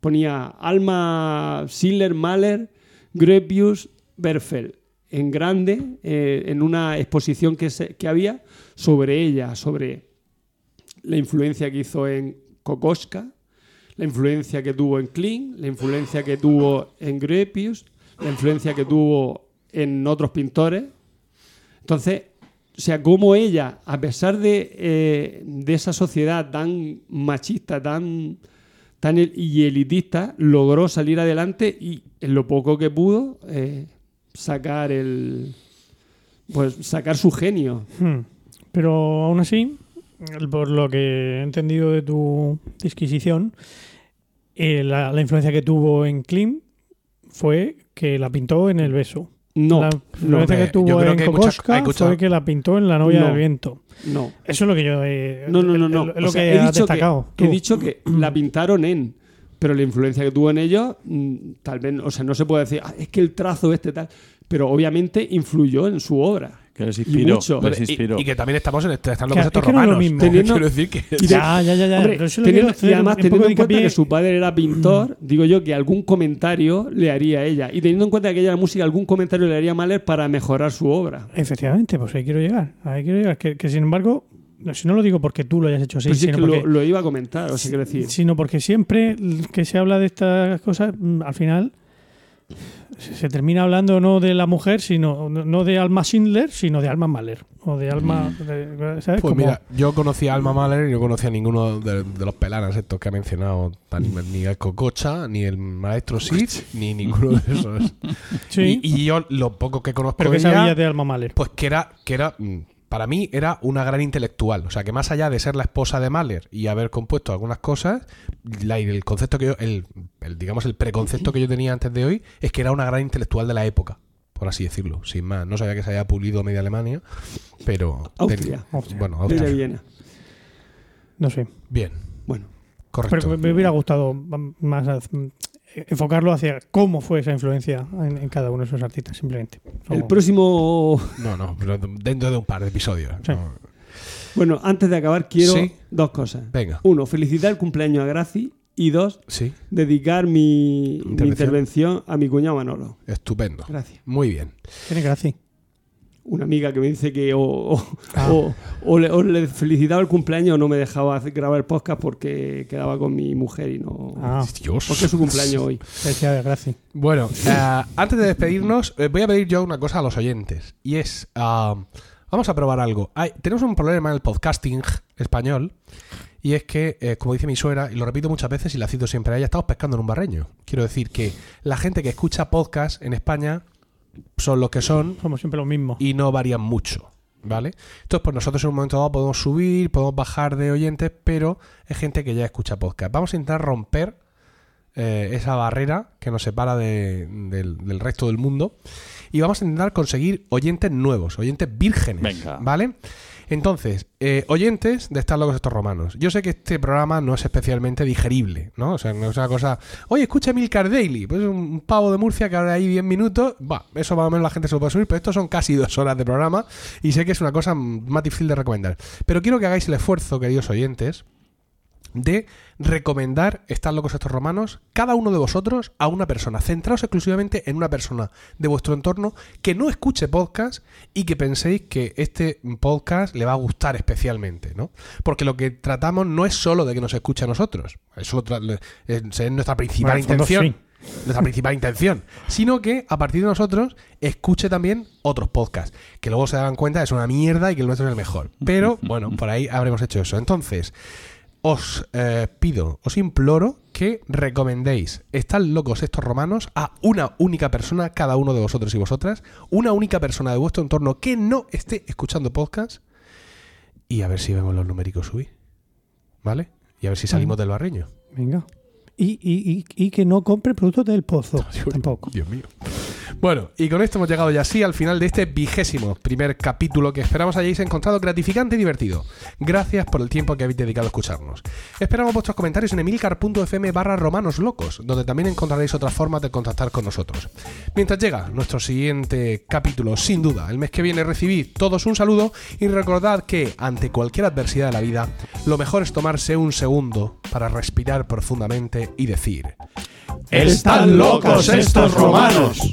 ponía Alma Schiller Mahler Gropius Berfel en grande eh, en una exposición que, se- que había sobre ella sobre la influencia que hizo en Kokoschka, la influencia que tuvo en Kling, la influencia que tuvo en Gropius, la influencia que tuvo en otros pintores. Entonces, o sea, como ella, a pesar de, eh, de esa sociedad tan machista, tan, tan el- y elitista, logró salir adelante y en lo poco que pudo eh, sacar el pues sacar su genio. hmm, pero aún así, el- por lo que he entendido de tu disquisición, eh, la, la influencia que tuvo en Klim fue que la pintó en el beso. No, eh, la no, influencia hombre, que yo tuvo creo en que hay mucha- hay Kokoschka mucha- fue que la pintó en la novia No. del viento. no. Eso es lo que yo he, No, no, no, no. es O lo sea, que he has dicho destacado. Que, he tú. dicho que la pintaron en, pero la influencia que tuvo en ellos, mm, tal vez, o sea, no se puede decir, "Ah, es que el trazo este tal, pero obviamente influyó en su obra. Que les inspiró. mucho. les Y, inspiró. y que también estamos en este, están los Pues Que- conceptos es que no es lo romanos. mismo. Teniendo- Quiero decir que Y de- Ya, ya, ya, ya. Hombre, Pero eso lo teniendo- quiero hacer y además un teniendo poco de en cuenta hincapié- que su padre era pintor, digo yo que algún comentario le haría a ella. Y teniendo en cuenta que ella era música, algún comentario le haría a Mahler para mejorar su obra. Efectivamente, pues ahí quiero llegar. Ahí quiero llegar. Que, que, sin embargo, no, si no lo digo porque tú lo hayas hecho así, Pero si es sino, Pues que porque, lo, lo iba a comentar, o sea, quiero decir. sino porque siempre que se habla de estas cosas, mm, al final se, se termina hablando no de la mujer, sino no- no de Alma Schindler, sino de Alma Mahler. O de Alma. de- ¿Sabes? Pues Como- mira, yo conocí a Alma Mahler y no conocí a ninguno de, de los pelanas estos que ha mencionado, tan- ni el Cococha, ni el maestro Sid, ni ninguno de esos. sí, Y, y yo lo poco que conozco pero de que sabías ella, de Alma Mahler. pues que era, que era, mm, para mí era una gran intelectual. O sea, que más allá de ser la esposa de Mahler y haber compuesto algunas cosas, la- el concepto que yo, el, el, digamos, el preconcepto que yo tenía antes de hoy es que era una gran intelectual de la época, por así decirlo, sin más. No sabía que se había pulido media Alemania, pero... Austria. Hostia, Bueno, Mira, Austria. Viena. No sé. Bien, Bueno, correcto. Pero que me hubiera gustado más haz- enfocarlo hacia cómo fue esa influencia en, en cada uno de esos artistas, simplemente. el Como- próximo No, no, pero dentro de un par de episodios. Sí. ¿no? Bueno, antes de acabar, quiero Sí. dos cosas. Venga. Uno, felicitar el cumpleaños a Graci. Y dos, Sí, dedicar mi mi intervención, Intervención. a mi cuñado Manolo. estupendo. Gracias. Muy bien. Tiene gracia. Una amiga que me dice que o, o- Ah. o- o le, o le felicitaba el cumpleaños o no me dejaba hacer- grabar el podcast porque quedaba con mi mujer y no. Ah, Dios. Porque es su cumpleaños hoy. felicidades, gracias. Bueno, eh, antes de despedirnos, eh, voy a pedir yo una cosa a los oyentes. Y es, ah, vamos a probar algo. Hay- tenemos un problema en el podcasting español. Y es que, eh, como dice mi suegra, y lo repito muchas veces y la cito siempre a ella, estamos pescando en un barreño. Quiero decir que la gente que escucha podcast en España son los que son Somos siempre los mismos. y no varían mucho, ¿vale? Entonces, pues nosotros en un momento dado podemos subir, podemos bajar de oyentes, pero es gente que ya escucha podcast. Vamos a intentar romper eh, esa barrera que nos separa de- del, del resto del mundo y vamos a intentar conseguir oyentes nuevos, oyentes vírgenes, Venga. ¿vale? Entonces, eh, oyentes de Estar Locos Estos Romanos. Yo sé que este programa no es especialmente digerible, ¿no? O sea, no es una cosa. Oye, escucha Milcar Daily. Pues es un pavo de Murcia que ahora hay 10 minutos. Va, eso más o menos la gente se lo puede subir, pero estos son casi dos horas de programa y sé que es una cosa más difícil de recomendar. Pero quiero que hagáis el esfuerzo, queridos oyentes, de recomendar Estar locos estos romanos, cada uno de vosotros, a una persona. Centraos exclusivamente en una persona de vuestro entorno que no escuche podcast y que penséis que este podcast le va a gustar especialmente, ¿no? Porque lo que tratamos no es solo de que nos escuche a nosotros. Eso lo tra- es es nuestra principal Bueno, en el fondo, intención nuestra principal intención, sino que a partir de nosotros escuche también otros podcasts, que luego se darán cuenta es una mierda y que el nuestro es el mejor. Pero bueno, por ahí habremos hecho eso. Entonces, os eh, pido, os imploro que recomendéis Están locos estos romanos a una única persona, cada uno de vosotros y vosotras, una única persona de vuestro entorno que no esté escuchando podcasts y a ver si vemos los numéricos subir. ¿Vale? Y a ver si salimos del barriño. Venga. Y, y, y, y que no compre productos del pozo. Tampoco. Dios mío. Bueno, y con esto hemos llegado ya sí al final de este vigésimo primer capítulo que esperamos hayáis encontrado gratificante y divertido. Gracias por el tiempo que habéis dedicado a escucharnos. Esperamos vuestros comentarios en emilcar.fm barra romanoslocos, donde también encontraréis otras formas de contactar con nosotros. Mientras llega nuestro siguiente capítulo, sin duda, el mes que viene recibid todos un saludo y recordad que ante cualquier adversidad de la vida, lo mejor es tomarse un segundo para respirar profundamente y decir... Están locos estos romanos.